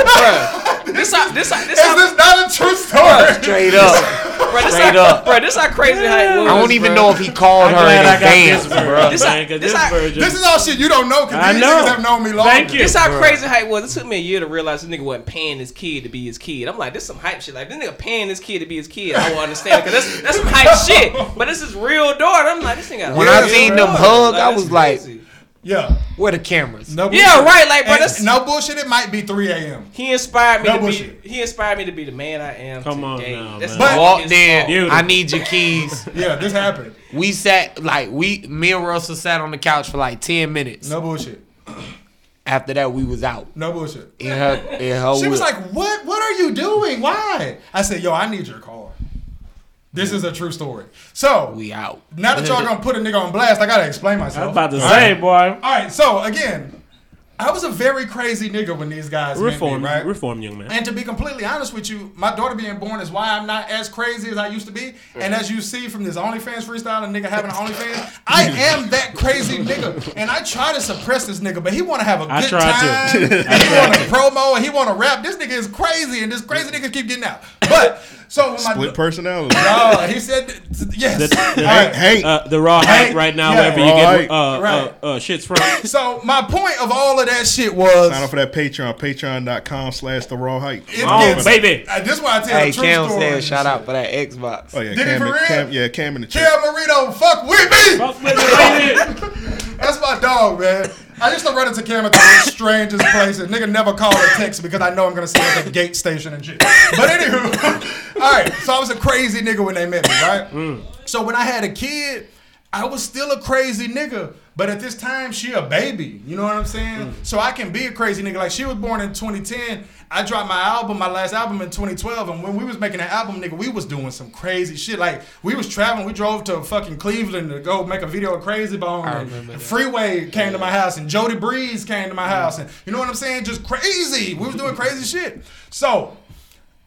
Speaker 8: bro, this how, this how, this
Speaker 9: Is
Speaker 8: how,
Speaker 9: this not a true story?
Speaker 2: straight up.
Speaker 8: bro, this
Speaker 2: Straight
Speaker 8: how,
Speaker 2: up.
Speaker 8: bro, this how crazy hype was.
Speaker 2: I don't even
Speaker 8: bro.
Speaker 2: know if he called
Speaker 8: I'm
Speaker 2: her in
Speaker 8: glad I got
Speaker 2: advance,
Speaker 8: this version,
Speaker 2: bro.
Speaker 8: This how- this how-
Speaker 9: This is all shit you don't know because these niggas have known me longer.
Speaker 8: This how
Speaker 9: Bruh.
Speaker 8: crazy hype was. It took me a year to realize this nigga wasn't paying his kid to be his kid. I'm like, this some hype shit. Like this nigga paying his kid to be his kid. I will understand because that's that's some hype shit. But this is real daughter. I'm like, this nigga. got a
Speaker 2: When
Speaker 8: real
Speaker 2: I seen
Speaker 8: daughter.
Speaker 2: them hug,
Speaker 8: Like,
Speaker 2: I
Speaker 8: that's
Speaker 2: was like,
Speaker 9: Yeah.
Speaker 2: "Where the cameras?"
Speaker 9: No
Speaker 8: Yeah,
Speaker 9: bullshit.
Speaker 8: right, like, bro,
Speaker 9: And
Speaker 8: that's-
Speaker 9: no bullshit. It might be 3 a.m.
Speaker 8: He inspired me
Speaker 9: No
Speaker 8: to
Speaker 9: bullshit.
Speaker 8: be. He inspired me to be the man I am. Come today. on, now,
Speaker 2: But walked in.
Speaker 8: Beautiful.
Speaker 2: I need your keys.
Speaker 9: yeah, this happened.
Speaker 2: We sat like we, me and Russell sat on the couch for like ten minutes.
Speaker 9: No bullshit.
Speaker 2: After that, we was out.
Speaker 9: No bullshit.
Speaker 2: In her, in her.
Speaker 9: She
Speaker 2: whip.
Speaker 9: was like, "What? What are you doing? Why?" I said, "Yo, I need your car." This is a true story. So
Speaker 2: we out.
Speaker 9: Now that y'all gonna put a nigga on blast, I gotta explain myself.
Speaker 10: I'm about to
Speaker 9: All
Speaker 10: say,
Speaker 9: right.
Speaker 10: boy.
Speaker 9: All right. So again, I was a very crazy nigga when these guys met
Speaker 10: Reform,
Speaker 9: me, right?
Speaker 10: reform, young man.
Speaker 9: And to be completely honest with you, my daughter being born is why I'm not as crazy as I used to be. And as you see from this OnlyFans freestyle and nigga having an OnlyFans, I am that crazy nigga. And I try to suppress this nigga, but he want to have a good
Speaker 10: I tried
Speaker 9: time.
Speaker 10: to.
Speaker 9: And he want to promo and he want to rap. This nigga is crazy, and this crazy nigga keep getting out. But so when my
Speaker 6: Split personality.
Speaker 9: no, he said yes.
Speaker 10: The, the,
Speaker 9: All right.
Speaker 10: uh, the raw hype right now,
Speaker 9: Yeah.
Speaker 10: wherever you get uh,
Speaker 6: Raw
Speaker 10: uh,
Speaker 9: Right.
Speaker 10: uh, shits from.
Speaker 9: So my point of all of that shit was
Speaker 6: Sign up for that Patreon, patreon.com slash the raw hype.
Speaker 9: It gets- Uh, this is why I tell
Speaker 2: Hey,
Speaker 9: the true
Speaker 2: Cam
Speaker 9: story.
Speaker 2: said, "Shout out for that Xbox."
Speaker 6: Oh yeah,
Speaker 9: Did he
Speaker 6: Cam,
Speaker 9: for real?
Speaker 6: Cam, yeah, Cam in the chat.
Speaker 9: Kel Marino, fuck with me. That's my dog, man. I used to run into Cam at the strangest places. Nigga never call or text because I know I'm gonna stay at the gate station and shit. But anywho, all right. So I was a crazy nigga when they met me, right? So when I had a kid, I was still a crazy nigga. But at this time, she a baby. You know what I'm saying? So I can be a crazy nigga. Like she was born in 2010. I dropped my album, my last album in 2012. And when we was making that album, nigga, we was doing some crazy shit. Like we was traveling. We drove to fucking Cleveland to go make a video of Crazy Bone.
Speaker 2: I
Speaker 9: and
Speaker 2: remember that.
Speaker 9: Freeway came to my house, and Jody Breeze came to my house, and you know what I'm saying? Just crazy. We was doing crazy shit. So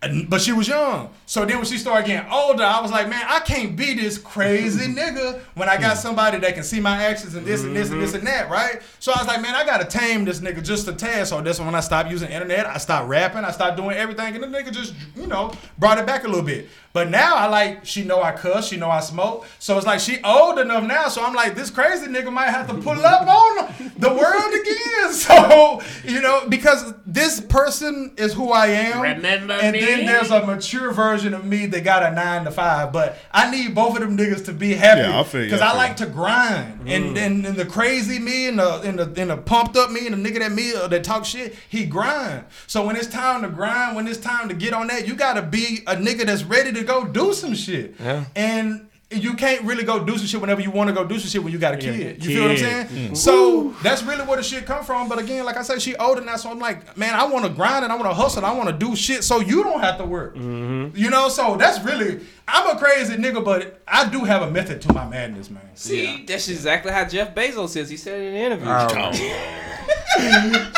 Speaker 9: And- But she was young. So then when she started getting older, I was like, man, I can't be this crazy nigga when I got somebody that can see my actions and this and this and this and that, right? So I was like, man, I gotta tame this nigga just a tad. So that's when I stopped using internet, I stopped rapping, I stopped doing everything, and the nigga just, you know, brought it back a little bit. But now I like, she know I cuss, she know I smoke. So it's like she old enough now. So I'm like, this crazy nigga might have to pull up on the world again. So, you know, because this person is who I am.
Speaker 10: Remember
Speaker 9: and
Speaker 10: me?
Speaker 9: then there's a mature version of me that got a nine to five. But I need both of them niggas to be happy.
Speaker 6: Yeah, I feel you,
Speaker 9: Because
Speaker 6: I
Speaker 9: I,
Speaker 6: feel
Speaker 9: like to grind. And, and and the crazy me and the and the and the pumped up me and the nigga that me uh, that talk shit, he grind. So when it's time to grind, when it's time to get on that, you gotta be a nigga that's ready to go do some shit.
Speaker 2: Yeah.
Speaker 9: And you can't really go do some shit whenever you want to go do some shit when you got a kid. You feel what I'm saying?
Speaker 10: Kid. Mm.
Speaker 9: So that's really where the shit come from. But again, like I said, she older now, so I'm like, man, I want to grind and I want to hustle. And I want to do shit so you don't have to work.
Speaker 10: Mm-hmm.
Speaker 9: You know, so that's really. I'm a crazy nigga, but I do have a method to my madness, man.
Speaker 8: See, that's exactly how Jeff Bezos is. He said it in the interview.
Speaker 9: Oh.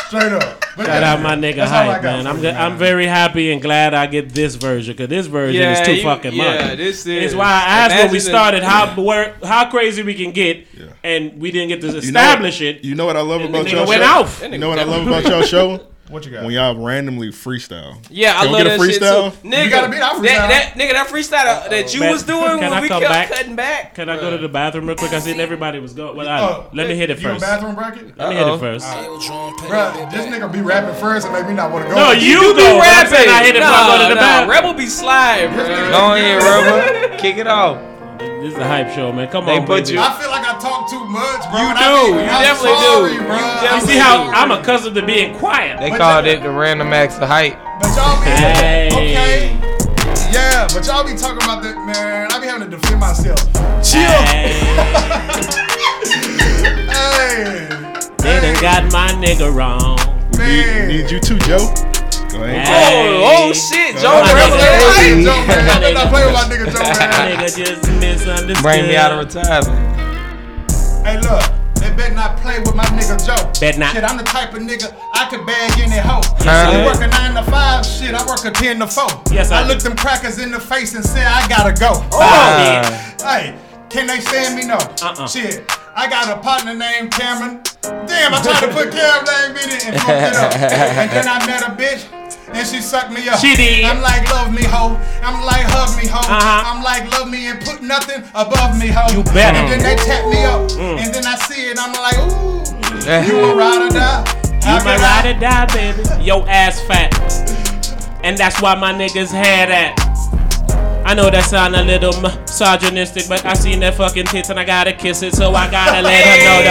Speaker 9: Straight up. But
Speaker 10: Shout out
Speaker 9: that's-
Speaker 10: my nigga
Speaker 9: that's all I
Speaker 10: hype
Speaker 9: got
Speaker 10: man.
Speaker 9: for
Speaker 10: I'm
Speaker 9: you,
Speaker 10: good, I'm very happy and glad I get this version because this version
Speaker 8: Yeah,
Speaker 10: is too
Speaker 8: you-
Speaker 10: fucking much.
Speaker 8: yeah, this
Speaker 10: It's
Speaker 8: is-
Speaker 10: why I asked when we
Speaker 8: imagine
Speaker 10: started
Speaker 8: the-
Speaker 10: how where, how crazy we can get, and we didn't get to
Speaker 6: You know what-
Speaker 10: establish it.
Speaker 6: You know what I love
Speaker 10: That
Speaker 6: about
Speaker 10: nigga
Speaker 6: y'all
Speaker 10: went
Speaker 6: show?
Speaker 10: off.
Speaker 6: You know what I love about y'all show?
Speaker 9: What you got?
Speaker 6: When y'all randomly freestyle.
Speaker 8: Yeah, I
Speaker 6: Can we
Speaker 8: love
Speaker 6: get
Speaker 8: that
Speaker 6: a freestyle?
Speaker 8: shit too. Nigga,
Speaker 9: You gotta beat our freestyle.
Speaker 8: That, that, nigga, that freestyle that you
Speaker 10: Oh, Man,
Speaker 8: was doing
Speaker 10: can
Speaker 8: when
Speaker 10: I
Speaker 8: we
Speaker 10: come
Speaker 8: kept
Speaker 10: back?
Speaker 8: cutting back.
Speaker 10: Can I go to the bathroom real quick? I seen everybody was going. Well, I,
Speaker 9: Oh,
Speaker 10: let me hit it
Speaker 9: you a
Speaker 10: first.
Speaker 9: bathroom Oh, bracket?
Speaker 10: Let me hit
Speaker 8: Uh-oh.
Speaker 10: it first.
Speaker 9: Bruh, this nigga be rapping first and make me not want to go.
Speaker 10: No, you
Speaker 8: You
Speaker 10: go.
Speaker 8: be
Speaker 10: I'm saying
Speaker 8: rapping.
Speaker 10: I hit it
Speaker 8: no,
Speaker 10: before I go to the
Speaker 8: no,
Speaker 10: bathroom.
Speaker 8: Rebel be slide, bro.
Speaker 2: Go on here, Rubber. Kick it off.
Speaker 10: This is a hype show, man. Come
Speaker 2: They
Speaker 10: on,
Speaker 2: put
Speaker 10: baby.
Speaker 2: you-
Speaker 9: I feel like I talk too much, bro.
Speaker 2: You
Speaker 9: and
Speaker 2: do.
Speaker 9: I,
Speaker 2: You
Speaker 9: am
Speaker 8: definitely
Speaker 9: sorry,
Speaker 8: do.
Speaker 9: Bro.
Speaker 8: You
Speaker 9: I'm
Speaker 10: You
Speaker 8: definitely
Speaker 10: see how I'm accustomed to being quiet.
Speaker 2: They called it the random acts of hype.
Speaker 9: But y'all be
Speaker 10: Hey.
Speaker 9: okay. Yeah, but y'all be talking about that, man. I be having to defend myself. Chill. Hey.
Speaker 10: They done got my nigga wrong.
Speaker 9: Oh, Man.
Speaker 6: Need you too, Joe. Go ahead.
Speaker 10: Hey.
Speaker 8: Oh, oh shit, Joe
Speaker 10: My
Speaker 8: Rebel.
Speaker 10: nigga-
Speaker 9: Hey, Joe, man.
Speaker 10: my
Speaker 9: I'm not playing with my
Speaker 10: nigga-
Speaker 9: nigga Joe,
Speaker 10: my
Speaker 9: man.
Speaker 10: nigga just misunderstood.
Speaker 2: Bring me out of retirement.
Speaker 9: Hey, look. They better not play with my nigga Joe.
Speaker 10: Bet not.
Speaker 9: Shit, I'm the type of nigga I could bag any hoe.
Speaker 2: Huh?
Speaker 9: I work a nine to five, shit. I work a ten to four.
Speaker 10: Yes, I
Speaker 9: I
Speaker 10: do.
Speaker 9: look them crackers in the face and say I gotta go.
Speaker 10: Ah.
Speaker 9: Hey, can they stand me? No.
Speaker 10: Uh-uh.
Speaker 9: Shit. I got a partner named Cameron. Damn, I tried to put Cameron name in it and fucked it up. And then I met a bitch and she sucked me up.
Speaker 10: She did.
Speaker 9: I'm like, love me, ho. I'm like, hug me, ho.
Speaker 10: Uh-huh.
Speaker 9: I'm like, love me and put nothing above me, ho.
Speaker 10: You better. Mm.
Speaker 9: And then they tap me up. And then I see it. I'm like, ooh. You a ride or die. How
Speaker 10: You my
Speaker 9: can
Speaker 10: ride
Speaker 9: I-
Speaker 10: or die, baby. Yo ass fat. And that's why my niggas had that. I know that sound a little misogynistic, but I seen that fucking tits and I gotta kiss it, so I gotta let her know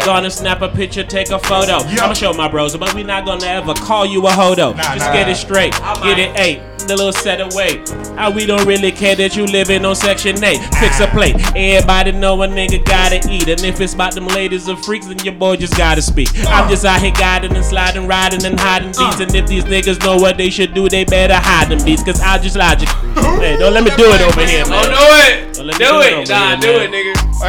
Speaker 10: though. Gonna snap a picture, take a photo. I'ma show my bros, but we not gonna ever call you a hodo. Just get it straight, get it eight, the little set away. Ah, we don't really care that you living on Section 8. Fix a plate, everybody know a nigga gotta eat, and if it's about them ladies and freaks, then your boy just gotta speak.
Speaker 8: Uh.
Speaker 10: I'm just out here guiding and sliding, riding and hiding beats, and if these niggas know what they should do, they better hide them beats, cause I just logic. Hey, don't let me do it over here,
Speaker 8: Oh,
Speaker 10: man.
Speaker 8: Uh-huh. do it.
Speaker 10: Well, let me do
Speaker 8: Do
Speaker 10: it
Speaker 8: it.
Speaker 10: over
Speaker 8: Nah,
Speaker 10: here,
Speaker 8: do
Speaker 10: man.
Speaker 8: it, nigga.
Speaker 9: I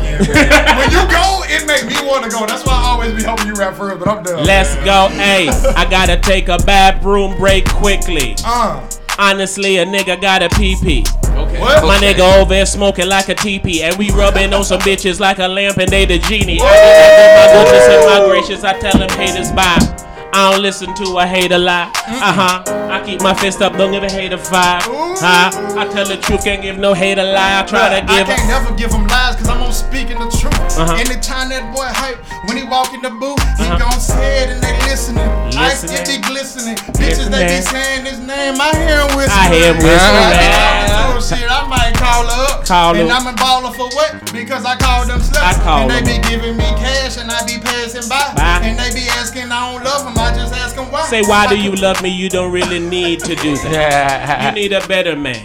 Speaker 9: ain't gonna go again, man. when you go, it make me want to go. That's why I always be hoping you rap first, but I'm done.
Speaker 10: Let's go, hey. I gotta take a bathroom break quickly.
Speaker 9: Uh,
Speaker 10: Honestly, a nigga got a pee pee.
Speaker 8: Okay.
Speaker 9: What?
Speaker 10: My nigga over there smoking like a teepee, and we rubbing on some bitches like a lamp, and they the genie. I
Speaker 9: Uh.
Speaker 10: give my goodness and my gracious, I tell them haters bye. I don't listen to a hater lie. Uh huh. I keep my fist up, don't give a hater five. Huh? I tell the truth, can't give no hater lie. I try to
Speaker 9: I
Speaker 10: give.
Speaker 9: can't
Speaker 10: A-
Speaker 9: never give him lies because I'm on speaking the truth.
Speaker 10: Uh-huh.
Speaker 9: Anytime that boy hype, when he walk in the booth, he
Speaker 10: Uh-huh.
Speaker 9: gon' say it and they listening. Ice
Speaker 10: Listening.
Speaker 9: it be glistening. Bitches, they be
Speaker 10: Listening.
Speaker 9: saying his name. I hear him whispering.
Speaker 10: I hear him
Speaker 9: So I be
Speaker 10: whispering.
Speaker 9: talking to him, Shit, I might call her up.
Speaker 10: Call
Speaker 9: and
Speaker 10: her.
Speaker 9: I'm a baller for what? Because I called them sluts.
Speaker 10: I call
Speaker 9: and they
Speaker 10: them.
Speaker 9: be giving me cash and I be passing by.
Speaker 10: Bye.
Speaker 9: And they be asking, I don't love him. I just ask him why.
Speaker 10: Say, why do you love me? You don't really need to do that. You
Speaker 2: Yeah.
Speaker 10: need a better man,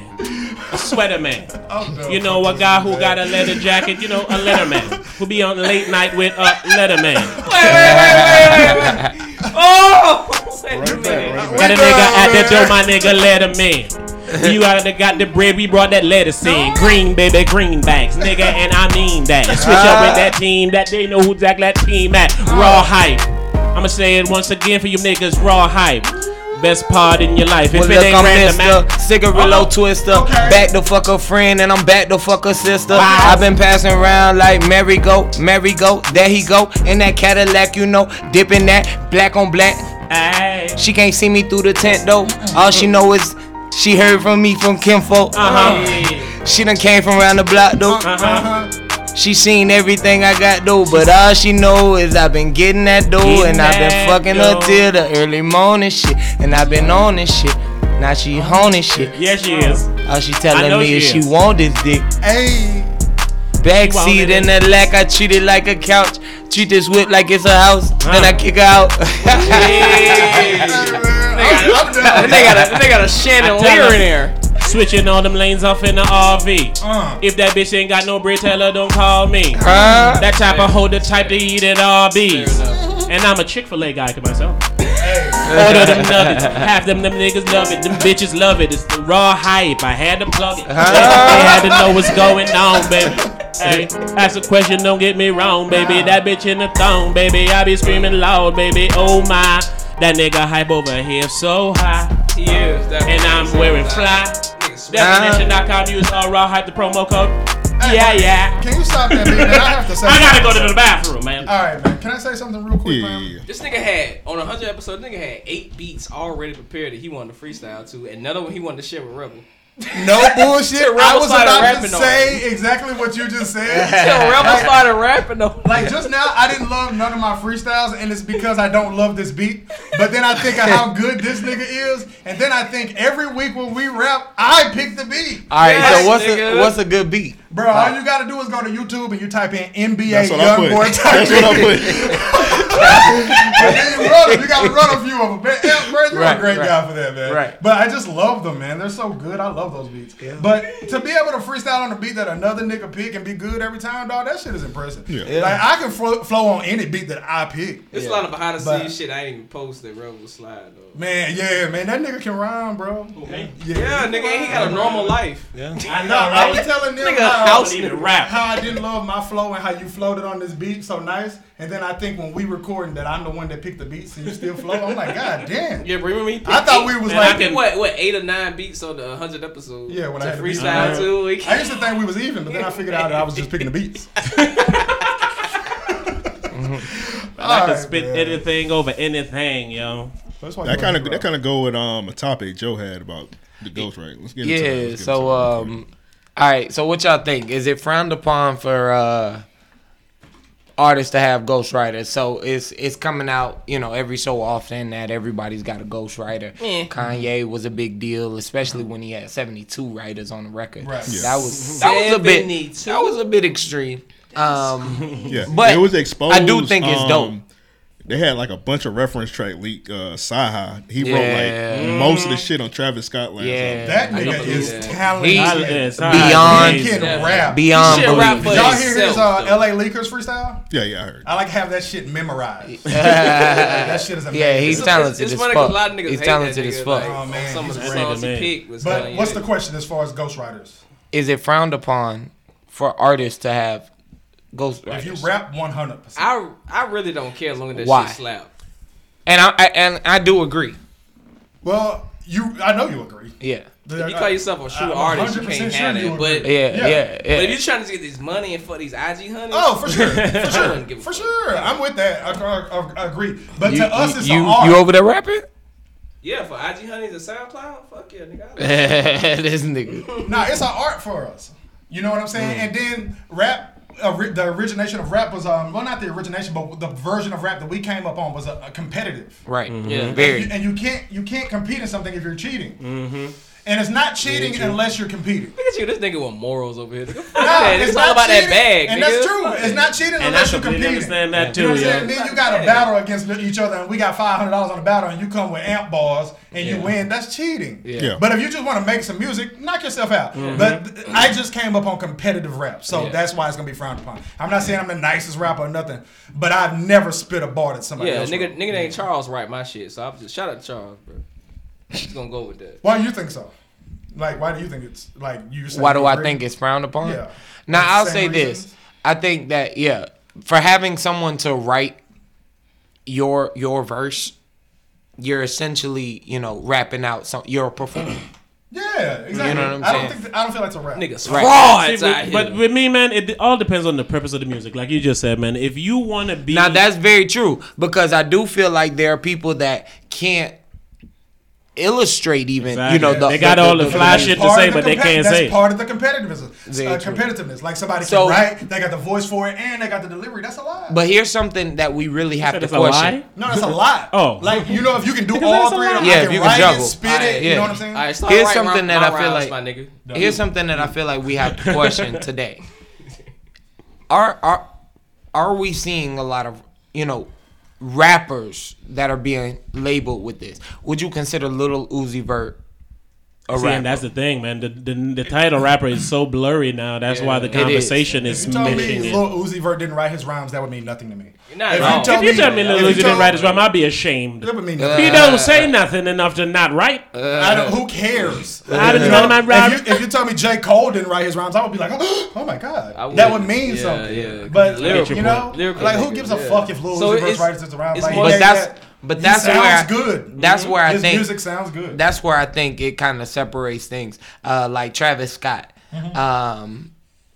Speaker 10: a sweater man. You know, a guy who got a leather jacket. You know, a letter man who be on late night with a letter man.
Speaker 8: Oh, wait a
Speaker 6: Right back,
Speaker 8: minute.
Speaker 6: right
Speaker 10: Got
Speaker 6: back.
Speaker 10: a nigga at the door, my nigga letter man. You out of got the bread, we brought that lettuce in. Green, baby, green bags, nigga, and I mean that. Switch up with that team, that they know who
Speaker 2: Oh.
Speaker 10: Zach that team at. Raw hype. I'ma say it once again for you niggas, raw hype. best part in your life. If
Speaker 2: Well,
Speaker 10: it
Speaker 2: look,
Speaker 10: ain't
Speaker 2: I'm
Speaker 10: random, Oh.
Speaker 2: Mr.
Speaker 10: I-
Speaker 2: Cigarillo Twister. Back to fuck a friend and I'm back to fuck a sister. I've been passing around like merry go, merry go. There he go. In that Cadillac, you know, dipping that black on black. She can't see me through the tent though. All she know is she heard from me from Kimfo.
Speaker 10: Uh-huh.
Speaker 2: She done came from around the block though.
Speaker 10: Uh-huh.
Speaker 2: She seen everything I got though, but all she know is I've been getting that dough
Speaker 10: Getting
Speaker 2: and I've been
Speaker 10: that
Speaker 2: fucking
Speaker 10: dough.
Speaker 2: her till the early morning shit, and I've been on this shit. Now she honing shit.
Speaker 10: Yeah, she is.
Speaker 2: All she
Speaker 10: I know
Speaker 2: telling me is
Speaker 10: she
Speaker 2: she
Speaker 10: is.
Speaker 2: want this dick.
Speaker 9: Hey.
Speaker 2: Backseat in the lack, I treat it like a couch. Treat this whip like it's a house. Then I kick her out.
Speaker 10: they
Speaker 2: got a- they got a Shannon Lear in
Speaker 10: there. Switching all them lanes off in the RV. If that bitch ain't got no bread, tell her don't call me. That type of hoe, the type to eat at RBs. And I'm a Chick Fil A guy to myself. Order them nuggets, half them them niggas love it, them bitches love it. It's the raw hype. I had to plug it. They had to know what's going on, baby. Hey, ask a question, don't get me wrong, baby. That bitch in the thong, baby. I be screaming loud, baby. Oh my, that nigga hype over here so high.
Speaker 11: He is. That
Speaker 10: And I'm wearing fly.
Speaker 9: Uh,
Speaker 10: Definition.com, use all raw hype, the promo code. Yeah, yeah.
Speaker 9: Can you stop that, man? I have to say.
Speaker 10: I gotta go to the bathroom, man.
Speaker 9: All right, man. Can I say something real quick, man?
Speaker 11: This nigga had on a hundred episode. This nigga had eight beats already prepared that he wanted to freestyle to, and another one he wanted to share with Rebel.
Speaker 9: No bullshit. I
Speaker 11: started
Speaker 9: was about to
Speaker 11: rapping on
Speaker 9: say exactly what you just said.
Speaker 11: Yo, Rebel
Speaker 9: Like-
Speaker 11: started rapping on.
Speaker 9: Like just now, I didn't love none of my freestyles, and it's because I don't love this beat. But then I think of how good this nigga is, and then I think every week when we rap, I pick the beat.
Speaker 2: All right,
Speaker 9: Yes,
Speaker 2: so what's a
Speaker 9: nigga.
Speaker 2: what's a good beat?
Speaker 9: Bro, all you gotta do is go to YouTube and you type in NBA
Speaker 2: That's what I put.
Speaker 9: young boy.
Speaker 2: That's what I put.
Speaker 9: and then you run 'em. You gotta run a few of them. Man, yeah, bro, you're
Speaker 1: Right,
Speaker 9: a great
Speaker 1: right.
Speaker 9: guy for that, man.
Speaker 1: Right.
Speaker 9: But I just love them, man. They're so good. I love those beats. But to be able to freestyle on a beat that another nigga pick and be good every time, dog, that shit is impressive.
Speaker 11: Yeah.
Speaker 9: Like I can flo- flow on any beat that I pick.
Speaker 11: There's a lot of behind the
Speaker 9: But-
Speaker 11: scenes shit I ain't even posted. Rebel was slide though.
Speaker 9: Man, yeah, man, that nigga can rhyme, bro.
Speaker 11: Yeah, nigga, and he got a normal life. I
Speaker 9: Yeah. I
Speaker 11: know,
Speaker 9: know. I
Speaker 11: right?
Speaker 9: was telling them
Speaker 11: Nigga,
Speaker 9: how,
Speaker 11: house nigga rap.
Speaker 9: how I didn't love my flow and how you floated on this beat so nice. And then I think when we recording that I'm the one that picked the beats and you still flow. I'm like, God damn.
Speaker 11: Yeah, but remember me?
Speaker 9: I thought we was like
Speaker 11: what, what, eight or nine beats on the hundred episode?
Speaker 9: Yeah, when
Speaker 11: to
Speaker 9: I had the beats.
Speaker 11: freestyle too. He
Speaker 9: I used to think we was even, but then I figured out that I was just picking the beats.
Speaker 10: I
Speaker 9: All
Speaker 10: can
Speaker 9: right,
Speaker 10: spit
Speaker 9: man.
Speaker 10: anything over anything, yo.
Speaker 6: That kind of that kind of go with um a topic Joe had about the ghost right. Let's get into it.
Speaker 2: Yeah, so
Speaker 8: uh,
Speaker 2: um all right, so what y'all think? Is it frowned upon for uh artists to have ghostwriters? So it's it's coming out, you know, every so often that everybody's got a ghostwriter.
Speaker 11: Yeah.
Speaker 2: Kanye was a big deal, especially when he had 72 writers on the record.
Speaker 11: Right. Yeah.
Speaker 2: That was that was a bit that was a bit extreme. Um
Speaker 6: Yeah,
Speaker 2: but
Speaker 6: it was exposed.
Speaker 2: I do think it's dope.
Speaker 6: um, They had like a bunch of reference track leak. Uh, Saha, he wrote
Speaker 2: Yeah.
Speaker 6: like most of the shit on Travis Scott last album.
Speaker 2: Yeah. That
Speaker 9: nigga is
Speaker 2: He-
Speaker 9: talented.
Speaker 2: Yes, I Beyond- agree.
Speaker 9: he can rap.
Speaker 2: Beyond He should rap belief. for
Speaker 9: Y'all hear his
Speaker 2: himself,
Speaker 9: uh, L.A. Leakers freestyle?
Speaker 6: Yeah, yeah, I heard.
Speaker 9: I like have that shit memorized.
Speaker 2: Yeah,
Speaker 9: that shit is amazing.
Speaker 2: he's talented as fuck. He's talented as fuck.
Speaker 9: Oh man,
Speaker 11: some of
Speaker 9: he's
Speaker 11: the
Speaker 9: great.
Speaker 11: songs he picked was
Speaker 9: But
Speaker 11: Kanye.
Speaker 9: what's the question as far as ghostwriters?
Speaker 2: Is it frowned upon for artists to have ghostwriters?
Speaker 9: If you rap 100,
Speaker 11: I I really don't care as long as that
Speaker 2: Why?
Speaker 11: shit slap.
Speaker 2: And I, I and I do agree.
Speaker 9: well, you I know you agree.
Speaker 2: Yeah.
Speaker 11: If you call yourself a true
Speaker 9: Uh, I'm
Speaker 11: artist, you
Speaker 9: 100%
Speaker 11: can't
Speaker 9: sure
Speaker 11: have
Speaker 9: you
Speaker 11: it.
Speaker 9: agree.
Speaker 11: But
Speaker 2: Yeah, Yeah. yeah, yeah.
Speaker 11: But if you're trying to get this money and for these IG honeys,
Speaker 9: Oh, for sure, for
Speaker 11: I
Speaker 9: sure,
Speaker 11: wouldn't give a
Speaker 9: for
Speaker 11: fuck.
Speaker 9: sure. I'm with that. I, I, I agree. But
Speaker 2: You-
Speaker 9: to us, it's
Speaker 2: you,
Speaker 9: an
Speaker 2: you,
Speaker 9: art.
Speaker 2: you over there rapping?
Speaker 11: Yeah, for IG honeys and SoundCloud, fuck yeah, nigga.
Speaker 2: this nigga.
Speaker 9: Nah, it's an art for us. You know what I'm saying?
Speaker 11: Mm.
Speaker 9: And then rap, uh, ri- the origination of rap was um, well, not the origination, but the version of rap that we came up on was a, a competitive.
Speaker 2: Right.
Speaker 9: And
Speaker 2: Yeah.
Speaker 9: you-
Speaker 2: Very.
Speaker 9: And, you, can't you can't compete in something if you're cheating.
Speaker 11: Mm-hmm.
Speaker 9: And it's not cheating
Speaker 11: Yeah, true.
Speaker 9: unless you're competing.
Speaker 11: Look at you, this nigga with morals over here. Nigga, fuck
Speaker 9: Nah,
Speaker 11: that.
Speaker 9: it's
Speaker 11: It's, all
Speaker 9: not
Speaker 11: about that
Speaker 9: cheating,
Speaker 11: bag,
Speaker 9: and
Speaker 11: nigga.
Speaker 9: that's true.
Speaker 11: Fuck
Speaker 9: It's
Speaker 11: it.
Speaker 9: not cheating
Speaker 10: And I
Speaker 9: unless you're
Speaker 10: completely
Speaker 9: competing.
Speaker 10: understand that
Speaker 9: You know
Speaker 10: too,
Speaker 9: what I'm saying?
Speaker 10: yeah.
Speaker 9: Then you got a battle against each other, and we got five hundred dollars on the battle, and you come with amp bars and you
Speaker 1: Yeah.
Speaker 9: win. That's cheating.
Speaker 1: Yeah. Yeah.
Speaker 9: But if you just want to make some music, knock yourself out.
Speaker 1: Mhm.
Speaker 9: But th- I just came up on competitive rap, so
Speaker 1: Yeah.
Speaker 9: that's why it's gonna be frowned upon. I'm not saying I'm the nicest rapper or nothing, but I've never spit a bar at somebody
Speaker 11: yeah,
Speaker 9: else.
Speaker 11: nigga, nigga named Charles write my shit, so I'm just shout out to Charles, bro. Just gonna go with that.
Speaker 9: Why do you think so? Like, why do you think it's like you? said
Speaker 2: Why do
Speaker 9: you
Speaker 2: I
Speaker 9: agree?
Speaker 2: think it's frowned upon?
Speaker 9: Yeah.
Speaker 2: Now
Speaker 9: For the
Speaker 2: I'll
Speaker 9: same
Speaker 2: say this. I think that yeah, for having someone to write your your verse you're essentially, you know, rapping out some. You're a performer.
Speaker 9: Yeah, exactly.
Speaker 2: You know what I'm
Speaker 9: I don't
Speaker 2: saying?
Speaker 9: think that, I don't feel like it's a rap.
Speaker 2: Niggas
Speaker 10: Right.
Speaker 2: frauds
Speaker 10: See, but-
Speaker 2: out here.
Speaker 10: But with me, man, it all depends on the purpose of the music. Like you just said, man, if you want to be
Speaker 2: Now that's very true because I do feel like there are people that can't illustrate even. You know, the,
Speaker 10: They got all the fly shit to
Speaker 9: Part
Speaker 10: say,
Speaker 9: of the
Speaker 10: but they
Speaker 9: compet-
Speaker 10: can't
Speaker 9: that's
Speaker 10: say it.
Speaker 9: part of the competitiveness.
Speaker 2: Very
Speaker 9: Uh,
Speaker 2: true.
Speaker 9: competitiveness. Like somebody
Speaker 2: So-
Speaker 9: can write, they got the voice for it, and they got the delivery. That's a lie.
Speaker 2: But here's something that we really have
Speaker 9: said
Speaker 2: to
Speaker 9: it's a
Speaker 2: question.
Speaker 9: lie? No, it's a lie.
Speaker 2: oh,
Speaker 9: Like you know, if you can do
Speaker 2: Because
Speaker 9: all
Speaker 2: that's a
Speaker 9: three of them,
Speaker 2: lie.
Speaker 9: I
Speaker 2: Yeah,
Speaker 9: can
Speaker 2: if you can
Speaker 9: write
Speaker 2: juggle.
Speaker 9: it, spit it.
Speaker 2: Alright,
Speaker 9: You
Speaker 2: yeah.
Speaker 9: know what I'm saying?
Speaker 2: Alright, Here's something that I feel like. Here's something that I feel like we have to question today. Are are are we seeing a lot of you know rappers that are being labeled with this? Would you consider Little Uzi Vert a
Speaker 10: See, and
Speaker 2: rapper?
Speaker 10: that's the thing, man. The, the, the title rapper is so blurry now. That's why the
Speaker 2: It is.
Speaker 10: conversation is,
Speaker 9: If you told me
Speaker 10: missing it.
Speaker 9: Lil Uzi Vert didn't write his rhymes, that would mean nothing to me.
Speaker 10: If you tell me, Lil Uzi didn't write his rhyme, I'd be ashamed.
Speaker 9: That would mean
Speaker 10: he
Speaker 9: nothing.
Speaker 10: don't say nothing enough to not write.
Speaker 9: I don't, who cares?
Speaker 10: I done
Speaker 9: Uh, You
Speaker 10: done
Speaker 9: know,
Speaker 10: my rhyme.
Speaker 9: If you, if you tell me J. Cole didn't write his rhymes, I would be like, oh, oh my god, that would mean
Speaker 11: yeah,
Speaker 9: something.
Speaker 11: yeah.
Speaker 9: But
Speaker 11: Lyrical
Speaker 9: you know,
Speaker 11: point. Lyrical
Speaker 9: like who
Speaker 11: nigga,
Speaker 9: gives
Speaker 11: yeah.
Speaker 9: a fuck if Lil
Speaker 11: So
Speaker 9: Uzi
Speaker 11: it's-
Speaker 9: Vert writes his rhymes?
Speaker 11: it's
Speaker 9: Like,
Speaker 11: more-
Speaker 9: he
Speaker 2: but
Speaker 9: ain't
Speaker 2: that's
Speaker 9: that-
Speaker 2: but
Speaker 9: he
Speaker 2: that's where I,
Speaker 9: sounds good.
Speaker 2: That's where I
Speaker 9: his
Speaker 2: think
Speaker 9: music sounds good.
Speaker 2: That's where I think it kind of separates things. Uh, like Travis Scott,
Speaker 6: Mm-hmm.
Speaker 9: Mhm.
Speaker 2: um,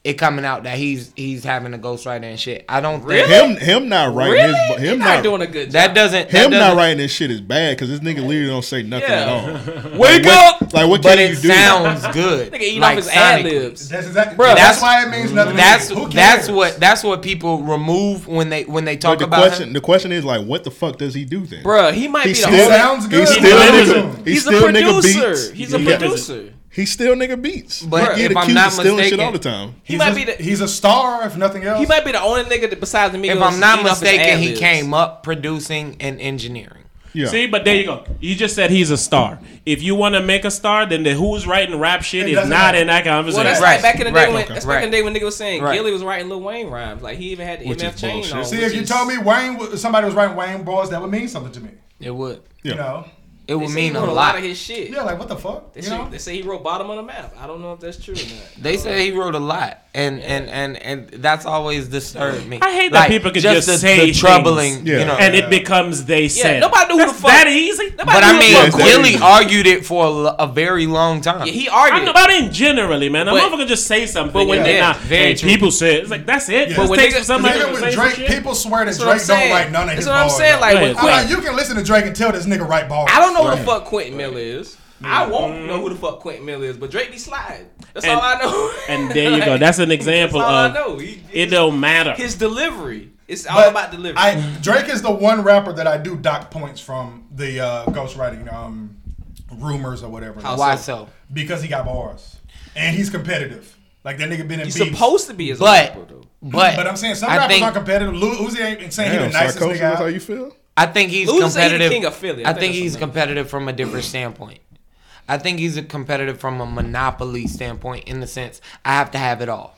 Speaker 2: it coming out that he's he's having a ghostwriter and shit. I don't
Speaker 6: Him,
Speaker 2: think
Speaker 6: him not writing his, him not,
Speaker 2: good. That doesn't that
Speaker 6: Him
Speaker 2: doesn't-
Speaker 6: not writing this shit is bad because this nigga literally don't say nothing
Speaker 2: Yeah.
Speaker 6: at all.
Speaker 2: Wake
Speaker 6: what-
Speaker 2: up!
Speaker 6: Like what
Speaker 2: But
Speaker 6: can
Speaker 2: it
Speaker 6: you do?
Speaker 2: sounds good. Nigga eating off Like his ad sonically. libs.
Speaker 9: That's exactly.
Speaker 2: Bruh,
Speaker 9: that's, why it means nothing. to me.
Speaker 2: That's
Speaker 9: Who
Speaker 2: that's
Speaker 9: cares?
Speaker 2: what that's what people remove when they when they
Speaker 6: But
Speaker 2: talk
Speaker 6: the
Speaker 2: about
Speaker 6: question,
Speaker 2: him.
Speaker 6: the question is like, what the fuck does he do then,
Speaker 2: Bruh, he might be the
Speaker 6: still-
Speaker 2: only- Sounds good.
Speaker 6: He's
Speaker 2: He
Speaker 6: still
Speaker 2: delivers
Speaker 6: nigga.
Speaker 2: it.
Speaker 6: He's,
Speaker 2: He's a
Speaker 6: still nigga
Speaker 2: producer.
Speaker 6: beats.
Speaker 2: He's a
Speaker 6: He got-
Speaker 2: producer.
Speaker 6: He still nigga beats.
Speaker 2: But
Speaker 6: he
Speaker 2: if
Speaker 6: get
Speaker 2: I'm
Speaker 6: accused
Speaker 2: not
Speaker 6: of stealing shit
Speaker 2: mistaken-
Speaker 6: all the time.
Speaker 11: He might be the
Speaker 9: he's a star if nothing else.
Speaker 11: He might be the only nigga that besides me.
Speaker 2: If I'm not mistaken, he came up producing and engineering.
Speaker 10: See, but there you go. You just said he's a star. If you want to make a star, then the who's writing rap shit
Speaker 11: It
Speaker 10: is
Speaker 11: doesn't
Speaker 10: not
Speaker 11: matter.
Speaker 10: in that
Speaker 11: Well,
Speaker 10: conversation.
Speaker 11: that's like back in the day when that's back in the day when nigga was saying
Speaker 10: Right.
Speaker 11: Gilly was writing Lil Wayne rhymes. Like he even had the
Speaker 10: Which
Speaker 11: MF
Speaker 10: is
Speaker 11: chain
Speaker 10: bullshit.
Speaker 11: on.
Speaker 9: See,
Speaker 11: which
Speaker 9: if you
Speaker 11: is-
Speaker 9: told me Wayne, was- somebody was writing Wayne bars, that would mean something to me.
Speaker 2: It would.
Speaker 9: You know,
Speaker 2: It would
Speaker 11: They say
Speaker 2: mean
Speaker 11: he
Speaker 2: a
Speaker 11: wrote
Speaker 2: lot.
Speaker 11: of his shit.
Speaker 9: Yeah, like what the fuck?
Speaker 11: They,
Speaker 9: You
Speaker 11: say,
Speaker 9: know?
Speaker 11: they say he wrote bottom of the map. I don't know if that's true or not.
Speaker 2: They say he wrote a lot, and and and and that's always disturbed me.
Speaker 10: I hate that
Speaker 2: Like,
Speaker 10: people can just,
Speaker 2: the,
Speaker 10: say
Speaker 2: the troubling, you know,
Speaker 10: and it becomes they
Speaker 2: Yeah,
Speaker 10: said.
Speaker 2: nobody
Speaker 10: knew the fuck. That easy. Nobody
Speaker 2: But I
Speaker 10: knew the
Speaker 2: mean,
Speaker 10: fuck.
Speaker 2: Gilly argued it for a, lo- a very long time.
Speaker 10: Yeah, he argued. I know, but I mean, generally, man, I'm not gonna just say something.
Speaker 2: But when
Speaker 10: and
Speaker 2: they-
Speaker 10: then not,
Speaker 2: very
Speaker 10: hey,
Speaker 2: true.
Speaker 10: people said it's like that's it.
Speaker 2: Yeah.
Speaker 10: But
Speaker 2: But
Speaker 10: when
Speaker 2: when
Speaker 10: takes
Speaker 2: nigga-
Speaker 10: for somebody
Speaker 9: Even
Speaker 10: to say
Speaker 9: with
Speaker 10: some
Speaker 9: Drake,
Speaker 10: shit.
Speaker 9: people swear that
Speaker 11: That's what I'm
Speaker 9: Drake don't
Speaker 11: saying.
Speaker 9: write none of
Speaker 11: That's
Speaker 9: his
Speaker 11: what I'm
Speaker 9: bars.
Speaker 11: saying, like, with
Speaker 9: I'm
Speaker 11: Quinn.
Speaker 9: you can listen to Drake and tell this nigga write bars.
Speaker 11: I don't know who the
Speaker 9: Right.
Speaker 11: fuck Quentin Miller is. I won't know who the fuck Quentin Miller is, but Drake be sliding. That's
Speaker 10: And-
Speaker 11: all I know.
Speaker 10: And there you go. That's an example
Speaker 11: all I
Speaker 10: of
Speaker 11: know. He-
Speaker 10: it don't matter.
Speaker 11: his delivery. It's all
Speaker 9: But
Speaker 11: about delivery.
Speaker 9: I Drake is the one rapper that I do dock points from the uh, ghostwriting um, rumors or whatever.
Speaker 11: How Why so? so?
Speaker 9: Because he got bars and he's competitive. Like that nigga been in.
Speaker 11: He's
Speaker 9: beefs.
Speaker 11: supposed to be as a But- rapper, though.
Speaker 2: but
Speaker 9: but I'm saying some
Speaker 2: I
Speaker 9: rappers
Speaker 2: think-
Speaker 9: aren't competitive. Lil Uzi ain't saying he
Speaker 6: Damn,
Speaker 9: the nicest
Speaker 6: Sarkozy,
Speaker 9: nigga.
Speaker 6: that's
Speaker 9: out.
Speaker 6: how you feel?
Speaker 2: I think he's
Speaker 9: Lose ain't the
Speaker 2: competitive.
Speaker 9: king of Philly. I
Speaker 2: I,
Speaker 9: think
Speaker 2: think
Speaker 9: that's
Speaker 2: he's
Speaker 9: what I'm
Speaker 2: competitive from a different standpoint. I think he's a competitive from a monopoly standpoint in the sense I have to have it all.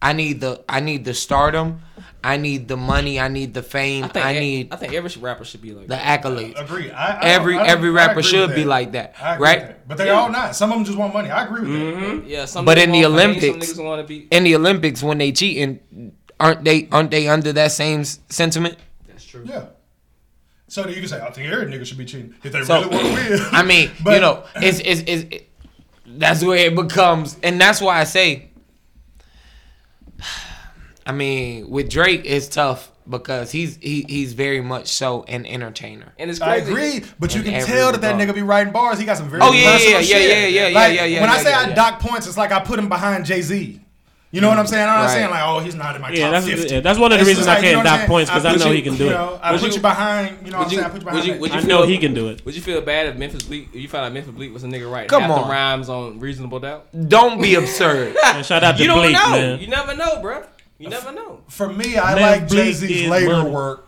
Speaker 2: I need the I need the stardom, I need the money, I need the fame, I,
Speaker 11: think e-
Speaker 2: need
Speaker 11: I think every rapper should be like
Speaker 2: the
Speaker 11: that.
Speaker 2: accolades.
Speaker 9: Agree. I, I
Speaker 2: every
Speaker 9: I-
Speaker 2: every
Speaker 9: I
Speaker 2: rapper
Speaker 9: agree
Speaker 2: should
Speaker 9: with
Speaker 2: be
Speaker 9: that.
Speaker 2: like that,
Speaker 9: I agree
Speaker 2: right? Mm-hmm.
Speaker 9: with that. But they all not. Some of them just want money. I agree with that.
Speaker 11: Yeah, some
Speaker 2: but
Speaker 11: niggas
Speaker 2: in the
Speaker 11: want fame, some
Speaker 2: Olympics,
Speaker 11: niggas wanna be-
Speaker 2: in the Olympics, when they cheating, aren't they aren't they under that same s- sentiment?
Speaker 11: That's true.
Speaker 9: Yeah. So then you can say, I think every nigga should be cheating if they
Speaker 2: So
Speaker 9: really want to win.
Speaker 2: I mean, you
Speaker 9: But-
Speaker 2: know, it's it's, it's it, that's where it becomes, and that's why I say. I mean, with Drake, it's tough because he's he he's very much so an entertainer.
Speaker 11: And it's
Speaker 9: I agree, but you
Speaker 2: In
Speaker 9: can
Speaker 2: every
Speaker 9: tell that that
Speaker 2: regard.
Speaker 9: nigga be writing bars. He got some very
Speaker 2: Oh, yeah,
Speaker 9: personal
Speaker 2: yeah, yeah, yeah,
Speaker 9: shit.
Speaker 2: yeah, yeah,
Speaker 9: Like,
Speaker 2: yeah, yeah,
Speaker 9: When I
Speaker 2: yeah,
Speaker 9: say
Speaker 2: yeah,
Speaker 9: I
Speaker 2: yeah.
Speaker 9: dock points, it's like I put him behind Jay Z. You know what I'm saying? I'm not
Speaker 10: Right.
Speaker 9: saying like, oh, he's not in my
Speaker 10: Yeah,
Speaker 9: top
Speaker 10: that's-
Speaker 9: 50.
Speaker 10: yeah, that's one of the
Speaker 9: It's
Speaker 10: reasons
Speaker 9: just
Speaker 10: I
Speaker 9: like, you
Speaker 10: can't
Speaker 9: know what I'm
Speaker 10: dock
Speaker 9: saying?
Speaker 10: points, 'cause I
Speaker 9: put
Speaker 10: know
Speaker 9: you-
Speaker 10: he can do
Speaker 9: you
Speaker 10: it.
Speaker 9: know, I
Speaker 10: Would
Speaker 9: put
Speaker 10: you-
Speaker 9: you behind. You know what I'm
Speaker 11: Would you,
Speaker 9: saying? I put you
Speaker 11: would you,
Speaker 9: behind.
Speaker 11: would
Speaker 9: that.
Speaker 11: you
Speaker 10: I
Speaker 11: feel,
Speaker 10: know he can do it.
Speaker 11: Would you feel bad if Memphis Bleak? Would you find out Memphis Bleak was a nigga writing
Speaker 2: Come
Speaker 11: half
Speaker 2: on.
Speaker 11: the rhymes on Reasonable Doubt?
Speaker 2: Don't be absurd.
Speaker 10: And shout out to
Speaker 11: you don't
Speaker 10: Bleak,
Speaker 11: know.
Speaker 10: man.
Speaker 11: You never know, bro. You never know.
Speaker 9: For me, I
Speaker 10: Man,
Speaker 9: like
Speaker 10: Bleak
Speaker 9: Jay Z's
Speaker 10: is
Speaker 9: later
Speaker 10: money.
Speaker 9: work.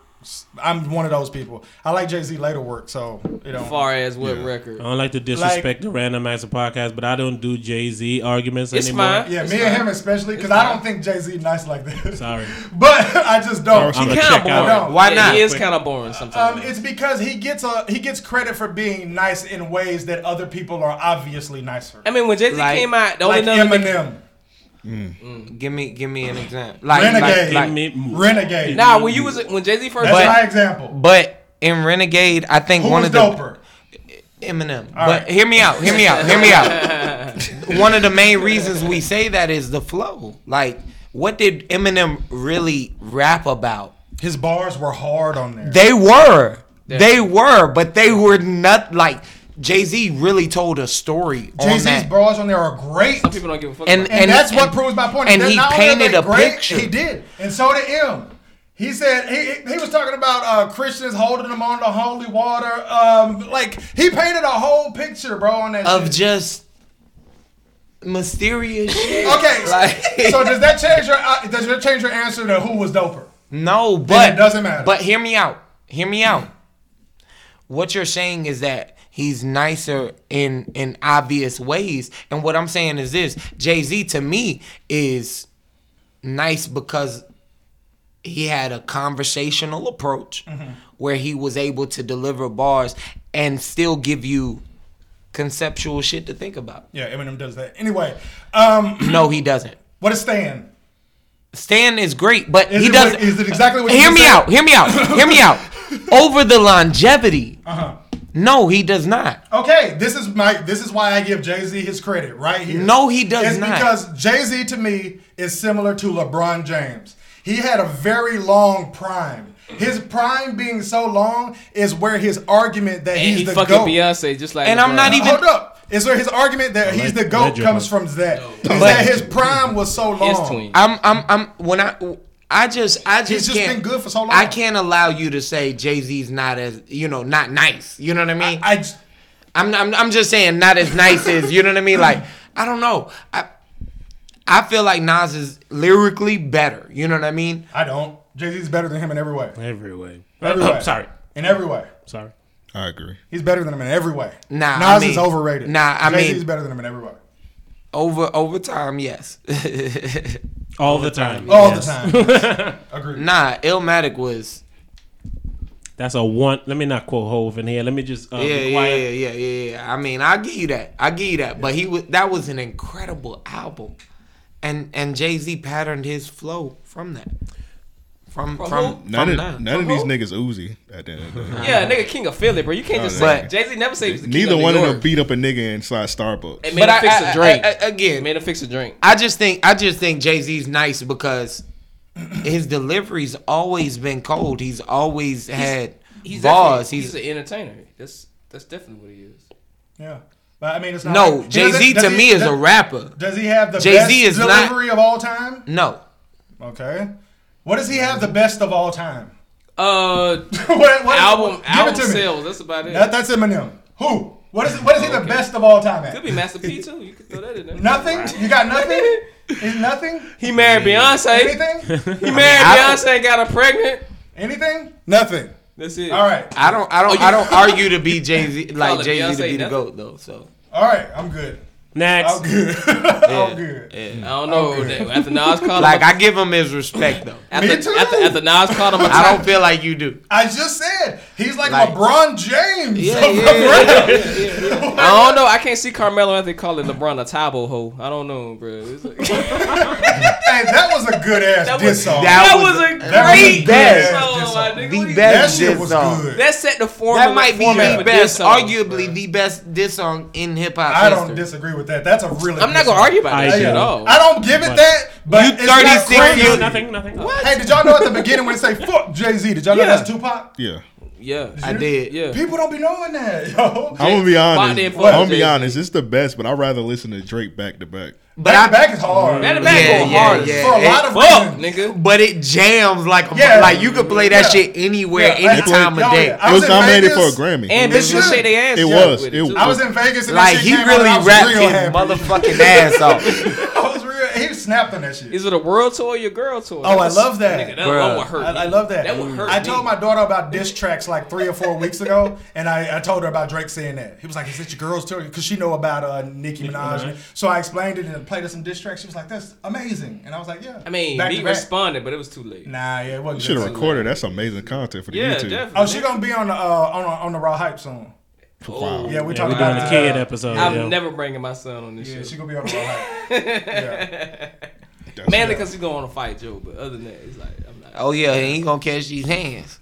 Speaker 9: I'm one of those people. I like Jay Z later work. So you know,
Speaker 11: Far as what record?
Speaker 10: I don't like to disrespect the Random Acts of Podcast, but I don't do Jay Z arguments
Speaker 11: It's
Speaker 10: anymore.
Speaker 11: fine.
Speaker 9: Yeah,
Speaker 11: It's
Speaker 9: me and him
Speaker 11: fine.
Speaker 9: especially, because
Speaker 11: It's
Speaker 9: I
Speaker 11: fine.
Speaker 9: don't think Jay Z nice like that.
Speaker 10: Sorry.
Speaker 9: but I just don't.
Speaker 10: He I'm gonna kinda check boring. out.
Speaker 9: I don't.
Speaker 10: Why not?
Speaker 11: He is kind of boring sometimes.
Speaker 9: Um, it's because he gets a he gets credit for being nice in ways that other people are obviously nicer.
Speaker 11: I mean, when Jay Z
Speaker 9: Like-
Speaker 11: came out, the only
Speaker 9: like
Speaker 11: other
Speaker 9: Eminem.
Speaker 11: nigga-
Speaker 2: Give me give me an example.
Speaker 9: Renegade. Renegade.
Speaker 11: Nah, when you was when Jay Z first.
Speaker 9: That's my example.
Speaker 2: But in Renegade, I think
Speaker 9: Who
Speaker 2: one
Speaker 9: was
Speaker 2: of the
Speaker 9: doper?
Speaker 2: Eminem.
Speaker 9: All
Speaker 2: but
Speaker 9: right.
Speaker 2: hear me out. Hear me out. Hear me out. one of the main reasons we say that is the flow. Like, what did Eminem really rap about?
Speaker 9: His bars were hard on there.
Speaker 2: They were. They were, but they were not like Jay Z really told a story
Speaker 9: Jay
Speaker 2: on
Speaker 9: Z's
Speaker 2: that.
Speaker 9: bras on there are great. Some
Speaker 11: people don't give a fuck.
Speaker 2: And-
Speaker 9: And,
Speaker 2: about and-
Speaker 9: that's what
Speaker 2: and-
Speaker 9: proves my point.
Speaker 2: and
Speaker 9: They're
Speaker 2: he
Speaker 9: not only are they
Speaker 2: painted a
Speaker 9: great,
Speaker 2: picture.
Speaker 9: He did, and so did him. He said he, he was talking about uh, Christians holding them on the holy water. Um, like he painted a whole picture, bro, on that
Speaker 2: Of
Speaker 9: shit.
Speaker 2: just mysterious shit.
Speaker 9: Okay,
Speaker 2: Like-
Speaker 9: so does that change your uh, does that change your answer to who was doper?
Speaker 2: No, but
Speaker 9: it doesn't matter.
Speaker 2: But hear me out. Hear me out. What you're saying is that he's nicer in in obvious ways, and what I'm saying is this: Jay Z to me is nice because he had a conversational approach
Speaker 9: Mm-hmm.
Speaker 2: where he was able to deliver bars and still give you conceptual shit to think about.
Speaker 9: Yeah, Eminem does that. Anyway, um,
Speaker 2: No, he doesn't.
Speaker 9: what is Stan?
Speaker 2: Stan is great, but
Speaker 9: Is
Speaker 2: he
Speaker 9: it
Speaker 2: doesn't.
Speaker 9: what- is it exactly what you
Speaker 2: Hear
Speaker 9: just
Speaker 2: me
Speaker 9: said?
Speaker 2: out. Hear me out. Hear me out. Over the longevity,
Speaker 9: Uh-huh.
Speaker 2: no, he does not.
Speaker 9: Okay, this is my this is why I give Jay Z his credit right here.
Speaker 2: No, he does
Speaker 9: it's
Speaker 2: not.
Speaker 9: because Jay Z to me is similar to LeBron James. He had a very long prime. His prime being so long is where his argument that
Speaker 11: And
Speaker 9: he's
Speaker 11: he
Speaker 9: the
Speaker 11: fucking
Speaker 9: goat.
Speaker 11: Beyonce just like.
Speaker 9: And I'm
Speaker 11: LeBron.
Speaker 9: not even hold up. Is where his argument that he's the goat
Speaker 11: legend.
Speaker 9: comes from that. Is
Speaker 2: But-
Speaker 9: that his prime was so long.
Speaker 2: I'm, I'm, I'm. When I, I just, I just,
Speaker 9: He's just
Speaker 2: can't,
Speaker 9: been good for so long.
Speaker 2: I can't allow you to say Jay Z's not as, you know, not nice. You know what I mean?
Speaker 9: I,
Speaker 2: am I'm, I'm just saying not as nice as, you know what I mean? Like, I don't know. I, I feel like Nas is lyrically better. You know what I mean?
Speaker 9: I don't. Jay Z's better than him in every way.
Speaker 10: Every way.
Speaker 9: Every way. In every way.
Speaker 10: Sorry.
Speaker 6: I agree.
Speaker 9: He's better than him in every way.
Speaker 2: Nah,
Speaker 9: Nas
Speaker 2: I mean-
Speaker 9: is overrated.
Speaker 2: Nah, I
Speaker 9: Jay-Z's
Speaker 2: mean-
Speaker 9: better than him in every way.
Speaker 2: Over over time, yes.
Speaker 10: All the time.
Speaker 9: All the time. Yes. Agreed.
Speaker 2: Nah, Illmatic was.
Speaker 10: That's a one. Let me not quote Hove in here. Let me just. Uh,
Speaker 2: yeah,
Speaker 10: be
Speaker 2: yeah,
Speaker 10: quiet.
Speaker 2: yeah, yeah, yeah, yeah. I mean, I give you that. I give you that. But he was that was an incredible album, and and Jay Z patterned his flow from that. From
Speaker 11: From
Speaker 2: from,
Speaker 11: who?
Speaker 6: None
Speaker 2: from
Speaker 6: of,
Speaker 2: that.
Speaker 6: none of these niggas Uzi at the end of the day.
Speaker 11: Yeah, nigga, king of Philly, bro. You can't
Speaker 6: No,
Speaker 11: just
Speaker 6: they-
Speaker 11: say Jay Z never said he was the king
Speaker 6: Neither
Speaker 11: of New
Speaker 6: one of
Speaker 11: York.
Speaker 6: them beat up a nigga inside Starbucks.
Speaker 11: It made him fix a drink.
Speaker 2: again,
Speaker 11: made him fix a drink.
Speaker 2: I just think I just think Jay Z's nice because his delivery's always been cold. He's always had
Speaker 11: He's
Speaker 2: bars.
Speaker 11: definitely-
Speaker 2: He's,
Speaker 11: he's an entertainer. That's that's definitely what he is.
Speaker 9: Yeah. But I mean, it's not
Speaker 2: No,
Speaker 9: like-
Speaker 2: Jay-Z
Speaker 9: does he-
Speaker 2: to
Speaker 9: does he-
Speaker 2: me is
Speaker 9: does-
Speaker 2: a rapper.
Speaker 9: Does he have the
Speaker 2: Jay-Z is
Speaker 9: best
Speaker 2: not-
Speaker 9: delivery of all time?
Speaker 2: no.
Speaker 9: Okay. What does he have the best of all time?
Speaker 11: Uh,
Speaker 9: What- what-
Speaker 11: album
Speaker 9: give it
Speaker 11: album
Speaker 9: to me.
Speaker 11: sales. That's about it.
Speaker 9: That, that's Eminem. Who? What is what is he the best of all time at?
Speaker 11: Could be Master P too. You could throw that in there.
Speaker 9: Nothing? You got nothing? Is nothing?
Speaker 11: He married Beyonce.
Speaker 9: Anything?
Speaker 11: He married Beyonce and got her pregnant.
Speaker 9: Anything? Nothing.
Speaker 11: That's it.
Speaker 9: All right.
Speaker 2: I don't I
Speaker 11: Oh,
Speaker 2: don't
Speaker 11: you-
Speaker 2: I don't argue to be Jay Z
Speaker 11: Call
Speaker 2: like
Speaker 11: it
Speaker 2: Jay Z to
Speaker 11: Beyonce
Speaker 2: be the
Speaker 11: nothing.
Speaker 2: goat though. So
Speaker 9: All right. I'm good.
Speaker 10: Next.
Speaker 9: I'm good.
Speaker 2: Yeah,
Speaker 9: I'm good.
Speaker 11: I don't know. After Nas called
Speaker 2: like
Speaker 11: him,
Speaker 2: I give him his respect though.
Speaker 11: after,
Speaker 9: Me too.
Speaker 11: After, after Nas called him, a
Speaker 2: I don't feel like you do.
Speaker 9: I just said he's like,
Speaker 2: Like-
Speaker 9: LeBron James.
Speaker 2: Yeah, yeah, yeah,
Speaker 11: I don't know. I can't see Carmelo Anthony calling LeBron a tabo hoe. I don't know, bro. It's like-
Speaker 9: Hey, that was a good ass
Speaker 11: That
Speaker 9: diss
Speaker 11: was,
Speaker 9: song.
Speaker 2: that
Speaker 11: that
Speaker 2: was-
Speaker 11: was a
Speaker 9: that was a
Speaker 11: great
Speaker 9: good ass
Speaker 11: song,
Speaker 9: diss
Speaker 11: my
Speaker 9: song.
Speaker 11: nigga. What
Speaker 2: The
Speaker 11: you-
Speaker 9: That
Speaker 2: best
Speaker 9: shit
Speaker 2: diss
Speaker 9: was
Speaker 2: song.
Speaker 9: good.
Speaker 11: That set the formula.
Speaker 2: That might be
Speaker 11: format
Speaker 2: the
Speaker 11: for diss
Speaker 2: best,
Speaker 11: songs,
Speaker 2: arguably the best diss song in hip hop.
Speaker 9: I don't
Speaker 2: history.
Speaker 9: disagree with that. That's a really.
Speaker 11: I'm not
Speaker 9: good
Speaker 11: gonna
Speaker 9: song.
Speaker 11: argue about
Speaker 10: I
Speaker 11: that shit
Speaker 10: do.
Speaker 11: at all.
Speaker 9: I don't give it that, but
Speaker 2: You
Speaker 9: it's not
Speaker 2: 36
Speaker 9: crazy.
Speaker 2: years-
Speaker 10: Nothing, nothing.
Speaker 9: Hey, did y'all know at the beginning when it say "fuck Jay Z"? Did y'all know
Speaker 11: Yeah.
Speaker 9: that's Tupac?
Speaker 6: Yeah.
Speaker 11: Yeah,
Speaker 2: I did.
Speaker 11: yeah.
Speaker 9: People don't be knowing that, yo.
Speaker 6: I'm gonna be
Speaker 11: Bought
Speaker 6: honest.
Speaker 11: it
Speaker 6: I'm
Speaker 11: for
Speaker 6: gonna be
Speaker 11: Jay-Z.
Speaker 6: honest. It's the best, but I'd rather listen to Drake back to back.
Speaker 2: But
Speaker 9: Back to
Speaker 2: I,
Speaker 9: back is hard
Speaker 11: Back to
Speaker 2: yeah,
Speaker 11: back go
Speaker 2: yeah,
Speaker 11: hard
Speaker 2: yeah.
Speaker 9: for a
Speaker 2: It-
Speaker 9: lot of
Speaker 11: Fuck,
Speaker 9: reasons.
Speaker 11: nigga.
Speaker 2: but it jams like a,
Speaker 9: Yeah.
Speaker 2: like you could play that
Speaker 9: Yeah.
Speaker 2: shit anywhere,
Speaker 9: Yeah,
Speaker 2: any
Speaker 9: I-
Speaker 2: time
Speaker 9: I-
Speaker 2: of day.
Speaker 9: y'all- I
Speaker 6: It was
Speaker 9: in
Speaker 6: nominated for a
Speaker 9: Vegas,
Speaker 6: Grammy.
Speaker 11: And
Speaker 9: It
Speaker 11: bitches
Speaker 9: should.
Speaker 11: shake their ass.
Speaker 6: It
Speaker 11: out
Speaker 6: was.
Speaker 11: with
Speaker 6: It
Speaker 11: too.
Speaker 9: I was in Vegas and
Speaker 2: Like
Speaker 9: that shit
Speaker 2: he
Speaker 9: came out and
Speaker 2: really
Speaker 9: I was
Speaker 2: rapped
Speaker 9: real
Speaker 2: his
Speaker 9: happy.
Speaker 2: motherfucking ass off.
Speaker 9: I was real. He snapped on that shit.
Speaker 11: Is it a world tour or your girl tour?
Speaker 9: Oh, I
Speaker 11: That's-
Speaker 9: love that.
Speaker 11: Nigga, that
Speaker 2: Bruh.
Speaker 11: one would hurt.
Speaker 9: I, I
Speaker 11: me.
Speaker 9: love that.
Speaker 11: That would hurt.
Speaker 9: I
Speaker 11: me.
Speaker 9: told my daughter about diss tracks like three or four weeks ago, and I, I told her about Drake saying that. He was like, "Is that your girls too?" Because she know about uh, Nicki Minaj. So I explained it and played her some diss tracks. She was like, "That's amazing," and I was like, "Yeah."
Speaker 11: I mean,
Speaker 9: Back
Speaker 11: he
Speaker 9: to back.
Speaker 11: responded, but it was too late.
Speaker 9: Nah, yeah, it
Speaker 6: You
Speaker 9: wasn't.
Speaker 6: should have
Speaker 9: good.
Speaker 6: recorded. That's amazing content for the
Speaker 11: Yeah,
Speaker 6: YouTube.
Speaker 11: definitely.
Speaker 9: Oh, she gonna Oh, be on the uh, on the, on the raw hype soon.
Speaker 6: Wow.
Speaker 9: Yeah, we
Speaker 10: Yeah,
Speaker 9: talked
Speaker 10: we're
Speaker 9: about
Speaker 10: doing the
Speaker 9: it,
Speaker 10: kid
Speaker 9: uh,
Speaker 10: episode.
Speaker 11: I'm
Speaker 10: yo.
Speaker 11: never bringing my son on this
Speaker 9: Yeah,
Speaker 11: shit.
Speaker 9: she gonna be on the raw hype. Yeah.
Speaker 6: That's-
Speaker 11: Mainly because he's going to fight Joe, but other than that, it's like I'm not.
Speaker 2: Oh yeah, he ain't gonna catch these hands.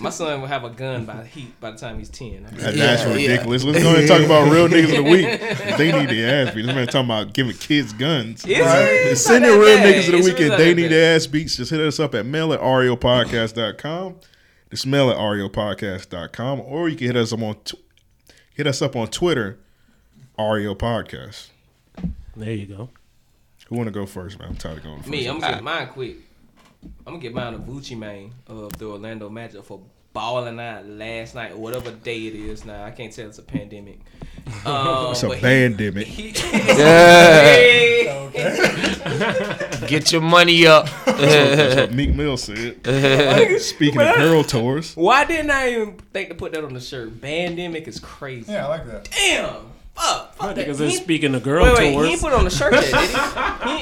Speaker 8: My son will have a gun by he by the time he's ten.
Speaker 6: That- That's ridiculous. Let's go ahead and talk about real niggas of the week. They need to ass beat. This man talking about giving kids guns.
Speaker 8: It's really not
Speaker 6: Send
Speaker 8: that
Speaker 6: your real
Speaker 8: bad.
Speaker 6: niggas of the
Speaker 8: It's
Speaker 6: week
Speaker 8: really
Speaker 6: and
Speaker 8: not
Speaker 6: they
Speaker 8: that
Speaker 6: need
Speaker 8: bad.
Speaker 6: to ass beats. Just hit us up at mail at E ariopodcast.com. The smell at E ariopodcast.com. Or you can hit us up on tw- hit us up on Twitter, Ario Podcast.
Speaker 10: There you go.
Speaker 6: Who wanna go first, man? I'm tired of going first.
Speaker 8: Me, I'm gonna get mine quick. I'm gonna get mine a Gucci Mane of the Orlando Magic for balling out last night or whatever day it is now. I can't tell it's a pandemic. Um,
Speaker 6: It's a
Speaker 8: but he-
Speaker 6: pandemic.
Speaker 8: he-
Speaker 2: Yeah. Get your money up.
Speaker 6: That's what, that's what Meek Mill said. Speaking of girl tours.
Speaker 8: Why didn't I even think to put that on the shirt? Pandemic is crazy.
Speaker 9: Yeah, I like that.
Speaker 8: Damn. Fuck. Fuck that.
Speaker 10: Because
Speaker 8: He-
Speaker 10: it's speaking of girl
Speaker 8: wait, wait,
Speaker 10: tours.
Speaker 8: He ain't put on the shirt yet. Did he?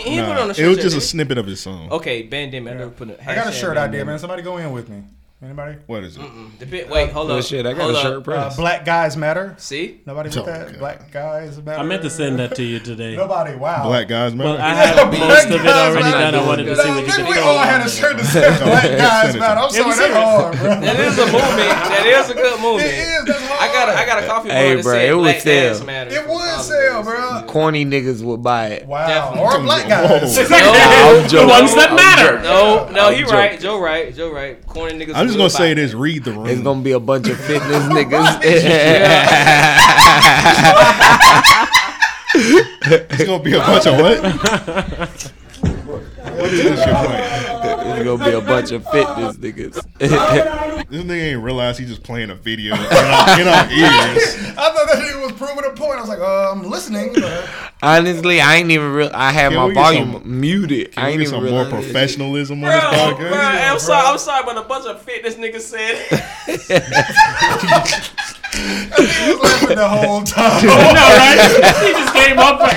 Speaker 8: He, he ain't put
Speaker 6: Nah,
Speaker 8: on the shirt.
Speaker 6: it was
Speaker 8: yet,
Speaker 6: just a
Speaker 8: did he?
Speaker 6: snippet of his song.
Speaker 8: Okay, pandemic. I never put a
Speaker 9: I got a
Speaker 8: hashtag
Speaker 9: shirt idea,
Speaker 8: pandemic.
Speaker 9: man. Somebody go in with me. Anybody?
Speaker 6: What is it?
Speaker 8: The bit- Wait, hold
Speaker 2: Oh,
Speaker 8: up.
Speaker 2: shit, I got
Speaker 8: hold
Speaker 2: a
Speaker 8: up.
Speaker 2: shirt press.
Speaker 9: Uh, black guys matter.
Speaker 8: See?
Speaker 9: Nobody with
Speaker 6: Oh,
Speaker 9: that. Black guys matter.
Speaker 10: I meant to send that to you today.
Speaker 9: Nobody. Wow.
Speaker 6: Black guys matter.
Speaker 10: Well, I have most of it already done. I wanted to see what you
Speaker 9: Nigga,
Speaker 10: could
Speaker 9: we
Speaker 10: throw
Speaker 9: all had
Speaker 10: on
Speaker 9: a
Speaker 10: there.
Speaker 9: shirt that said black guys matter. I'm sorry, that's hard, bro.
Speaker 8: That is a movement. That is a good movement. I got a, I got a coffee
Speaker 2: Hey,
Speaker 8: mug that
Speaker 2: bro,
Speaker 8: said
Speaker 2: it would
Speaker 8: Black
Speaker 2: sell.
Speaker 8: Lives Matter.
Speaker 9: It would sell, bro.
Speaker 2: Uh, Corny niggas would buy it.
Speaker 9: Wow. Or black guys.
Speaker 2: Whoa. I'm joking. I'm joking.
Speaker 8: No, no, he
Speaker 2: I'm
Speaker 8: right.
Speaker 2: joking.
Speaker 8: Joe right. Joe right. Corny niggas.
Speaker 6: I'm just gonna
Speaker 8: will
Speaker 6: say
Speaker 8: buy
Speaker 6: this: read the room.
Speaker 2: It's gonna be a bunch of fitness niggas.
Speaker 6: It's gonna be a bunch of what? what is this shit playing?
Speaker 2: it's gonna be a bunch of fitness niggas.
Speaker 6: This nigga ain't realize he just playing a video in our, in our ears.
Speaker 9: I thought that nigga was proving a point. I was like, uh, I'm listening. But
Speaker 2: Honestly, I ain't even real. I had
Speaker 6: Can
Speaker 2: my
Speaker 6: we get some-
Speaker 2: volume muted. I
Speaker 6: Can
Speaker 2: ain't
Speaker 6: we get
Speaker 2: even
Speaker 6: some more
Speaker 2: realize that shit.
Speaker 6: professionalism on
Speaker 8: Bro,
Speaker 6: this
Speaker 8: bro,
Speaker 6: podcast?
Speaker 8: I'm sorry. I'm sorry, but a bunch of fitness niggas said.
Speaker 9: he was laughing the whole time.
Speaker 10: I know, right? He just came up for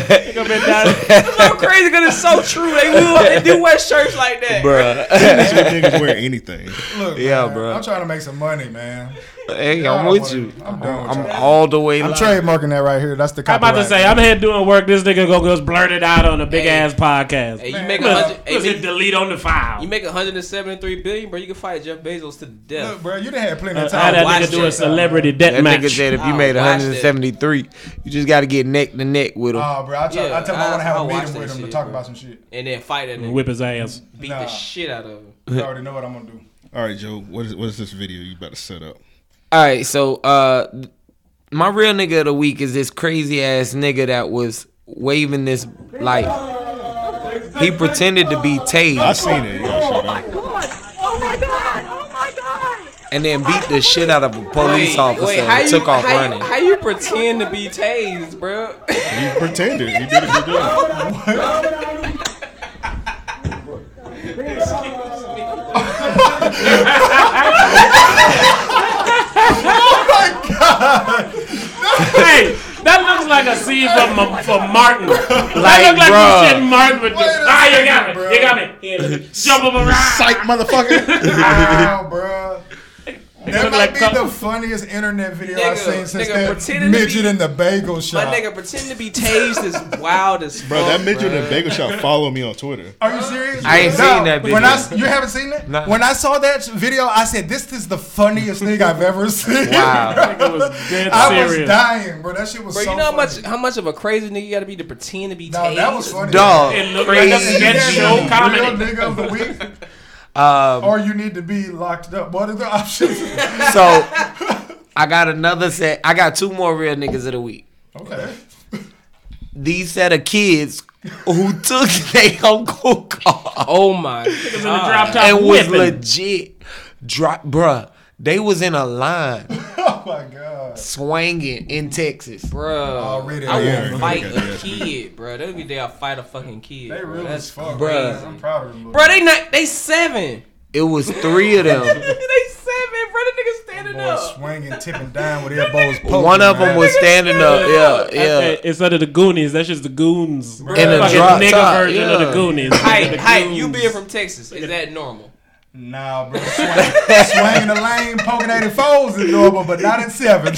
Speaker 10: air. He gonna be down-
Speaker 8: It's so crazy because it's so true. They will. They do wear shirts like that.
Speaker 2: Bruh.
Speaker 6: These niggas wear anything.
Speaker 9: Look,
Speaker 2: Yeah,
Speaker 9: man,
Speaker 2: bro.
Speaker 9: I'm trying to make some money, man.
Speaker 2: Hey,
Speaker 9: I
Speaker 2: I'm
Speaker 9: don't
Speaker 2: with
Speaker 9: wanna-
Speaker 2: you.
Speaker 9: I'm
Speaker 2: I'm,
Speaker 9: done with y'all.
Speaker 2: all the way.
Speaker 9: I'm
Speaker 2: live.
Speaker 9: trademarking that right here. That's the
Speaker 10: I'm
Speaker 9: copyright.
Speaker 10: about to say, I'm here doing work. This nigga gonna just blurt it out on a big ass podcast.
Speaker 8: Hey,
Speaker 10: Hey,
Speaker 8: you make a
Speaker 10: Let's,
Speaker 8: hundred. Hey,
Speaker 10: hit
Speaker 8: Meek,
Speaker 10: delete on the file.
Speaker 8: you make 173 billion, bro. You can fight Jeff Bezos to the
Speaker 9: Look,
Speaker 8: death.
Speaker 9: bro, you done had plenty
Speaker 10: Uh,
Speaker 9: of
Speaker 10: I
Speaker 9: time.
Speaker 10: had
Speaker 9: to
Speaker 10: that
Speaker 9: watch
Speaker 10: nigga do a
Speaker 9: yourself.
Speaker 10: celebrity death
Speaker 2: That nigga
Speaker 10: match.
Speaker 2: said if you
Speaker 8: I'll
Speaker 2: made
Speaker 8: watch that.
Speaker 2: 173, you just got to get neck to neck with him.
Speaker 8: Uh,
Speaker 9: Oh, bro, I, tell
Speaker 8: Yeah,
Speaker 9: I tell him I, want to
Speaker 8: I-
Speaker 9: have
Speaker 8: I'll
Speaker 9: a
Speaker 8: watch
Speaker 9: meeting
Speaker 8: that
Speaker 9: with him to
Speaker 8: shit,
Speaker 9: talk
Speaker 8: bro.
Speaker 9: about some shit.
Speaker 8: And then fight that nigga.
Speaker 10: Whip his ass.
Speaker 8: Beat
Speaker 9: Nah.
Speaker 8: the shit out of him.
Speaker 9: You already know what I'm gonna do.
Speaker 6: All right, Joe. What is what is this video you about to set up?
Speaker 2: All right, so uh, my real nigga of the week is this crazy ass nigga that was waving this like he pretended to be
Speaker 6: I
Speaker 2: tased
Speaker 6: seen it. You gotta show it out.
Speaker 2: and then beat the shit out of a police officer
Speaker 8: how
Speaker 2: and
Speaker 8: you,
Speaker 2: took off
Speaker 8: how,
Speaker 2: running.
Speaker 8: How you pretend to be tased, bro?
Speaker 6: You pretended. You did a good job.
Speaker 10: hey, that looks like a scene from from Martin. that
Speaker 2: Like,
Speaker 10: look like
Speaker 2: bruh.
Speaker 10: some shit Martin would do.
Speaker 9: Wait a
Speaker 10: Ah, you
Speaker 9: second,
Speaker 10: got me.
Speaker 9: bruh.
Speaker 10: You got me. Here, let me jump up around.
Speaker 6: Psych, motherfucker.
Speaker 9: Wow, bro. That
Speaker 10: look
Speaker 9: might
Speaker 10: like
Speaker 9: be
Speaker 10: couple-
Speaker 9: the funniest internet video I've
Speaker 8: Nigga,
Speaker 9: seen since
Speaker 8: nigga
Speaker 9: that
Speaker 8: pretending to
Speaker 9: midget
Speaker 8: be-
Speaker 9: in the bagel shop.
Speaker 8: My nigga pretend to be tased is wild as fuck.
Speaker 6: Bro, that midget in
Speaker 8: bruh.
Speaker 6: the bagel shop follow me on Twitter.
Speaker 9: Are you serious?
Speaker 2: I ain't seen that
Speaker 9: When I,
Speaker 2: video.
Speaker 9: you haven't seen it?
Speaker 2: Nah.
Speaker 9: When I saw that video, I said, "This is the funniest thing I've ever seen."
Speaker 2: Wow.
Speaker 10: It was dead
Speaker 9: I was
Speaker 10: serious.
Speaker 9: dying, bro. That shit was
Speaker 8: Bro,
Speaker 9: so
Speaker 8: you know how much
Speaker 9: funny.
Speaker 8: how much of a crazy nigga you gotta be to pretend to be
Speaker 9: No,
Speaker 8: tased?
Speaker 9: that was funny.
Speaker 2: Dog,
Speaker 10: It looked like a
Speaker 2: crazy.
Speaker 9: Either you're
Speaker 10: sketch show
Speaker 9: the Real
Speaker 10: comedy.
Speaker 9: nigga of the week,
Speaker 2: Um,
Speaker 9: or you need to be locked up. What are the options?
Speaker 2: so I got another set. I got two more real niggas of the week.
Speaker 9: okay.
Speaker 2: These set of kids who took their uncle car.
Speaker 8: Oh my
Speaker 10: In the
Speaker 8: god.
Speaker 10: drop top
Speaker 2: and was
Speaker 10: whipping.
Speaker 2: legit drop, bruh. They was in a line
Speaker 9: Oh my god.
Speaker 2: swinging in Texas.
Speaker 8: Bro,
Speaker 9: Already
Speaker 8: I
Speaker 9: there.
Speaker 8: will fight
Speaker 6: Look at
Speaker 8: a
Speaker 6: that.
Speaker 8: kid, bro. Every day I'll fight a fucking kid.
Speaker 9: They
Speaker 8: bro.
Speaker 9: real
Speaker 8: That's
Speaker 9: as fuck,
Speaker 2: crazy.
Speaker 9: man. I'm proud of them.
Speaker 8: Bro, they not they seven.
Speaker 2: It was three of
Speaker 8: they
Speaker 2: them.
Speaker 8: seven, bro. The nigga standing
Speaker 9: Boy,
Speaker 8: up.
Speaker 9: swinging, tipping, down with elbows.
Speaker 10: Oh
Speaker 9: poking,
Speaker 2: One of them
Speaker 9: man.
Speaker 2: was standing up. Yeah,
Speaker 10: Hey, Instead of the Goonies, that's just the Goons. In
Speaker 2: a
Speaker 10: Fucking
Speaker 2: drop
Speaker 10: nigga
Speaker 2: top,
Speaker 10: version of
Speaker 2: yeah.
Speaker 10: the Goonies.
Speaker 8: Hype,
Speaker 10: The
Speaker 8: hype.
Speaker 10: Goons.
Speaker 8: You being from Texas, is that normal?
Speaker 9: Nah, bro. Swing, swinging the lane, poking at his foes is normal, but not at seven.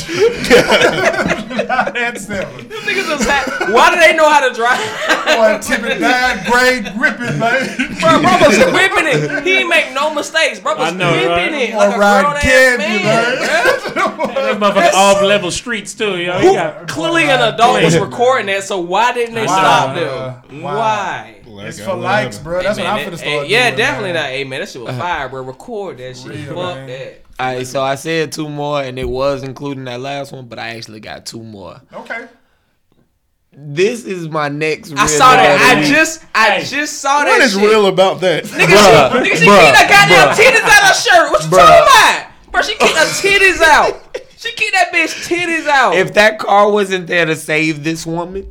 Speaker 9: not at seven.
Speaker 8: Them niggas upset. Why do they know how to drive?
Speaker 9: Boy, tipping nine grade ripping, man.
Speaker 8: Bro, bro was whipping it. He ain't make no mistakes. Bro was
Speaker 10: I know,
Speaker 8: whipping
Speaker 10: right?
Speaker 8: it.
Speaker 10: Boy,
Speaker 8: Like a
Speaker 10: ride
Speaker 8: grown ass
Speaker 10: candy,
Speaker 8: man.
Speaker 10: That motherfucker off level streets too, yo. He
Speaker 8: Who-
Speaker 10: got
Speaker 8: Clearly an adult was
Speaker 10: Yeah.
Speaker 8: recording that, so why didn't they
Speaker 10: Why?
Speaker 8: stop
Speaker 9: Why?
Speaker 8: them? Why?
Speaker 9: It's for likes, bro. That's what I'm
Speaker 8: that-
Speaker 9: finna
Speaker 8: hey,
Speaker 9: start
Speaker 8: Yeah,
Speaker 9: doing,
Speaker 8: definitely
Speaker 9: man.
Speaker 8: not. Hey, man, that shit
Speaker 10: Uh-huh.
Speaker 8: was fire, bro. Record that shit. Fuck that.
Speaker 2: All right, so I said two more, and it was including that last one, but I actually got two more.
Speaker 9: Okay.
Speaker 2: This is my next.
Speaker 8: I saw that. I just, I just saw that.
Speaker 6: What is
Speaker 8: shit.
Speaker 6: real about that?
Speaker 8: Nigga, she, nigga, she kicked her goddamn titties out of her shirt. What you
Speaker 2: Bruh.
Speaker 8: talking about? Bro, she kicked her titties out. She kicked that bitch titties out.
Speaker 2: If that car wasn't there to save this woman,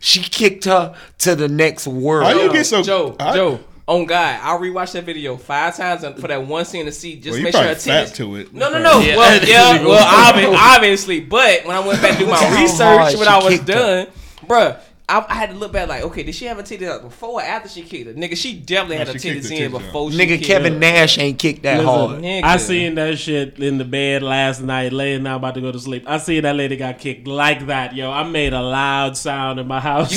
Speaker 2: she kicked her to the next world.
Speaker 8: Joe, Joe, Joe, on God, I'll rewatch that video five times and for that one scene to see. Just
Speaker 6: Well, you
Speaker 8: make sure her
Speaker 6: probably fat
Speaker 8: titties.
Speaker 6: to it.
Speaker 8: No, no,
Speaker 6: You
Speaker 8: no.
Speaker 6: probably- Yeah.
Speaker 8: Well, yeah, well, obvi- obviously, but when I went back to do
Speaker 2: Oh,
Speaker 8: my research, when I was done, bruh. I, I had to look back like, okay, did she have a titties out before or after she kicked her? Nigga, she definitely had
Speaker 2: No,
Speaker 8: her
Speaker 2: she kicked
Speaker 8: titties
Speaker 2: her
Speaker 8: in
Speaker 2: titties out.
Speaker 8: before she
Speaker 2: Nigga,
Speaker 8: kicked
Speaker 2: Kevin
Speaker 8: her.
Speaker 2: Nash ain't kicked that hard.
Speaker 10: I
Speaker 8: Nigga.
Speaker 10: seen that shit in the bed last night, laying down about to go to sleep. I seen that lady got kicked like that, yo. I made a loud sound in my house.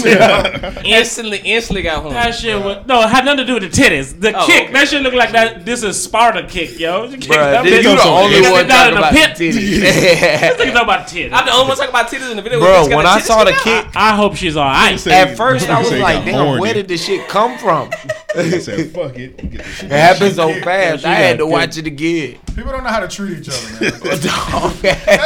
Speaker 8: instantly, instantly got home.
Speaker 10: That shit was no, it had nothing to do with the titties. The
Speaker 8: Oh,
Speaker 10: kick, that shit looked like that. This is Sparta kick, yo. You
Speaker 2: Bruh,
Speaker 10: that
Speaker 2: this-
Speaker 10: bitch-
Speaker 2: you the only
Speaker 10: got
Speaker 2: one
Speaker 10: it down
Speaker 2: talking
Speaker 10: in the
Speaker 2: about
Speaker 10: pit.
Speaker 2: titties.
Speaker 10: This nigga talking about titties.
Speaker 8: I'm the only one talking about titties in the video.
Speaker 2: Bro, when I saw the kick,
Speaker 10: I, hope she's all right.
Speaker 2: At first, I was
Speaker 10: Say
Speaker 2: like,
Speaker 10: got
Speaker 2: damn,
Speaker 10: horny.
Speaker 2: where did this shit come from?
Speaker 6: said, fuck it.
Speaker 2: It happened so fast.
Speaker 9: She
Speaker 2: I had
Speaker 9: got
Speaker 2: to watch it again.
Speaker 9: People don't know how to treat each other, man. That's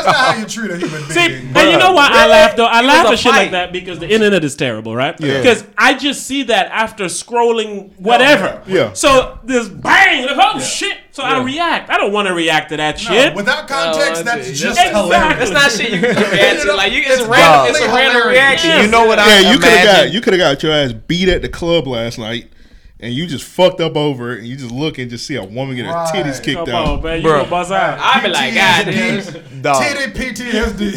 Speaker 9: not how you treat a human being.
Speaker 10: See, and you know why I laugh though? I
Speaker 9: It
Speaker 10: laugh
Speaker 9: was a
Speaker 10: at shit
Speaker 9: fight.
Speaker 10: like that because the internet is terrible, right?
Speaker 6: Yeah. Oh,
Speaker 10: Because I just see that after scrolling whatever.
Speaker 6: yeah. Yeah.
Speaker 10: So this bang, like, oh shit! So I react. I don't want to react to that shit.
Speaker 9: Without context, that's just
Speaker 10: Exactly.
Speaker 9: hilarious.
Speaker 10: That's not shit you can
Speaker 8: react to. Like, you- it's random- it's a random reaction. You know what I
Speaker 6: Yeah, you could have got
Speaker 8: imagine?
Speaker 6: you could have got your ass beat at the club last night, and you just fucked up over it, and you just look and just see a woman get her
Speaker 9: Right.
Speaker 6: titties kicked
Speaker 10: Come
Speaker 6: out.
Speaker 10: on, man, you gonna buzz out. I be like,
Speaker 9: PTSD.
Speaker 10: goddamn.
Speaker 2: Oh.
Speaker 10: Dog.
Speaker 9: Titty PTSD.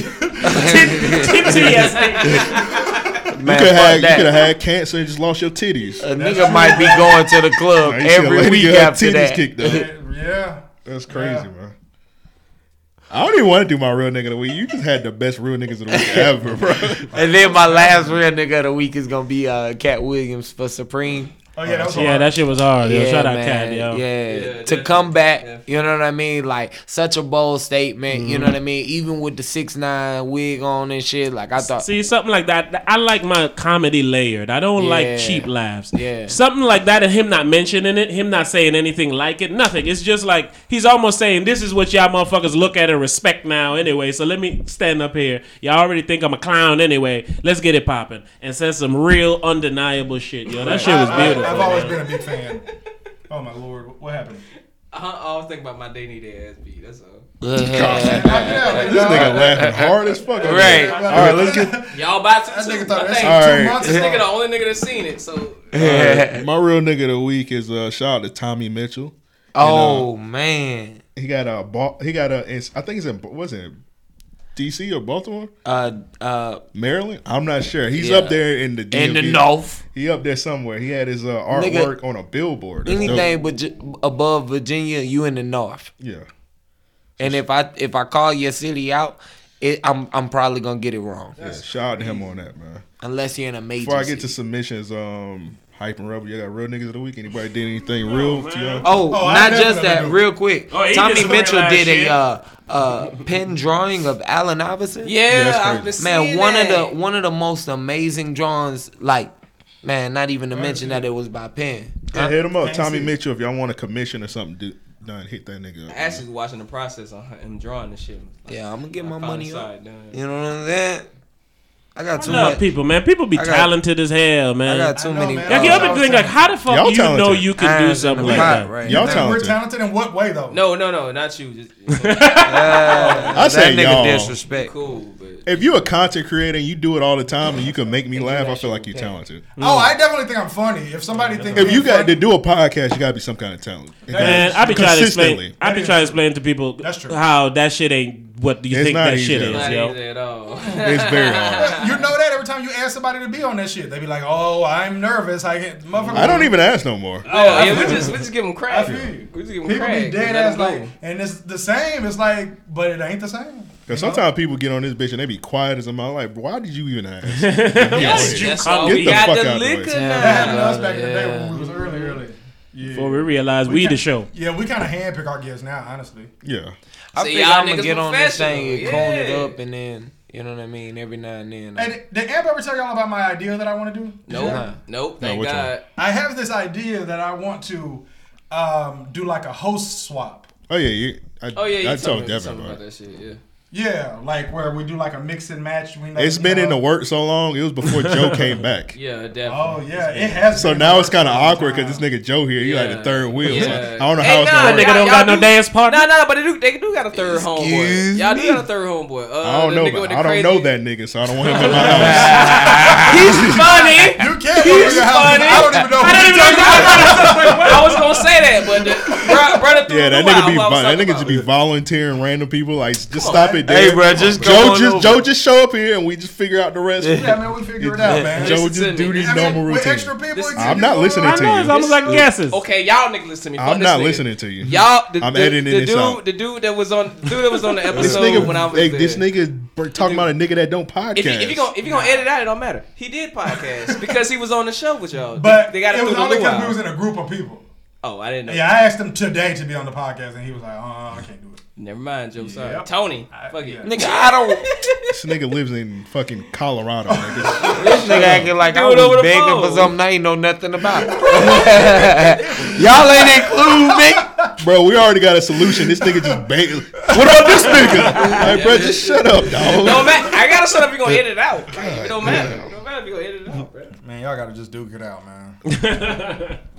Speaker 6: PTSD. You
Speaker 2: Man,
Speaker 6: could have
Speaker 2: fuck
Speaker 6: had you
Speaker 2: that.
Speaker 6: could have had cancer and just lost your titties.
Speaker 2: A nigga might be going to the club
Speaker 6: Now, you see a
Speaker 2: every
Speaker 6: lady
Speaker 2: week
Speaker 6: get her
Speaker 2: after
Speaker 6: titties
Speaker 2: that.
Speaker 6: kicked out.
Speaker 9: Yeah.
Speaker 6: That's crazy, man. I don't even want to do my real nigga of the week. You just had the best real niggas of the week ever, bro.
Speaker 2: and then my last real nigga of the week is gonna be uh, Cat Williams for Supreme.
Speaker 9: Oh yeah, that
Speaker 10: was Yeah, hard. that shit was hard, yo. Shout out
Speaker 2: man.
Speaker 10: Cat, yo.
Speaker 2: Yeah,
Speaker 10: Yeah,
Speaker 2: to come back, you know what I mean? Like such a bold statement, you know
Speaker 10: Mm-hmm.
Speaker 2: what I mean? Even with the six nine wig on and shit, like I thought.
Speaker 10: See something like that. I like my comedy layered. I don't
Speaker 2: Yeah.
Speaker 10: like cheap laughs.
Speaker 2: Yeah.
Speaker 10: Something like that, and him not mentioning it, him not saying anything like it, nothing. It's just like he's almost saying, "This is what y'all motherfuckers look at and respect now, anyway." So let me stand up here. Y'all already think I'm a clown anyway. Let's get it popping and said some real undeniable shit, yo. That shit was
Speaker 9: I- I-
Speaker 10: beautiful.
Speaker 9: I've always
Speaker 10: man.
Speaker 9: been a big fan. Oh my lord, what happened?
Speaker 8: Uh-huh, I always think about my day need to ass beat. That's all.
Speaker 2: this
Speaker 6: This nigga laughing hard as fuck. over
Speaker 2: Right.
Speaker 6: there. All right, let's get.
Speaker 8: Y'all bought some too.
Speaker 9: nigga thought
Speaker 8: I
Speaker 9: that's
Speaker 8: think.
Speaker 6: like two Alright. months
Speaker 8: This
Speaker 6: ago.
Speaker 8: nigga the only nigga that seen it. So
Speaker 6: All right, My real nigga of the week is uh, shout out to Tommy Mitchell.
Speaker 2: Oh, man,
Speaker 6: he got a ball. He got a. it's- I think he's in. Was it D.C. or Baltimore?
Speaker 2: Uh, uh,
Speaker 6: Maryland. I'm not sure. He's
Speaker 2: Yeah.
Speaker 6: up there in the
Speaker 2: In the
Speaker 6: DMV.
Speaker 2: north.
Speaker 6: He up there somewhere. He had his uh,
Speaker 2: Nigga,
Speaker 6: artwork on a billboard. That's dope.
Speaker 2: Anything but ju- above Virginia, you in the north.
Speaker 6: Yeah.
Speaker 2: And if I if I call your city out, it, I'm I'm probably gonna get it wrong.
Speaker 6: Yeah, shout out to him on that, man.
Speaker 2: Unless you're in a major.
Speaker 6: Before I get to submissions, um, hype and rubber, you got real niggas of the week. Anybody did anything real to y'all?
Speaker 2: Oh, not just that. Real quick,
Speaker 10: Oh, he
Speaker 2: Tommy
Speaker 10: just
Speaker 2: Mitchell
Speaker 10: realized
Speaker 2: did
Speaker 10: shit.
Speaker 2: a uh, uh, pen drawing of Allen Iverson.
Speaker 8: Yeah, Yeah, that's I've crazy. been
Speaker 2: man.
Speaker 8: seeing
Speaker 2: One
Speaker 8: that.
Speaker 2: of the one of the most amazing drawings. Like, man, not even to mention that it was by pen.
Speaker 6: Yeah, hit him up, Tommy Mitchell. If y'all want a commission or something, do, done hit that nigga.
Speaker 8: I
Speaker 6: Up.
Speaker 8: actually was watching the process on him drawing the shit.
Speaker 2: Yeah, I'm gonna get
Speaker 8: I
Speaker 2: my
Speaker 8: finally
Speaker 2: money
Speaker 8: saw
Speaker 2: up.
Speaker 8: it done.
Speaker 2: You know what I'm saying? I got too
Speaker 10: I love
Speaker 2: much.
Speaker 10: people, man. People be
Speaker 2: I got-
Speaker 10: talented as hell, man.
Speaker 2: I got too I know, many- man.
Speaker 10: Like, you ever think like, how the fuck
Speaker 6: Y'all
Speaker 10: you
Speaker 6: talented.
Speaker 10: know you can do something like that?
Speaker 9: We're talented in what way though?
Speaker 8: No, no, no, not you. Just,
Speaker 6: I say y'all.
Speaker 8: Cool, but
Speaker 6: If you a content creator and you do it all the time and you can make me laugh, I feel like you're talented.
Speaker 9: Oh, I definitely think I'm funny. If somebody thinks
Speaker 6: If you got to do a podcast, you got to be some kind of talent.
Speaker 10: Man, I be trying to explain.
Speaker 6: Consistently.
Speaker 10: I be trying to explain to people how that shit ain't what you
Speaker 6: It's
Speaker 10: think
Speaker 6: not
Speaker 10: that
Speaker 6: easy
Speaker 10: shit
Speaker 6: at
Speaker 10: is,
Speaker 6: all. Not
Speaker 10: yo.
Speaker 6: easy
Speaker 8: at all. Oh,
Speaker 6: It's very hard.
Speaker 9: you know that every time you ask somebody to be on that shit, they be like, "Oh, I'm nervous. I get motherfucker."
Speaker 6: I don't even ask no more.
Speaker 8: Oh yeah, we just we just give him crack.
Speaker 9: I
Speaker 8: We
Speaker 9: feel you.
Speaker 8: just give him
Speaker 9: People
Speaker 8: crack.
Speaker 9: be dead
Speaker 8: Let
Speaker 9: ass
Speaker 8: him go.
Speaker 9: like, and it's the same. It's like, but it ain't the same.
Speaker 6: Cause sometimes people get on this bitch and they be quiet as a mouth. Like, why did you even ask? Yes,
Speaker 9: That's
Speaker 6: come
Speaker 9: why
Speaker 6: get
Speaker 9: we
Speaker 6: the
Speaker 9: got
Speaker 6: fuck
Speaker 9: the
Speaker 6: out the way.
Speaker 9: liquor now. Yeah, I know, that's back in the day when we was early, early. Yeah.
Speaker 10: Before we realized we, the show.
Speaker 9: Yeah, we kind of handpick our guests now, honestly.
Speaker 6: Yeah.
Speaker 2: I
Speaker 9: So
Speaker 2: think
Speaker 9: y'all
Speaker 2: I'm gonna
Speaker 9: niggas
Speaker 2: get on this thing and
Speaker 9: professional,
Speaker 2: cone it
Speaker 9: yeah.
Speaker 2: up, and then you know what I mean. Every now and then,
Speaker 9: Hey, did- did Amber ever tell y'all about my idea that I want to do?
Speaker 2: Nope.
Speaker 9: Yeah.
Speaker 2: Nope, No, thank which one? God.
Speaker 9: I have this idea that I want to um, do like a host swap.
Speaker 6: Oh yeah, you. I,
Speaker 9: Oh, yeah, you
Speaker 6: I
Speaker 9: told
Speaker 6: told
Speaker 9: me
Speaker 6: Devin
Speaker 9: something
Speaker 6: about
Speaker 9: about
Speaker 6: it.
Speaker 15: That shit, yeah.
Speaker 9: Yeah, like where we do like a mix and match. We know,
Speaker 6: It's
Speaker 9: you
Speaker 6: been
Speaker 9: know.
Speaker 6: in the work so long. It was before Joe came back.
Speaker 15: Yeah,
Speaker 9: Oh
Speaker 15: definitely.
Speaker 9: yeah, it has.
Speaker 6: So
Speaker 9: been
Speaker 6: now it's kind of awkward because this nigga Joe here, you like the third wheel. So I don't know how it's
Speaker 10: nah,
Speaker 6: gonna work.
Speaker 10: nigga don't got no dance partner.
Speaker 8: Nah, nah, but they do, they do got a third homeboy. Y'all do got a third homeboy. Uh,
Speaker 6: I don't
Speaker 8: the
Speaker 6: know.
Speaker 8: nigga
Speaker 6: about-
Speaker 8: with the
Speaker 6: I don't
Speaker 8: crazy-
Speaker 6: know that nigga, so I don't want him in my house.
Speaker 8: He's funny.
Speaker 9: You can't
Speaker 8: go
Speaker 9: to your house. I don't even know.
Speaker 8: I don't even know. I was gonna say that, but the, bro, brother threw me
Speaker 6: Yeah, that nigga
Speaker 8: out
Speaker 6: be
Speaker 8: while I was
Speaker 6: that
Speaker 8: talking
Speaker 6: nigga just be volunteering random people. Like, just
Speaker 8: on,
Speaker 6: stop
Speaker 8: man.
Speaker 6: it, there.
Speaker 2: Hey, bro, just
Speaker 6: Joe,
Speaker 2: come on
Speaker 6: just
Speaker 2: over.
Speaker 6: Joe, just show up here and we just figure out the rest.
Speaker 9: Yeah, man, we figure it out, man.
Speaker 6: Joe,
Speaker 9: Listen to
Speaker 6: just do
Speaker 9: me.
Speaker 6: these
Speaker 9: I mean,
Speaker 6: normal
Speaker 9: with
Speaker 6: routines.
Speaker 9: extra people, it
Speaker 6: I'm
Speaker 9: gets
Speaker 6: not
Speaker 9: more-
Speaker 6: listening
Speaker 9: I
Speaker 6: to
Speaker 9: know,
Speaker 6: you.
Speaker 9: it's almost like guesses.
Speaker 8: Okay, y'all niggas listen to me. Fuck
Speaker 6: I'm
Speaker 8: this
Speaker 6: not
Speaker 8: nigga.
Speaker 6: listening to you.
Speaker 8: Y'all, the,
Speaker 6: I'm
Speaker 8: the,
Speaker 6: editing
Speaker 8: the
Speaker 6: this
Speaker 8: dude,
Speaker 6: out.
Speaker 8: the dude that was on, the dude that was on the episode
Speaker 6: This nigga,
Speaker 8: when I was
Speaker 6: hey,
Speaker 8: there.
Speaker 6: this nigga br- talking about a nigga that don't podcast.
Speaker 8: If you if you gonna if you gonna edit out, it don't matter. He did podcast because he was on the show with y'all.
Speaker 9: But
Speaker 8: they got
Speaker 9: it was
Speaker 8: through
Speaker 9: only
Speaker 8: the
Speaker 9: because we
Speaker 8: luau.
Speaker 9: was in a group of people.
Speaker 8: Oh, I didn't know.
Speaker 9: Yeah, I asked him today to be on the podcast, and he was like, "Uh, I can't do it."
Speaker 8: Never mind, Joe. Sorry,
Speaker 9: Yep.
Speaker 8: Tony. Fuck it,
Speaker 2: Nigga, I don't.
Speaker 6: this nigga lives in fucking Colorado. Nigga.
Speaker 2: This nigga acting like
Speaker 6: Do
Speaker 2: I
Speaker 6: it over
Speaker 2: was
Speaker 6: the
Speaker 2: begging
Speaker 6: phone.
Speaker 2: for something I ain't know nothing about. Y'all ain't include me.
Speaker 6: Bro, we already got a solution. This nigga just bait. What about this nigga? Like, bro, just shut up, dog.
Speaker 8: Don't matter. I gotta shut up. You gonna edit it out. Like, it don't matter. It don't matter if you gonna edit it out, bro.
Speaker 9: Man, y'all gotta just duke it out, man.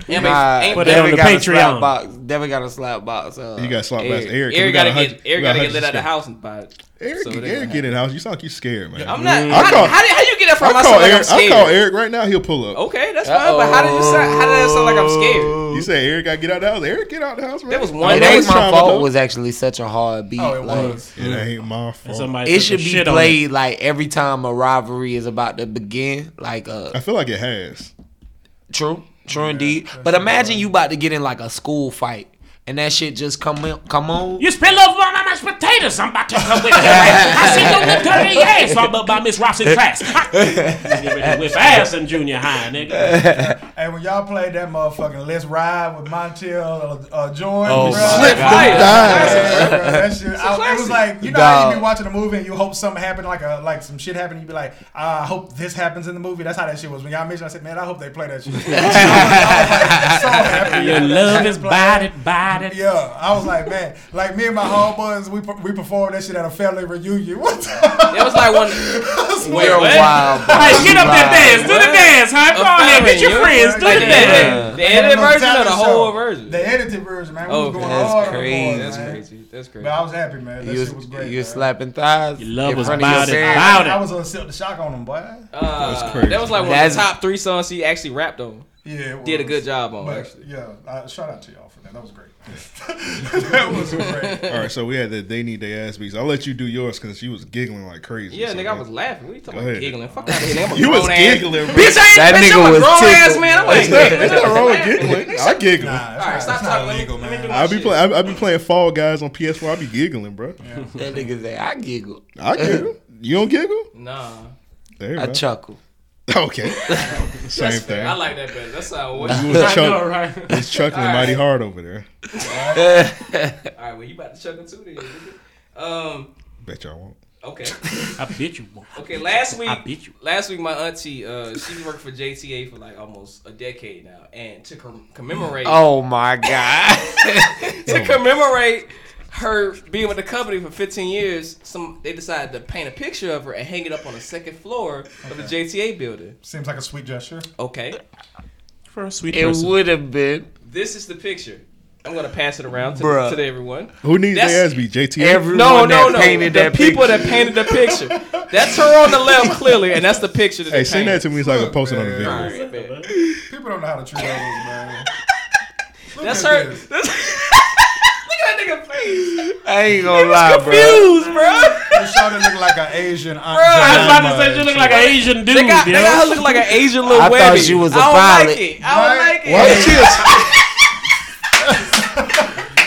Speaker 8: Yeah, but
Speaker 2: Nah,
Speaker 8: ain't-
Speaker 2: put
Speaker 8: Devin
Speaker 2: it on the
Speaker 8: got a
Speaker 2: Patreon.
Speaker 8: slap
Speaker 2: Box. Devin got a slap box. Uh,
Speaker 6: You got slap box, Eric.
Speaker 8: Eric
Speaker 6: We got
Speaker 8: gotta
Speaker 6: a
Speaker 8: get
Speaker 6: hundred- we
Speaker 8: Eric
Speaker 6: got
Speaker 8: gotta
Speaker 6: a
Speaker 8: get lit out
Speaker 6: hundred
Speaker 8: of the house and buy it.
Speaker 6: Eric,
Speaker 8: So it ain't
Speaker 6: Eric get in the house. You sound like you scared, man.
Speaker 8: I'm not- how- how do- how do you get that from
Speaker 6: I
Speaker 8: my
Speaker 6: call
Speaker 8: son like I'm
Speaker 6: Eric, I call
Speaker 8: scared?
Speaker 6: Eric right now. He'll pull up.
Speaker 8: Okay, that's fine. But how did you sound? How did that sound like I'm scared?
Speaker 6: You say Eric got to get out of the house. Eric, get out of the house, man.
Speaker 8: There was
Speaker 2: One
Speaker 8: one
Speaker 2: it
Speaker 8: day.
Speaker 2: ain't my
Speaker 6: trauma,
Speaker 2: fault
Speaker 6: though.
Speaker 2: was actually such a hard beat.
Speaker 6: Oh, it
Speaker 2: like,
Speaker 6: was. It ain't my fault. somebody
Speaker 2: It
Speaker 6: took
Speaker 2: should
Speaker 6: a
Speaker 2: be
Speaker 6: shit on
Speaker 2: played like every time a rivalry is about to begin. Like uh,
Speaker 6: I feel like it has.
Speaker 2: True, true indeed. But imagine you about to get in like a school fight, and that shit just come in, come on.
Speaker 10: You spill over my mama's potatoes. I'm about to come with you. I see your little dirty ass. I'm up by Miss Robson class. Ha! Get ready to Whip ass in junior high, nigga.
Speaker 9: Hey, when y'all played that motherfucking "Let's Ride" with Montel uh, uh, Jordan,
Speaker 10: Oh
Speaker 9: bruh.
Speaker 10: my Slip God. them dimes.
Speaker 9: Yeah, bruh, that shit-
Speaker 10: It's a
Speaker 9: I- it was
Speaker 10: classic.
Speaker 9: like you know how you
Speaker 2: Dog.
Speaker 9: be watching a movie and you hope something happened, like a like some shit happened. You be like, "Ah, I hope this happens in the movie. That's how that shit was. When y'all mentioned, I said, man, I hope they play that shit. I was like, so happy.
Speaker 10: Your love is bided, bided.
Speaker 9: Yeah, I was like, man, like me and my homeboys, we per- we performed that shit at a family reunion. What?
Speaker 8: It was like one.
Speaker 9: Wait,
Speaker 10: You're
Speaker 9: what?
Speaker 10: wild, bro. Hey, get up that dance. Do the dance, huh? Go on here. Get your friends. Do the dance.
Speaker 8: The edited version or the whole version?
Speaker 9: The edited version, man. We
Speaker 8: Oh,
Speaker 9: was going
Speaker 8: that's
Speaker 9: hard on the
Speaker 8: crazy.
Speaker 9: boys,
Speaker 8: That's
Speaker 9: man.
Speaker 8: crazy. That's crazy.
Speaker 9: But I was happy, man. That
Speaker 2: you
Speaker 9: shit was great.
Speaker 2: you slapping thighs. Your
Speaker 10: love was
Speaker 9: I,
Speaker 10: about it, about
Speaker 9: I was on silk the shock on them, boy.
Speaker 8: Uh, that was like one of
Speaker 2: That's-
Speaker 8: the top three songs he actually rapped on.
Speaker 9: Yeah, it
Speaker 8: did a
Speaker 9: was.
Speaker 8: good job on.
Speaker 9: But,
Speaker 8: actually.
Speaker 9: Yeah, uh, shout out to y'all for that. That was great. that was great.
Speaker 6: All right, so we had the they need their ass beats. I'll let you do yours because she was giggling like crazy.
Speaker 8: Yeah,
Speaker 6: so
Speaker 8: nigga, I was laughing. What you
Speaker 6: Go
Speaker 8: talking about
Speaker 6: ahead.
Speaker 8: giggling? Fuck out of here. nigga. I'm a
Speaker 6: You was
Speaker 8: grown
Speaker 6: giggling,
Speaker 8: ass.
Speaker 6: bro.
Speaker 8: Bitch, I ain't
Speaker 6: That
Speaker 8: that bitch,
Speaker 6: nigga
Speaker 8: I'm a
Speaker 6: was
Speaker 8: grown ass
Speaker 6: tickled.
Speaker 8: man. I'm
Speaker 6: It's not- it's not wrong with
Speaker 8: laughing.
Speaker 6: giggling.
Speaker 8: Nigga,
Speaker 6: I
Speaker 8: shut-
Speaker 6: giggle. Nah,
Speaker 8: All right, stop talking. Let me- Let me do my
Speaker 6: I be
Speaker 8: shit.
Speaker 6: playing. I be playing Fall Guys on PS4. I be giggling, bro.
Speaker 2: That nigga say I giggle.
Speaker 6: I giggle. You don't giggle?
Speaker 8: Nah.
Speaker 6: There you
Speaker 2: I
Speaker 6: go.
Speaker 2: chuckle.
Speaker 6: Okay. Same
Speaker 8: That's fair.
Speaker 6: thing.
Speaker 8: I like that better. That's how it was.
Speaker 6: You was
Speaker 8: I
Speaker 6: chuck-
Speaker 8: know, right?
Speaker 6: was chuckling mighty hard over there.
Speaker 8: All right, well, you about to chuckle too then. nigga. Um,
Speaker 6: Bet y'all won't.
Speaker 8: okay.
Speaker 10: I bet you won't.
Speaker 8: Okay, last week,
Speaker 10: I bet you.
Speaker 8: last week, my auntie, uh, she worked for JTA for like almost a decade now, and to com- commemorate,
Speaker 2: Oh my god.
Speaker 8: to commemorate her being with the company for 15 years, some they decided to paint a picture of her and hang it up on the second floor of the JTA building.
Speaker 9: Seems like a sweet gesture.
Speaker 8: Okay,
Speaker 10: For a sweet
Speaker 2: it would have been.
Speaker 8: this is the picture. I'm gonna pass it around to,
Speaker 2: Bruh.
Speaker 8: to everyone.
Speaker 6: Who needs
Speaker 8: That's-
Speaker 6: their ass beat? JT.
Speaker 8: no, no, no. the people that painted the picture. That's her on the left, clearly, and that's the picture. That
Speaker 6: Hey,
Speaker 8: they
Speaker 6: send that
Speaker 8: painted.
Speaker 6: to me so I can post it on the
Speaker 8: All
Speaker 6: video.
Speaker 8: right, man.
Speaker 9: People don't know how to treat others, man. Look
Speaker 8: That's
Speaker 9: at
Speaker 8: her.
Speaker 9: this.
Speaker 8: That's, look at that nigga face.
Speaker 2: I ain't gonna
Speaker 8: He was
Speaker 2: lie,
Speaker 8: confused, bro.
Speaker 9: This shawty look like an Asian aunt.
Speaker 8: Bruh. I was
Speaker 10: about to say, she look like an Asian
Speaker 8: They
Speaker 10: dude,
Speaker 8: got, they
Speaker 10: yo.
Speaker 8: got her look like an Asian little
Speaker 2: I thought
Speaker 8: Webby.
Speaker 2: she was a
Speaker 8: I don't
Speaker 2: pilot.
Speaker 8: like it. I don't
Speaker 6: Why
Speaker 8: like
Speaker 6: did
Speaker 8: it.
Speaker 6: she?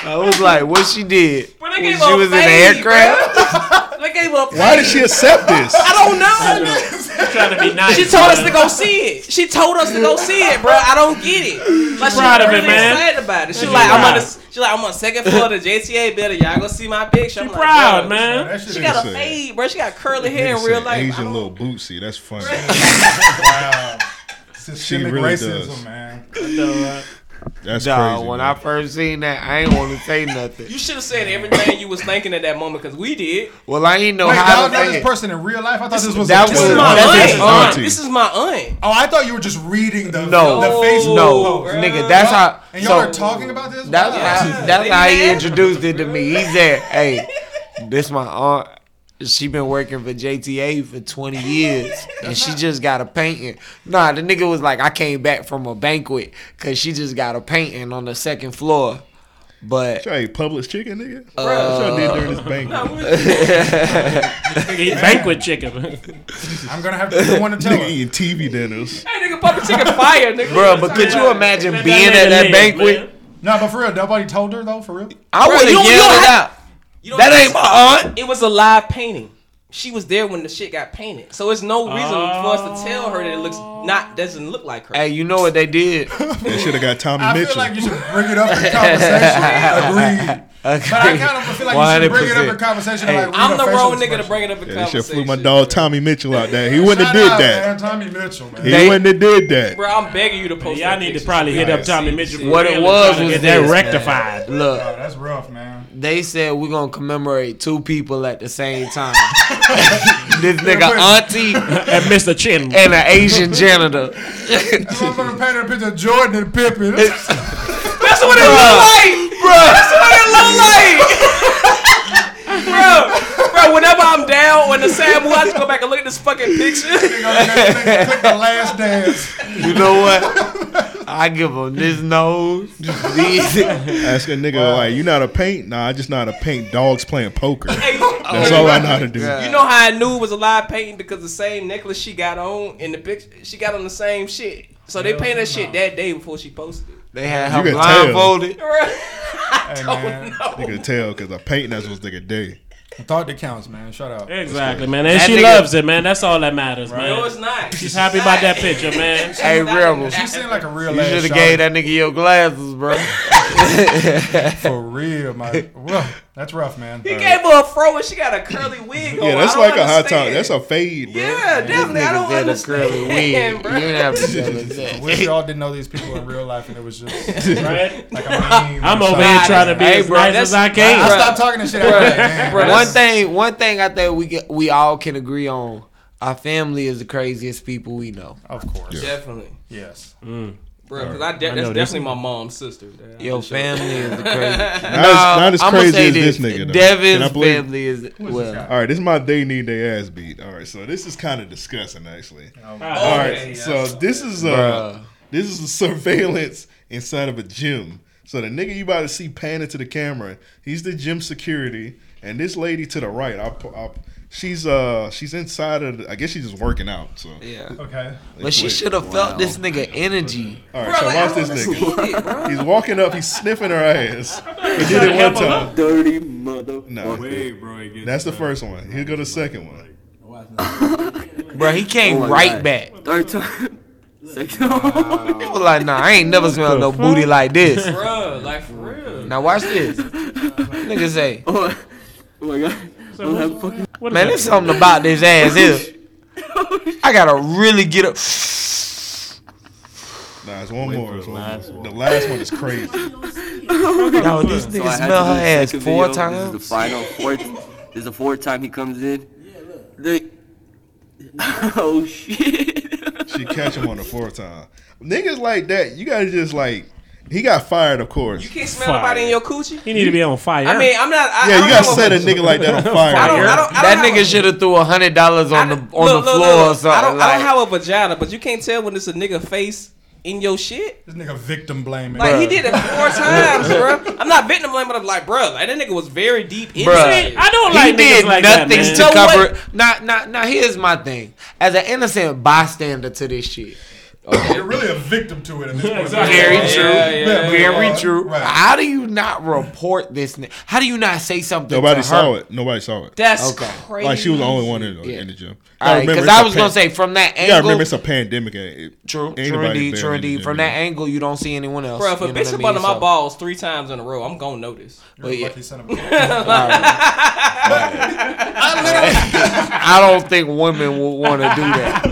Speaker 2: I was like, what she did?
Speaker 8: But they
Speaker 2: When
Speaker 8: gave
Speaker 2: she
Speaker 8: her
Speaker 2: was in
Speaker 8: fade,
Speaker 2: an aircraft.
Speaker 8: bruh. I gave up.
Speaker 6: Why did she accept this?
Speaker 8: I don't know.
Speaker 10: trying to be nice.
Speaker 8: She told us to go see it. She told us to go see it, bro. I don't get it. Like she
Speaker 10: proud
Speaker 8: was
Speaker 10: of it,
Speaker 8: really
Speaker 10: man.
Speaker 8: excited about it. She
Speaker 10: She
Speaker 8: like I'm on
Speaker 10: proud.
Speaker 8: the she like I'm on second floor of the JTA building. Y'all go see my picture. I'm like,
Speaker 10: proud,
Speaker 8: bro,
Speaker 10: man.
Speaker 6: That shit
Speaker 8: She got a
Speaker 6: is sick.
Speaker 8: fade, bro. She got curly
Speaker 6: Nigga
Speaker 8: hair in
Speaker 6: said
Speaker 8: real life.
Speaker 6: Asian little bootsy. That's funny. She
Speaker 9: Systemic
Speaker 6: really
Speaker 9: racism,
Speaker 6: does.
Speaker 9: man.
Speaker 6: That's
Speaker 2: Dawg,
Speaker 6: crazy.
Speaker 2: When I first seen that, I ain't want to say nothing.
Speaker 8: You should have said everything you was thinking at that moment because we did.
Speaker 2: Well, I ain't know
Speaker 9: Wait,
Speaker 2: how
Speaker 9: y'all
Speaker 2: to
Speaker 9: know
Speaker 2: say
Speaker 9: this
Speaker 2: it.
Speaker 9: person in real life? I thought this, was
Speaker 2: that was-
Speaker 9: a Oh, this is
Speaker 2: that's
Speaker 9: my
Speaker 2: his
Speaker 9: aunt.
Speaker 2: auntie.
Speaker 8: This is my aunt.
Speaker 9: Oh, I thought you were just reading the
Speaker 2: No,
Speaker 9: the Facebook
Speaker 2: no,
Speaker 9: post.
Speaker 2: nigga, that's how.
Speaker 9: And y'all
Speaker 2: so,
Speaker 9: are talking about this.
Speaker 2: That's how. That's
Speaker 8: They
Speaker 2: how he
Speaker 8: mad?
Speaker 2: introduced it to me. He said, "Hey, this my aunt. She been working for JTA for 20 years, and she just got a painting. Nah, the nigga was like, I came back from a banquet because she just got a painting on the second floor, but."
Speaker 6: Try Publix chicken, nigga. Bro, that's what I did during this bank.
Speaker 10: Eat banquet chicken.
Speaker 9: I'm gonna have to be the one to tell
Speaker 6: Nigga
Speaker 9: her.
Speaker 6: eating TV dinners.
Speaker 8: Hey, nigga, public chicken fire, nigga.
Speaker 2: Bro, but could you imagine
Speaker 10: Let that
Speaker 2: being
Speaker 10: nigga
Speaker 2: at that
Speaker 10: live,
Speaker 2: banquet?
Speaker 10: man.
Speaker 9: Nah, but for real, nobody told her though. For real,
Speaker 2: I
Speaker 8: Bro,
Speaker 2: would have
Speaker 8: you
Speaker 2: yelled
Speaker 8: don't- you don't
Speaker 2: it
Speaker 8: have-
Speaker 2: out.
Speaker 8: You know
Speaker 2: That
Speaker 8: what I'm
Speaker 2: ain't my aunt.
Speaker 8: It was a live painting. She was there when the shit got painted, so it's no reason for us to tell her that it looks not doesn't look like her.
Speaker 2: Hey, you know what they did?
Speaker 6: They should have got Tommy
Speaker 9: I
Speaker 6: Mitchell.
Speaker 9: feel like you should bring it up in conversation. Agreed. But I kind of feel like you should bring it up in
Speaker 2: 100%.
Speaker 9: conversation.
Speaker 2: Hey,
Speaker 9: like, read
Speaker 8: I'm
Speaker 9: her
Speaker 8: the
Speaker 9: facial
Speaker 8: wrong nigga to
Speaker 9: expression.
Speaker 8: bring it up in
Speaker 6: yeah, they should have
Speaker 8: conversation.
Speaker 6: flew my dog Tommy Mitchell out there. He wouldn't have
Speaker 9: Shout
Speaker 6: did
Speaker 9: out,
Speaker 6: that.
Speaker 9: Man, Tommy Mitchell, man.
Speaker 6: He
Speaker 2: They-
Speaker 6: wouldn't have did that.
Speaker 8: Bro, I'm begging you to post.
Speaker 10: Y'all
Speaker 8: that
Speaker 10: need to
Speaker 8: picture.
Speaker 10: probably hit up Tommy
Speaker 8: See,
Speaker 10: Mitchell.
Speaker 8: see.
Speaker 2: What it was
Speaker 10: Trying to
Speaker 2: was
Speaker 10: get that
Speaker 2: this, man.
Speaker 10: rectified.
Speaker 2: Look,
Speaker 9: Oh, that's rough, man.
Speaker 2: They said we're gonna commemorate two people at the same time. this nigga auntie
Speaker 10: And Mr. Chin.
Speaker 2: and an Asian janitor.
Speaker 9: I'm gonna paint a picture of Jordan and Pippen.
Speaker 8: That's what it look like, bro. That's what it look like, bro. Bro, whenever I'm down on the sad mood, I just go back and look at this fucking picture.
Speaker 9: Click the last dance.
Speaker 2: you know what? I give him this nose. These.
Speaker 6: Ask a nigga like, "You not a paint? Nah, I just not a paint. Dogs playing poker.
Speaker 8: Hey,
Speaker 6: That's all I know how to do.
Speaker 2: Yeah.
Speaker 8: You know how I knew it was a live painting because the same necklace she got on in the picture, she got on the same shit. So they painted that shit that day before she posted it.
Speaker 2: They had
Speaker 6: You
Speaker 2: her
Speaker 6: can tell.
Speaker 2: blindfolded.
Speaker 8: I don't
Speaker 9: man.
Speaker 6: You
Speaker 8: know.
Speaker 6: can tell because I paint. That's what's nigga day.
Speaker 9: Thought that counts, man. Shut up.
Speaker 10: Exactly, man. And
Speaker 2: That
Speaker 10: she
Speaker 2: nigga-
Speaker 10: loves it, man. That's all that matters,
Speaker 8: No,
Speaker 10: man.
Speaker 8: it's not.
Speaker 10: She's happy about that picture, man.
Speaker 2: Hey, Rebel.
Speaker 9: She seemed like a real
Speaker 2: You
Speaker 9: ass.
Speaker 2: should have
Speaker 9: shawty.
Speaker 2: gave that nigga your glasses, bro.
Speaker 9: for real, man. Well, that's rough, man.
Speaker 8: He gave her a fro and she got a curly wig. on.
Speaker 6: Yeah, that's
Speaker 8: Oh, I don't
Speaker 6: like a hot
Speaker 8: understand.
Speaker 6: top. That's a fade, bro.
Speaker 8: Yeah, definitely. I don't
Speaker 2: Niggas had a curly
Speaker 8: understand,
Speaker 2: wig. You
Speaker 8: bro.
Speaker 2: didn't have to tell us
Speaker 9: I
Speaker 2: that.
Speaker 9: wish y'all didn't know these people in real life, and it was just
Speaker 10: Right?
Speaker 9: like a meme.
Speaker 10: I'm
Speaker 9: or
Speaker 10: over
Speaker 9: something.
Speaker 10: here trying to be
Speaker 2: Hey,
Speaker 10: as
Speaker 2: bro,
Speaker 10: nice as I can.
Speaker 9: I stopped talking to shit. after that, man.
Speaker 2: one thing, one thing I think we get, we all can agree on. Our family is the craziest people we know.
Speaker 9: Of course,
Speaker 8: Definitely.
Speaker 9: yes.
Speaker 10: Mm.
Speaker 8: Bro, because I de- that's definitely my mom's sister. dad.
Speaker 2: Your family is the crazy.
Speaker 6: Not, as, not as
Speaker 2: I'ma
Speaker 6: crazy
Speaker 2: say
Speaker 6: as this, nigga. Though. Can I
Speaker 2: Devin's
Speaker 6: believe-
Speaker 2: family is well.
Speaker 6: All right, this is my they need their ass beat. All right, so this is kind of disgusting actually.
Speaker 9: Um,
Speaker 6: All right, so this is uh this is a surveillance inside of a gym. So the nigga you about to see panning to the camera, he's the gym security, and this lady to the right, I, pu- I, she's uh she's inside of. The, I guess she's just working out. So
Speaker 2: Yeah,
Speaker 9: Okay.
Speaker 2: but she should have felt this nigga energy.
Speaker 6: All right, so watch this nigga. He's walking up, he's sniffing her ass. He did it one time. Dirty mother. No, that's the first one. He'll go to the second one.
Speaker 2: Bro, he came right back.
Speaker 11: Third time. Second time.
Speaker 2: He was like, nah, I ain't never smelled no booty like this.
Speaker 8: Bro, like for real.
Speaker 2: Now watch this. Nigga say,
Speaker 11: Oh my god. I don't have fucking.
Speaker 2: man, there's something about this ass here. I gotta really get up.
Speaker 6: Nah, it's one more. It's one more. The last one is crazy.
Speaker 2: Yo, this
Speaker 11: So I
Speaker 2: nigga
Speaker 11: had to do the
Speaker 2: smell her ass
Speaker 11: second video.
Speaker 2: four
Speaker 11: This is
Speaker 2: times.
Speaker 11: the final fourth. This is the fourth time he comes in. Look. Oh shit.
Speaker 6: She catch him on the fourth time. Niggas like that, you gotta just like. He got fired, of course.
Speaker 8: You can't smell nobody in your coochie.
Speaker 10: He need to be on fire.
Speaker 8: I mean, I'm not. I, I
Speaker 6: Yeah,
Speaker 8: don't
Speaker 6: you gotta
Speaker 8: have
Speaker 6: set a nigga like that on fire.
Speaker 8: I don't-
Speaker 6: bro.
Speaker 8: I don't-
Speaker 2: That
Speaker 8: have a-
Speaker 2: nigga should have threw a hundred dollars on
Speaker 8: I-
Speaker 2: the on the
Speaker 8: look, look,
Speaker 2: floor or
Speaker 8: look, I don't,
Speaker 2: something.
Speaker 8: I
Speaker 2: like-
Speaker 8: don't have a vagina, but you can't tell when it's a nigga face in your shit.
Speaker 9: This nigga victim blaming.
Speaker 8: Like he did it four times, bro. I'm not victim blaming, but I'm like, bro, like that nigga was very deep in
Speaker 2: Bruh.
Speaker 8: it.
Speaker 10: I don't
Speaker 2: he
Speaker 10: like
Speaker 2: did
Speaker 10: niggas like that,
Speaker 2: nothing
Speaker 10: man.
Speaker 2: to
Speaker 8: You know
Speaker 2: cover. Now, now, now, here's my thing. As an innocent bystander to this shit,
Speaker 9: You're really a victim to it at this point.
Speaker 2: Very
Speaker 9: Yeah,
Speaker 2: true.
Speaker 9: yeah,
Speaker 2: Very
Speaker 9: yeah.
Speaker 2: true.
Speaker 9: Right.
Speaker 2: How do you not report this? n- How do you not say something?
Speaker 6: Nobody
Speaker 2: to
Speaker 6: saw
Speaker 2: her?
Speaker 6: it. Nobody saw it.
Speaker 2: That's Okay.
Speaker 6: Like she was the only one in the,
Speaker 2: crazy.
Speaker 6: in the gym.
Speaker 2: All right, 'cause I was gonna say, from that
Speaker 6: Yeah, remember
Speaker 2: angle-
Speaker 6: it's a pandemic. and it-
Speaker 2: True,
Speaker 6: ain't
Speaker 2: true
Speaker 6: nobody
Speaker 2: indeed,
Speaker 6: barely in
Speaker 2: true
Speaker 6: the
Speaker 2: indeed.
Speaker 6: gym.
Speaker 2: From that angle, you don't see anyone else.
Speaker 8: Bro, if a
Speaker 2: you know what
Speaker 8: bitch
Speaker 2: I
Speaker 8: up
Speaker 2: mean?
Speaker 8: under my
Speaker 2: So-
Speaker 8: balls three times in a row, I'm gonna notice.
Speaker 2: But yeah. I don't think women would want to do that.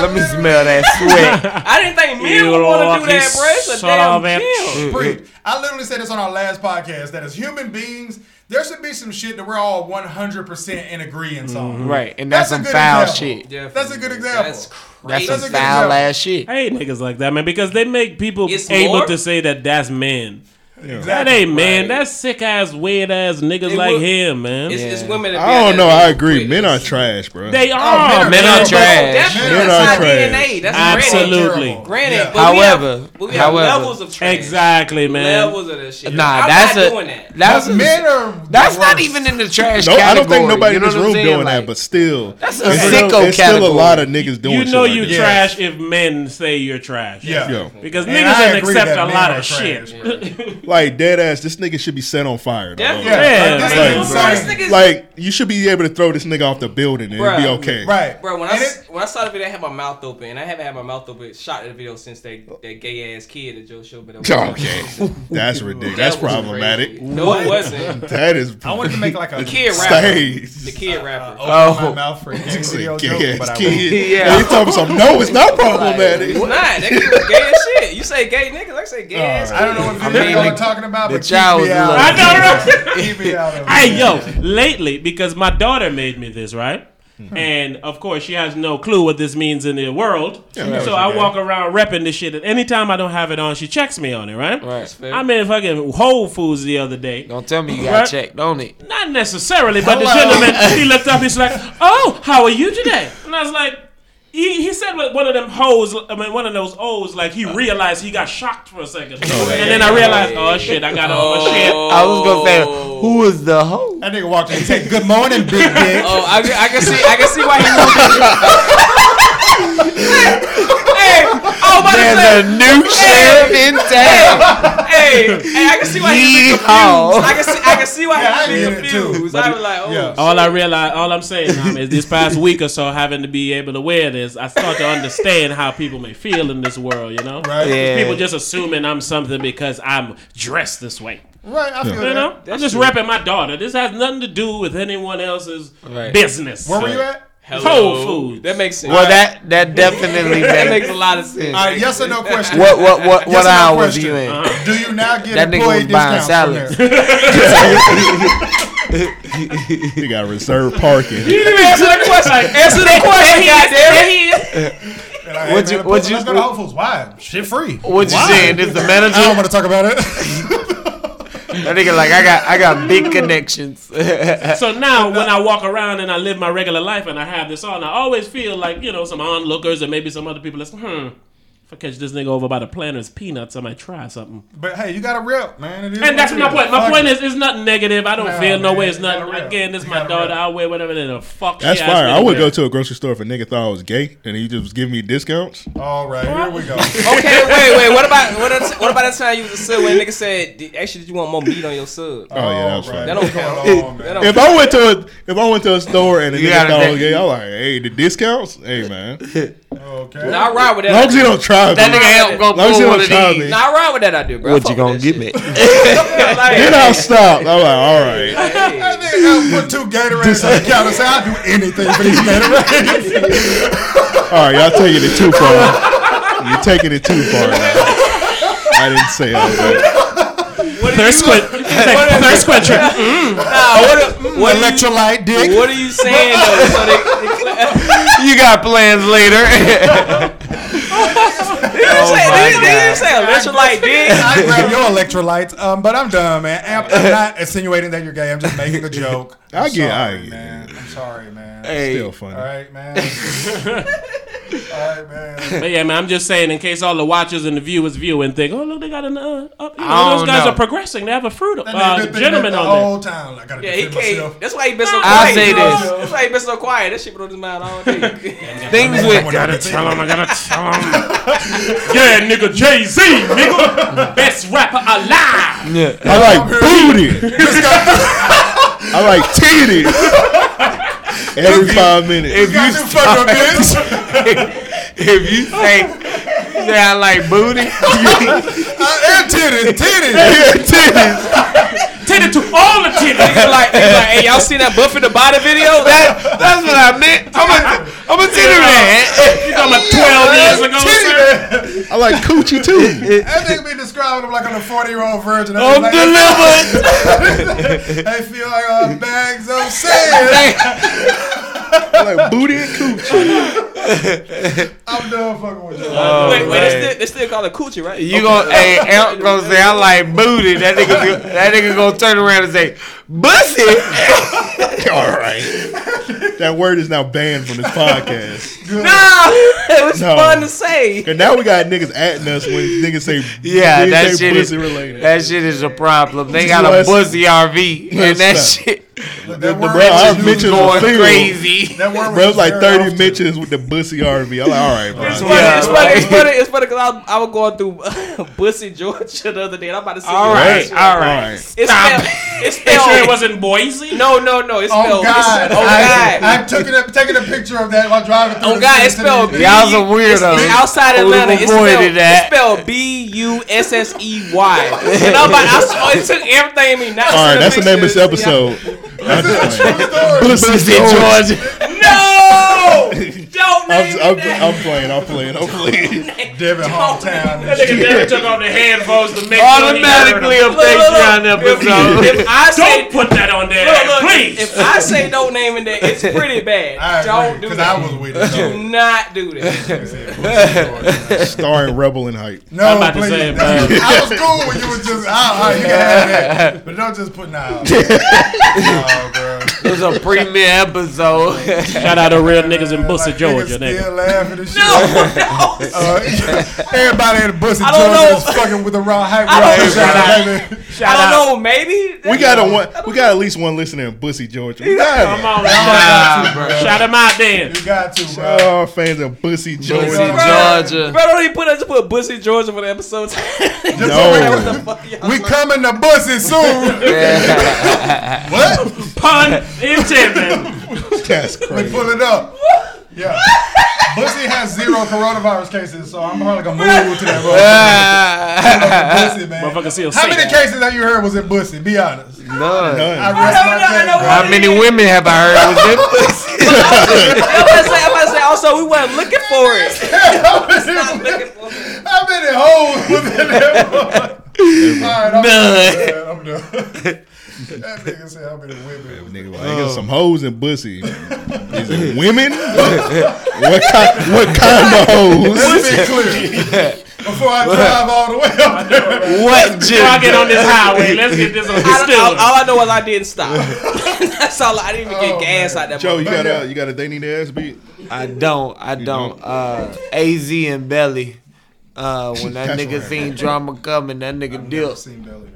Speaker 2: Let me smell that sweat.
Speaker 8: I didn't think men would want to do that, bro. It's a damn gym.
Speaker 9: Bree, I literally said this on our last podcast that as human beings, there should be some shit that we're all 100% in agreeance on.
Speaker 10: Mm-hmm.
Speaker 2: Mhm. Right, and that's
Speaker 9: a
Speaker 2: some
Speaker 9: good
Speaker 2: foul
Speaker 9: example.
Speaker 2: shit.
Speaker 9: That's a good example.
Speaker 8: That's
Speaker 2: That's some
Speaker 9: a good
Speaker 2: foul
Speaker 9: example.
Speaker 2: ass shit.
Speaker 10: I hate niggas like that, man, because they make people able
Speaker 8: more-
Speaker 10: to say that that's men. That
Speaker 8: Exactly.
Speaker 10: ain't man. That's sick ass, weird ass niggas
Speaker 8: It
Speaker 10: like
Speaker 8: would-
Speaker 10: him, man.
Speaker 8: It's- it's women that be
Speaker 6: I
Speaker 8: out
Speaker 6: don't know.
Speaker 8: there
Speaker 6: I agree. Men are trash, bro.
Speaker 10: They are. men are Men are trash. trash.
Speaker 8: Definitely,
Speaker 6: Men
Speaker 8: that's
Speaker 6: are
Speaker 8: our
Speaker 6: trash.
Speaker 8: DNA. That's
Speaker 10: Absolutely.
Speaker 8: Granted, granted
Speaker 10: Yeah.
Speaker 8: but however, we
Speaker 10: However,
Speaker 8: have, but we have
Speaker 10: however.
Speaker 8: levels of trash.
Speaker 10: Exactly, man.
Speaker 8: Levels of that shit.
Speaker 10: Nah,
Speaker 8: I'm
Speaker 10: that's
Speaker 8: not
Speaker 10: a-
Speaker 8: doing that.
Speaker 2: That's
Speaker 10: But men
Speaker 9: are
Speaker 2: That's not even in the trash
Speaker 6: No,
Speaker 2: category.
Speaker 6: I don't think nobody
Speaker 2: you know
Speaker 6: in this
Speaker 2: what I'm
Speaker 6: room
Speaker 2: saying?
Speaker 6: doing
Speaker 2: Like,
Speaker 6: that, but still,
Speaker 2: That's a
Speaker 6: it's
Speaker 2: sicko
Speaker 6: still, it's still a
Speaker 2: category.
Speaker 6: lot of niggas doing.
Speaker 10: You
Speaker 6: shit
Speaker 10: know
Speaker 6: like
Speaker 10: you
Speaker 6: that.
Speaker 10: trash if men say you're trash.
Speaker 6: Yeah. Yeah.
Speaker 10: Because
Speaker 6: And
Speaker 10: niggas
Speaker 6: I
Speaker 10: don't
Speaker 6: agree
Speaker 10: accept
Speaker 6: that
Speaker 10: a
Speaker 6: men
Speaker 10: lot
Speaker 6: are
Speaker 10: of
Speaker 6: trash,
Speaker 10: shit.
Speaker 6: Like dead ass, this nigga should be set on fire. though.
Speaker 10: Yeah,
Speaker 6: Like,
Speaker 10: yeah,
Speaker 6: like,
Speaker 10: man.
Speaker 6: like,
Speaker 8: This nigga's-
Speaker 6: like, you should be able to throw this nigga off the building and it'd be okay.
Speaker 8: Bro, when I s- when I saw the video, I had my mouth open, and I haven't had my mouth open shot at the video since that, that gay ass kid that Joe showed me. that was-
Speaker 6: Oh, Okay, that's ridiculous.
Speaker 8: That
Speaker 6: That's
Speaker 8: was
Speaker 6: problematic.
Speaker 8: crazy. No, it wasn't.
Speaker 6: That is.
Speaker 8: I wanted to make like a- The kid rapper.
Speaker 6: Stage.
Speaker 8: The kid rapper.
Speaker 9: I opened my mouth for a gay video joke,
Speaker 6: Gay
Speaker 9: but I
Speaker 6: ass
Speaker 9: won't.
Speaker 6: kid.
Speaker 9: Yeah.
Speaker 6: Yeah, you talking some? No, it's not problematic.
Speaker 8: It's not. That kid was gay as shit. You say gay niggas, I say gay ass.
Speaker 9: I don't know what video y'all are talking about,
Speaker 10: the
Speaker 9: but
Speaker 10: child
Speaker 9: keep me
Speaker 10: was
Speaker 9: out.
Speaker 10: little. I
Speaker 9: Keep me out of it.
Speaker 10: hey yo, lately because my daughter made me this right, and of course she has no clue what this means in the world.
Speaker 6: Yeah, that was
Speaker 10: so I
Speaker 6: okay.
Speaker 10: walk around repping this shit, and anytime I don't have it on, she checks me on it. Right? Right.
Speaker 2: fair.
Speaker 10: I'm in fucking Whole Foods the other day. Don't
Speaker 2: tell me you got checked on it.
Speaker 10: Not necessarily, but the
Speaker 2: Hello.
Speaker 10: gentleman he looked up. He's like, "Oh, how are you today?" And I was like. He, he said with one of them hoes, I mean, one of those O's, like he realized he got shocked for a second. and then I realized, oh shit, I got all my shit.
Speaker 2: I was gonna say,
Speaker 8: Oh.
Speaker 2: who is the hoe?
Speaker 9: That nigga walked in and said, "Good morning, big dick."
Speaker 8: Oh, I, I can see, I can see why he wants hey, oh, I was about to say,
Speaker 2: There's a new sheriff in town.
Speaker 8: hey, hey, I can see why he's confused.
Speaker 10: Yeehaw.
Speaker 8: I can see, I can see why
Speaker 10: Yeah, I
Speaker 8: he's
Speaker 10: get it too.
Speaker 8: confused. I was like, oh,
Speaker 10: All I realize, all I'm saying Tom, is this past week or so, having to be able to wear this, I start to understand how people may feel in this world. You know, right?
Speaker 2: Yeah.
Speaker 10: People just assuming I'm something because I'm dressed this way.
Speaker 9: Right, I feel
Speaker 10: You
Speaker 9: that.
Speaker 10: know, I'm just repping my daughter. This has nothing to do with anyone else's business.
Speaker 9: Where were you at?
Speaker 10: Whole Foods.
Speaker 8: oh, That makes sense.
Speaker 2: Well, that that definitely
Speaker 9: That
Speaker 8: makes a lot of sense.
Speaker 9: All right, yes or no question.
Speaker 2: What what what
Speaker 9: Yes
Speaker 2: what
Speaker 9: or no
Speaker 2: hour was
Speaker 9: question.
Speaker 2: you in?
Speaker 9: Do you now get
Speaker 2: That nigga
Speaker 9: employee
Speaker 2: was buying
Speaker 9: discounts from
Speaker 2: salads.
Speaker 9: there?
Speaker 6: You got reserved parking.
Speaker 8: You didn't even answer the question. Answer the question, goddamn it.
Speaker 2: What you what you
Speaker 9: Let's go to Whole Foods. Why? Shit free.
Speaker 2: what you
Speaker 9: Why?
Speaker 2: saying? Is the manager?
Speaker 9: I don't want to talk about it.
Speaker 2: That nigga like I got I got big connections.
Speaker 10: so now when I walk around and I live my regular life and I have this on, I always feel like, you know, some onlookers and maybe some other people that's, hmm, if I catch this nigga over by the planter's peanuts, I might try something.
Speaker 9: But hey, you got to rip, man. It is
Speaker 10: And that's
Speaker 9: what
Speaker 10: my
Speaker 9: it
Speaker 10: point. My
Speaker 9: Fuck
Speaker 10: point
Speaker 9: it.
Speaker 10: is, it's not negative. I don't
Speaker 9: Nah,
Speaker 10: feel no
Speaker 9: man,
Speaker 10: way. It's
Speaker 9: you
Speaker 10: nothing.
Speaker 9: gotta rap.
Speaker 10: Again, this
Speaker 9: You
Speaker 10: my
Speaker 9: gotta
Speaker 10: daughter.
Speaker 9: rap.
Speaker 10: I wear whatever the fuck.
Speaker 6: That's
Speaker 10: she asks
Speaker 6: fire.
Speaker 10: me
Speaker 6: I would
Speaker 10: wear.
Speaker 6: go to a grocery store if a nigga thought I was gay and he just was giving me discounts. Oh,
Speaker 9: All right, here we go.
Speaker 8: Okay, wait, wait. What about what? About, what about that time you was a sub when a nigga said, "D- "Actually, you want more meat on your sub?"
Speaker 6: Oh, yeah, that was funny.
Speaker 8: That don't count. That don't
Speaker 6: If I went to a if I went to a store and a
Speaker 2: You
Speaker 6: nigga
Speaker 2: gotta
Speaker 6: thought I
Speaker 2: think-
Speaker 6: was gay, I was like, hey, the discounts, hey man.
Speaker 9: Okay.
Speaker 8: Nah, I ride with that.
Speaker 6: Long as you don't try
Speaker 8: That
Speaker 6: me.
Speaker 8: nigga help
Speaker 6: Long
Speaker 8: go pull
Speaker 6: as you don't
Speaker 8: one of
Speaker 6: try
Speaker 8: these.
Speaker 6: me.
Speaker 8: Nah, I ride with that idea, bro.
Speaker 2: What you gonna give me?
Speaker 8: Yeah, like,
Speaker 6: Then I'll stop. I'm like, all right.
Speaker 9: That nigga out put two Gatorades on the counter. Say I'll do anything for these Gatorades.
Speaker 6: All right, y'all taking it too far. You're taking it too far. Now. I didn't say all that.
Speaker 10: Third squid. Third squid. trip.
Speaker 8: nah,
Speaker 10: Mm.
Speaker 8: what, do- what, do you,
Speaker 9: Electrolyte dick.
Speaker 8: what are you saying though? So they, they, cla-
Speaker 2: you got plans later.
Speaker 8: they, didn't say-
Speaker 2: my
Speaker 8: they, didn't- they didn't say electrolyte dick.
Speaker 9: I grab your electrolytes, um, but I'm done, man. I'm, I'm not insinuating that you're gay. I'm just making a joke. I'm
Speaker 6: I get,
Speaker 9: sorry,
Speaker 6: I get.
Speaker 9: man. I'm sorry, man.
Speaker 6: Still funny.
Speaker 9: All right, man.
Speaker 10: But yeah, man, I'm just saying in case all the watchers and the viewers view and think, oh look, they got an uh, up. You
Speaker 2: I
Speaker 10: know, those
Speaker 2: don't
Speaker 10: guys
Speaker 2: know.
Speaker 10: are progressing. They have a fruit
Speaker 9: That nigga
Speaker 10: uh,
Speaker 9: been thinking
Speaker 10: gentleman
Speaker 9: that the
Speaker 10: on
Speaker 9: whole
Speaker 10: there.
Speaker 9: time. I gotta
Speaker 8: Yeah, he
Speaker 9: defend myself.
Speaker 8: can't. That's why he been so quiet.
Speaker 10: I'll say
Speaker 8: bro.
Speaker 10: this.
Speaker 8: That's why he been so quiet. That shit been on his mind all day.
Speaker 2: Things with
Speaker 10: gotta tell him. yeah, nigga, Jay Z, nigga, best rapper alive.
Speaker 5: Yeah. I like booty. I like titties. Every five minutes.
Speaker 2: If you fuck if you say, say I like booty,
Speaker 5: and titties, titties, and titties.
Speaker 10: Titty to all the titties.
Speaker 8: like, he's like, hey, y'all seen that Buffy the Body video?
Speaker 2: that, that's what I meant. I'm a, I'm a titty man.
Speaker 10: You talking about 12 years ago, sir?
Speaker 5: I like coochie too.
Speaker 9: That nigga be describing him like I'm a 40 year old virgin.
Speaker 2: I'm
Speaker 9: like,
Speaker 2: delivered.
Speaker 9: I feel like uh, bags of sand.
Speaker 5: I like booty and coochie.
Speaker 9: I'm done fucking with you.
Speaker 10: Uh,
Speaker 8: wait, wait, they
Speaker 2: man.
Speaker 8: still, they still call it coochie, right?
Speaker 2: You gonna hey Amp gonna say I like booty. That nigga go- that nigga gonna turn around and say, Bussy
Speaker 5: All right. That word is now banned from this podcast.
Speaker 8: No, it was
Speaker 5: No.
Speaker 8: fun to say.
Speaker 5: And now we got niggas atting us when niggas say
Speaker 2: Yeah,
Speaker 5: niggas
Speaker 2: that
Speaker 5: say
Speaker 2: shit is
Speaker 5: pussy related.
Speaker 2: that shit is a problem. They got a
Speaker 5: Let's-
Speaker 2: bussy RV and that
Speaker 5: let's stop.
Speaker 2: shit
Speaker 9: Look,
Speaker 5: The,
Speaker 9: that
Speaker 5: the
Speaker 9: word
Speaker 5: bro, I was
Speaker 9: was
Speaker 5: mentioning
Speaker 2: going
Speaker 5: the field.
Speaker 2: crazy.
Speaker 9: That word
Speaker 5: Bro, it was
Speaker 9: used
Speaker 5: like
Speaker 9: very
Speaker 5: 30
Speaker 9: often.
Speaker 5: mentions with the bussy RV. I'm like, all right, bro.
Speaker 8: Funny,
Speaker 2: Yeah.
Speaker 8: it's funny, it's funny, it's funny because I, I was going through Bussy, Georgia the other day, and I'm about to see.
Speaker 2: All right,
Speaker 8: it's
Speaker 2: all right.
Speaker 8: spelled, it's spelled.
Speaker 10: Sure, it wasn't Boise.
Speaker 8: No, no, no. It's
Speaker 9: Oh
Speaker 8: spelled.
Speaker 9: God!
Speaker 8: It's, oh
Speaker 9: I,
Speaker 8: God.
Speaker 9: I'm taking a, taking a picture of that while driving. Through
Speaker 8: Oh
Speaker 9: the
Speaker 8: God,
Speaker 9: city
Speaker 8: it's spelled.
Speaker 9: today.
Speaker 2: Yeah. Y'all's a
Speaker 8: B- it's-
Speaker 2: weirdo.
Speaker 8: It's outside
Speaker 2: Who
Speaker 8: Atlanta. It's
Speaker 2: avoided
Speaker 8: spelled,
Speaker 2: that?
Speaker 8: it's spelled B U S S E Y. And I'm like, I saw, it took everything in me not. to
Speaker 5: All right,
Speaker 8: see
Speaker 5: that's the name of this
Speaker 8: pictures.
Speaker 5: episode. I'm just playing.
Speaker 2: Bussy Georgia.
Speaker 8: No, don't
Speaker 5: I'm,
Speaker 8: name it
Speaker 5: I'm,
Speaker 8: that.
Speaker 5: I'm playing. I'm playing. I'm playing.
Speaker 9: Devin hometown. and
Speaker 10: That nigga
Speaker 9: shit.
Speaker 10: never took off the headphones to make
Speaker 2: Automatically a
Speaker 10: sure
Speaker 2: Patreon episode.
Speaker 8: If I
Speaker 10: he heard him.
Speaker 8: say
Speaker 10: Don't put that on there,
Speaker 8: look, look,
Speaker 10: please.
Speaker 8: if I say don't name it that, it's pretty bad.
Speaker 9: I
Speaker 8: don't do
Speaker 9: agree, because
Speaker 8: that.
Speaker 9: I was with it.
Speaker 8: do not do that.
Speaker 9: though.
Speaker 5: Starring Rebel and Hype.
Speaker 9: No,
Speaker 10: I'm about to
Speaker 9: please.
Speaker 10: say it,
Speaker 9: That's- I was cool when you was just, ah, ah, you can have that. But don't just put, nah. nah, bro.
Speaker 2: It was a premiere episode.
Speaker 10: Shout out to real niggas in Bussa,
Speaker 9: Like,
Speaker 10: Georgia,
Speaker 9: niggas
Speaker 10: nigga.
Speaker 9: Still laughing and shit.
Speaker 8: No, no.
Speaker 9: Uh, everybody in the bus in
Speaker 8: I don't
Speaker 9: Georgia
Speaker 8: know.
Speaker 9: is fucking with the wrong hype.
Speaker 8: I don't
Speaker 9: Right,
Speaker 8: know.
Speaker 9: right, right, right.
Speaker 8: I don't know. Maybe
Speaker 5: We got a one. We got at least one listener in Bussy, Georgia. We
Speaker 10: Come
Speaker 5: got it.
Speaker 10: on, man. Shout him out then.
Speaker 9: You got to, bro.
Speaker 5: Oh, our fans of Bussy, Georgia.
Speaker 2: Georgia.
Speaker 8: Bro, don't even put us put Bussy Georgia for the episode.
Speaker 5: No.
Speaker 9: We coming to bussy soon. what?
Speaker 10: Pun intended.
Speaker 5: That's
Speaker 9: We
Speaker 5: crazy.
Speaker 9: pull it up. Yeah. Bussy has zero coronavirus cases, so I'm probably gonna move to that road. Bussy, man.
Speaker 10: Motherfucker still
Speaker 9: How
Speaker 10: say
Speaker 9: many
Speaker 10: that.
Speaker 9: cases that you heard was in Bussy? Be honest.
Speaker 2: None.
Speaker 9: I
Speaker 5: None.
Speaker 9: rest
Speaker 8: I
Speaker 9: my
Speaker 8: don't know, I know
Speaker 9: case.
Speaker 8: what-
Speaker 2: How many women have I heard was in pussy?
Speaker 8: I'm about to say, I'm about to say, also, we weren't looking for it. Not looking for it.
Speaker 9: How many hoes was in that room? All right, I'm done. I'm done. that nigga said how many women. was-
Speaker 5: Nigga, like, they got
Speaker 6: Oh.
Speaker 5: some hoes and bussy. Is it women? what kind? What kind of
Speaker 9: Let's
Speaker 5: hoes?
Speaker 9: be clear. Before I drive all the way up there.
Speaker 2: What
Speaker 10: Before I get
Speaker 2: just
Speaker 10: on this highway, let's get this on
Speaker 8: I don't, all,
Speaker 10: still.
Speaker 8: all I know is I didn't stop. That's all. I didn't even get gas out that.
Speaker 5: Joe, you got
Speaker 8: motherfucker.
Speaker 5: a you got a they need their ass beat.
Speaker 2: I don't. I don't.
Speaker 5: don't?
Speaker 2: Uh, Az and Belly. Uh, when that
Speaker 5: That's
Speaker 2: nigga
Speaker 5: right.
Speaker 2: seen drama coming, that nigga
Speaker 9: Never
Speaker 2: dipped.
Speaker 9: seen Belly, man.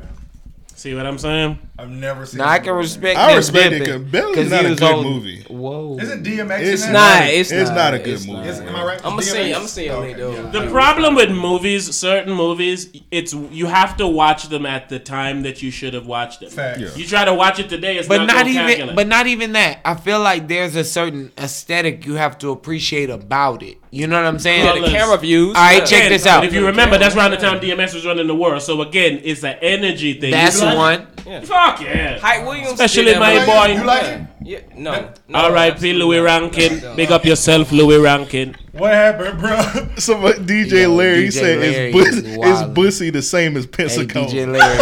Speaker 10: See what I'm saying?
Speaker 9: I've never seen.
Speaker 2: Now I can
Speaker 9: Belly.
Speaker 2: respect.
Speaker 5: I
Speaker 2: that
Speaker 5: respect it, 'cause
Speaker 2: dipping,
Speaker 5: Belly's
Speaker 2: 'cause
Speaker 5: not
Speaker 2: he
Speaker 5: a
Speaker 2: was
Speaker 5: good
Speaker 2: on-
Speaker 5: movie.
Speaker 2: Whoa.
Speaker 9: Isn't DMX
Speaker 5: It's
Speaker 9: in that?
Speaker 8: not.
Speaker 5: a-
Speaker 8: it's
Speaker 5: it's
Speaker 8: not.
Speaker 5: not a good
Speaker 2: It's
Speaker 5: movie.
Speaker 2: not.
Speaker 9: Is- am I right?
Speaker 8: I'ma see- I'ma see a link, though.
Speaker 10: The problem with movies, certain movies, it's you have to watch them at the time that you should have watched them.
Speaker 9: Facts. Yeah.
Speaker 10: You try to watch it today, it's
Speaker 2: But
Speaker 10: not,
Speaker 2: not
Speaker 10: gonna
Speaker 2: even.
Speaker 10: calculate.
Speaker 2: But not even that. I feel like there's a certain aesthetic you have to appreciate about it. You know what I'm saying?
Speaker 10: Yeah,
Speaker 8: The camera views.
Speaker 2: All right,
Speaker 8: yeah.
Speaker 2: check this
Speaker 10: But
Speaker 2: out.
Speaker 10: if you remember, that's around the time DMX was running the world. So again, it's an energy thing.
Speaker 2: That's
Speaker 10: You like-
Speaker 2: one.
Speaker 10: Fuck yeah.
Speaker 8: Hype Williams.
Speaker 10: Especially
Speaker 8: did that
Speaker 10: my
Speaker 8: movie.
Speaker 10: boy.
Speaker 9: You like it?
Speaker 8: Yeah, no. no
Speaker 10: All right, P. Louis Rankin. Big up yourself, Louis Rankin.
Speaker 9: What happened, bro?
Speaker 5: So
Speaker 6: uh,
Speaker 5: what DJ
Speaker 2: Yo,
Speaker 5: Larry he
Speaker 2: DJ
Speaker 5: said
Speaker 2: Larry
Speaker 5: is bussy,
Speaker 2: is
Speaker 5: is
Speaker 2: wild.
Speaker 5: bussy the same as
Speaker 2: Hey,
Speaker 5: Pensacola.
Speaker 2: DJ Larry.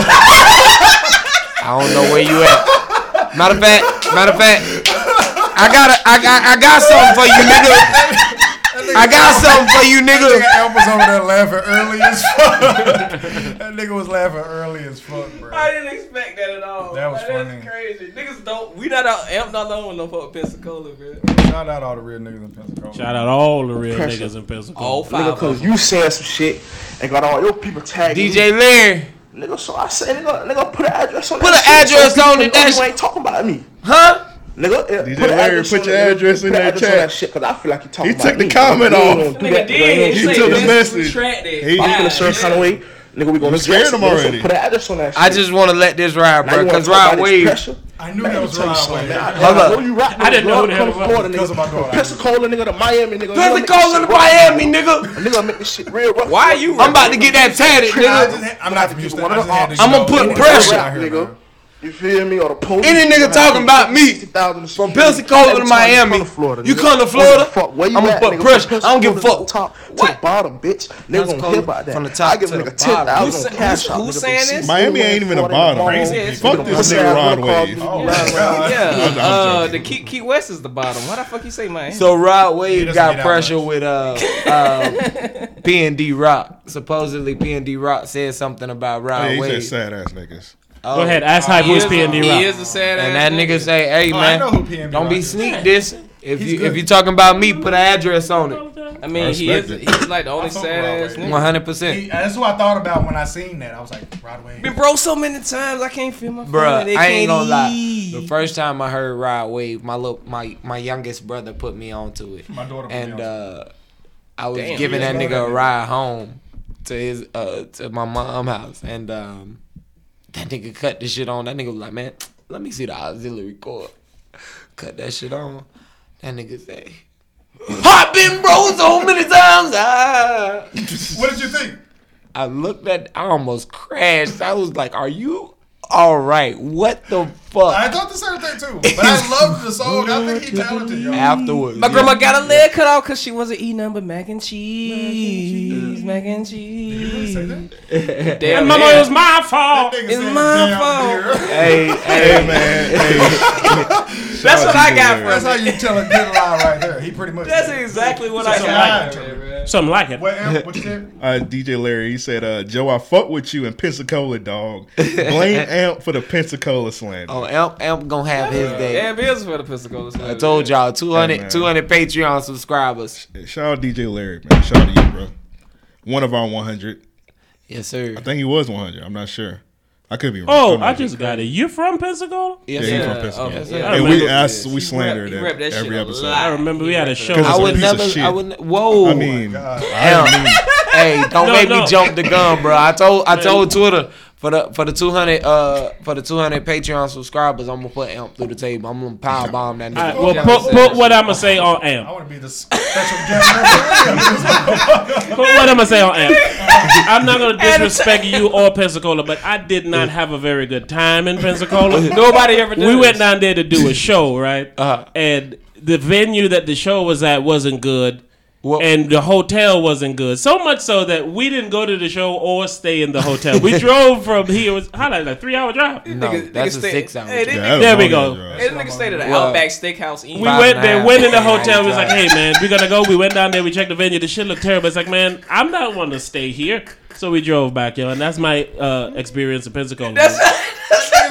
Speaker 2: I don't know where you at. Matter of fact, matter of fact, I got a, I got I got something for you, nigga. I got something for you, nigga.
Speaker 9: That nigga was over there laughing early as fuck. that nigga was laughing early as fuck, bro.
Speaker 8: I didn't expect that at all.
Speaker 9: That was
Speaker 8: Like, that's
Speaker 9: funny.
Speaker 8: crazy. Niggas don't. We not out. Amp not alone with no fuck Pensacola, bro.
Speaker 9: Shout out all the real niggas in Pensacola.
Speaker 10: Shout out all the real niggas in Pensacola.
Speaker 2: Oh,
Speaker 8: All Oh, five
Speaker 5: Nigga, cause you said some shit and got all your people tagging
Speaker 2: DJ
Speaker 5: me.
Speaker 2: Larry.
Speaker 5: Nigga, so I said, nigga, nigga, put an address on
Speaker 2: Put
Speaker 5: that
Speaker 2: an
Speaker 5: shit, so
Speaker 2: address
Speaker 5: people
Speaker 2: on it,
Speaker 5: know
Speaker 2: that
Speaker 5: You
Speaker 2: shit-
Speaker 5: ain't talking about me.
Speaker 2: Huh?
Speaker 5: Nigga, eh,
Speaker 6: DJ
Speaker 5: put an
Speaker 6: Larry,
Speaker 5: address
Speaker 6: put
Speaker 5: on
Speaker 6: your
Speaker 5: it, nigga.
Speaker 6: address in
Speaker 5: Put an
Speaker 6: that
Speaker 5: address on
Speaker 6: chat.
Speaker 5: that shit, cause I feel like you talking
Speaker 6: He
Speaker 5: about
Speaker 6: took the
Speaker 5: me.
Speaker 6: comment
Speaker 5: You ain't
Speaker 6: off.
Speaker 5: gonna do
Speaker 6: Nigga
Speaker 5: that,
Speaker 6: did.
Speaker 5: You ain't
Speaker 6: He
Speaker 5: gonna
Speaker 6: took
Speaker 5: do
Speaker 6: the
Speaker 5: that.
Speaker 6: message.
Speaker 8: Retracted.
Speaker 5: I'm
Speaker 2: Yeah.
Speaker 5: feeling certain kind of way. Nigga, we gonna
Speaker 2: You scared him already.
Speaker 5: Put an address on that shit.
Speaker 2: I just want to let this ride,
Speaker 5: Now you
Speaker 2: bro.
Speaker 5: wanna
Speaker 2: Cause
Speaker 5: talk
Speaker 2: Rod
Speaker 5: about this pressure?
Speaker 2: Wave.
Speaker 9: I knew that was Rod Wave.
Speaker 2: Hold up.
Speaker 5: I didn't know who the hell was. Florida, nigga. Pensacola, nigga, to Miami, nigga. Pensacola to
Speaker 2: Miami, nigga.
Speaker 5: Nigga, make this shit real rough.
Speaker 2: Why are you? I'm about to get that tatted, nigga.
Speaker 9: I'm not from Houston.
Speaker 5: One of the
Speaker 9: had to
Speaker 2: I'm gonna
Speaker 5: go.
Speaker 2: put
Speaker 5: Nigga,
Speaker 2: pressure.
Speaker 5: rap, nigga. You feel me? Or the police?
Speaker 2: Any nigga talking about me from Pensacola to Miami, you come to Florida, I'm gonna put pressure. I don't give a fuck.
Speaker 5: Top to the bottom, bitch. Nigga gonna care about that. From the top I give a nigga ten
Speaker 2: bottom.
Speaker 5: thousand on cash out. nigga, bitch.
Speaker 6: Miami ain't even a bottom. Fuck this nigga Rod
Speaker 2: Oh,
Speaker 6: Wave.
Speaker 8: Yeah.
Speaker 6: I'm- I'm
Speaker 8: Uh,
Speaker 6: joking.
Speaker 8: the Key, Key West is the bottom. Why the fuck you say Miami?
Speaker 2: So Rod Wave
Speaker 8: doesn't
Speaker 2: got
Speaker 8: get out
Speaker 2: pressure with uh, uh P and D Rock. Supposedly P and D Rock said something about Rod
Speaker 6: Yeah, he said
Speaker 2: Wave.
Speaker 6: sad ass niggas.
Speaker 2: Oh.
Speaker 10: Go ahead, ask Hype
Speaker 2: He is
Speaker 10: who's
Speaker 2: a-
Speaker 10: P&D Rock.
Speaker 2: he is a sad And that nigga say, "Hey
Speaker 10: Oh, I
Speaker 2: man,
Speaker 10: know who P&D
Speaker 2: don't be
Speaker 10: Rock is.
Speaker 2: sneak dissing. If you if you talking about me, put an address on it.
Speaker 8: I mean, he is. He's like the only sad ass nigga.
Speaker 2: One hundred percent,
Speaker 9: He- That's what I thought about when I seen that. I was like, Rod Wave.
Speaker 8: Been broke so many times. I can't feel my. phone,
Speaker 2: Bruh,
Speaker 8: they
Speaker 2: I ain't
Speaker 8: can't
Speaker 2: gonna lie. The
Speaker 8: eat.
Speaker 2: first time I heard Rod Wave, my little my my youngest brother put me onto it.
Speaker 9: My daughter put me
Speaker 2: and
Speaker 9: onto
Speaker 2: uh, I was
Speaker 9: Damn.
Speaker 2: giving
Speaker 9: Yeah,
Speaker 2: that
Speaker 9: I know
Speaker 2: nigga
Speaker 9: that
Speaker 2: a
Speaker 9: nigga.
Speaker 2: ride home to his uh to my mom house, and um, that nigga cut the shit on. That nigga was like, man, let me see the auxiliary cord. Cut that shit on. That nigga say, I've been broke so many times. Ah.
Speaker 9: What did you think?
Speaker 2: I looked at, I almost crashed. I was like, "Are you all right? What the fuck?"
Speaker 9: I thought the same thing too, but I loved the song. I think he talented, yo.
Speaker 2: afterwards.
Speaker 8: My grandma got a leg cut off because she wasn't eating nothing but mac and cheese. Mac and cheese. Did you really say that?
Speaker 10: And mama, it was my fault.
Speaker 8: It's my fault.
Speaker 2: Hey,
Speaker 6: hey, man.
Speaker 8: That's what I got from
Speaker 9: That's how you tell a good lie right there. He pretty much.
Speaker 8: That's exactly what I
Speaker 9: Something
Speaker 8: got.
Speaker 9: like it.
Speaker 10: Something like it.
Speaker 9: what you said?
Speaker 6: Uh, DJ Larry, he said, uh, "Joe, I fuck with you in Pensacola, dog. Blame Amp for the Pensacola slander."
Speaker 2: Oh, Amp, Amp gonna have his day.
Speaker 8: Damn, bills for the Pensacola. State.
Speaker 2: I told y'all 200,
Speaker 6: Hey, man.
Speaker 2: 200 Patreon subscribers.
Speaker 6: Shout out DJ Larry, man. Shout out to you, bro. One of our 100.
Speaker 2: Yes, sir.
Speaker 6: I think he was 100. I'm not sure. I could be wrong.
Speaker 10: Oh,
Speaker 6: Don't
Speaker 10: I
Speaker 6: know.
Speaker 10: just got it. You from Pensacola?
Speaker 6: Yeah, he's from
Speaker 8: Oh,
Speaker 6: Pensacola.
Speaker 10: I
Speaker 6: And we,
Speaker 10: remember-
Speaker 6: I, we slandered
Speaker 10: he
Speaker 6: it
Speaker 10: repped that shit
Speaker 6: every
Speaker 10: a
Speaker 6: episode.
Speaker 10: lot. I remember we had a show.
Speaker 6: 'Cause it's
Speaker 10: I
Speaker 6: a
Speaker 10: would
Speaker 6: piece of
Speaker 10: never-
Speaker 6: shit.
Speaker 10: I
Speaker 2: would ne- whoa.
Speaker 6: I mean, I
Speaker 2: Amp,
Speaker 6: mean,
Speaker 2: hey, don't
Speaker 10: No,
Speaker 2: make
Speaker 10: no.
Speaker 2: me jump the gun, bro. I told, I
Speaker 10: Man.
Speaker 2: told Twitter for the for the two hundred, uh, for the two hundred Patreon subscribers, I'm gonna put Amp through the table. I'm gonna power bomb that nigga.
Speaker 10: Alright, well, put, put what I'm going to say on Amp. I want to be the special Put what I'm going to say on Amp. I'm not going to disrespect you or Pensacola, but I did not have a very good time in Pensacola.
Speaker 8: Nobody ever
Speaker 10: We
Speaker 8: does.
Speaker 10: went down there to do a show, right? Uh-huh. And the venue that the show was at wasn't good.
Speaker 8: Oh.
Speaker 10: and the hotel wasn't good. So much so that we didn't go to the show or stay in the hotel. We drove from here. It was how like a three hour drive?
Speaker 8: No, Niggas- that's niggas a stay- six-hour hey, drive. they- they-
Speaker 10: there we go.
Speaker 8: Hey, nigga stayed at an
Speaker 10: Well,
Speaker 8: Outback Steakhouse.
Speaker 10: We went there, went in the hotel. We was like, "Hey man, we're gonna go." We went down there. We checked the venue. The shit looked terrible. It's like, man, I'm not want to stay here. So we drove back, yo, and that's my uh, experience in Pensacola. That's
Speaker 9: That's like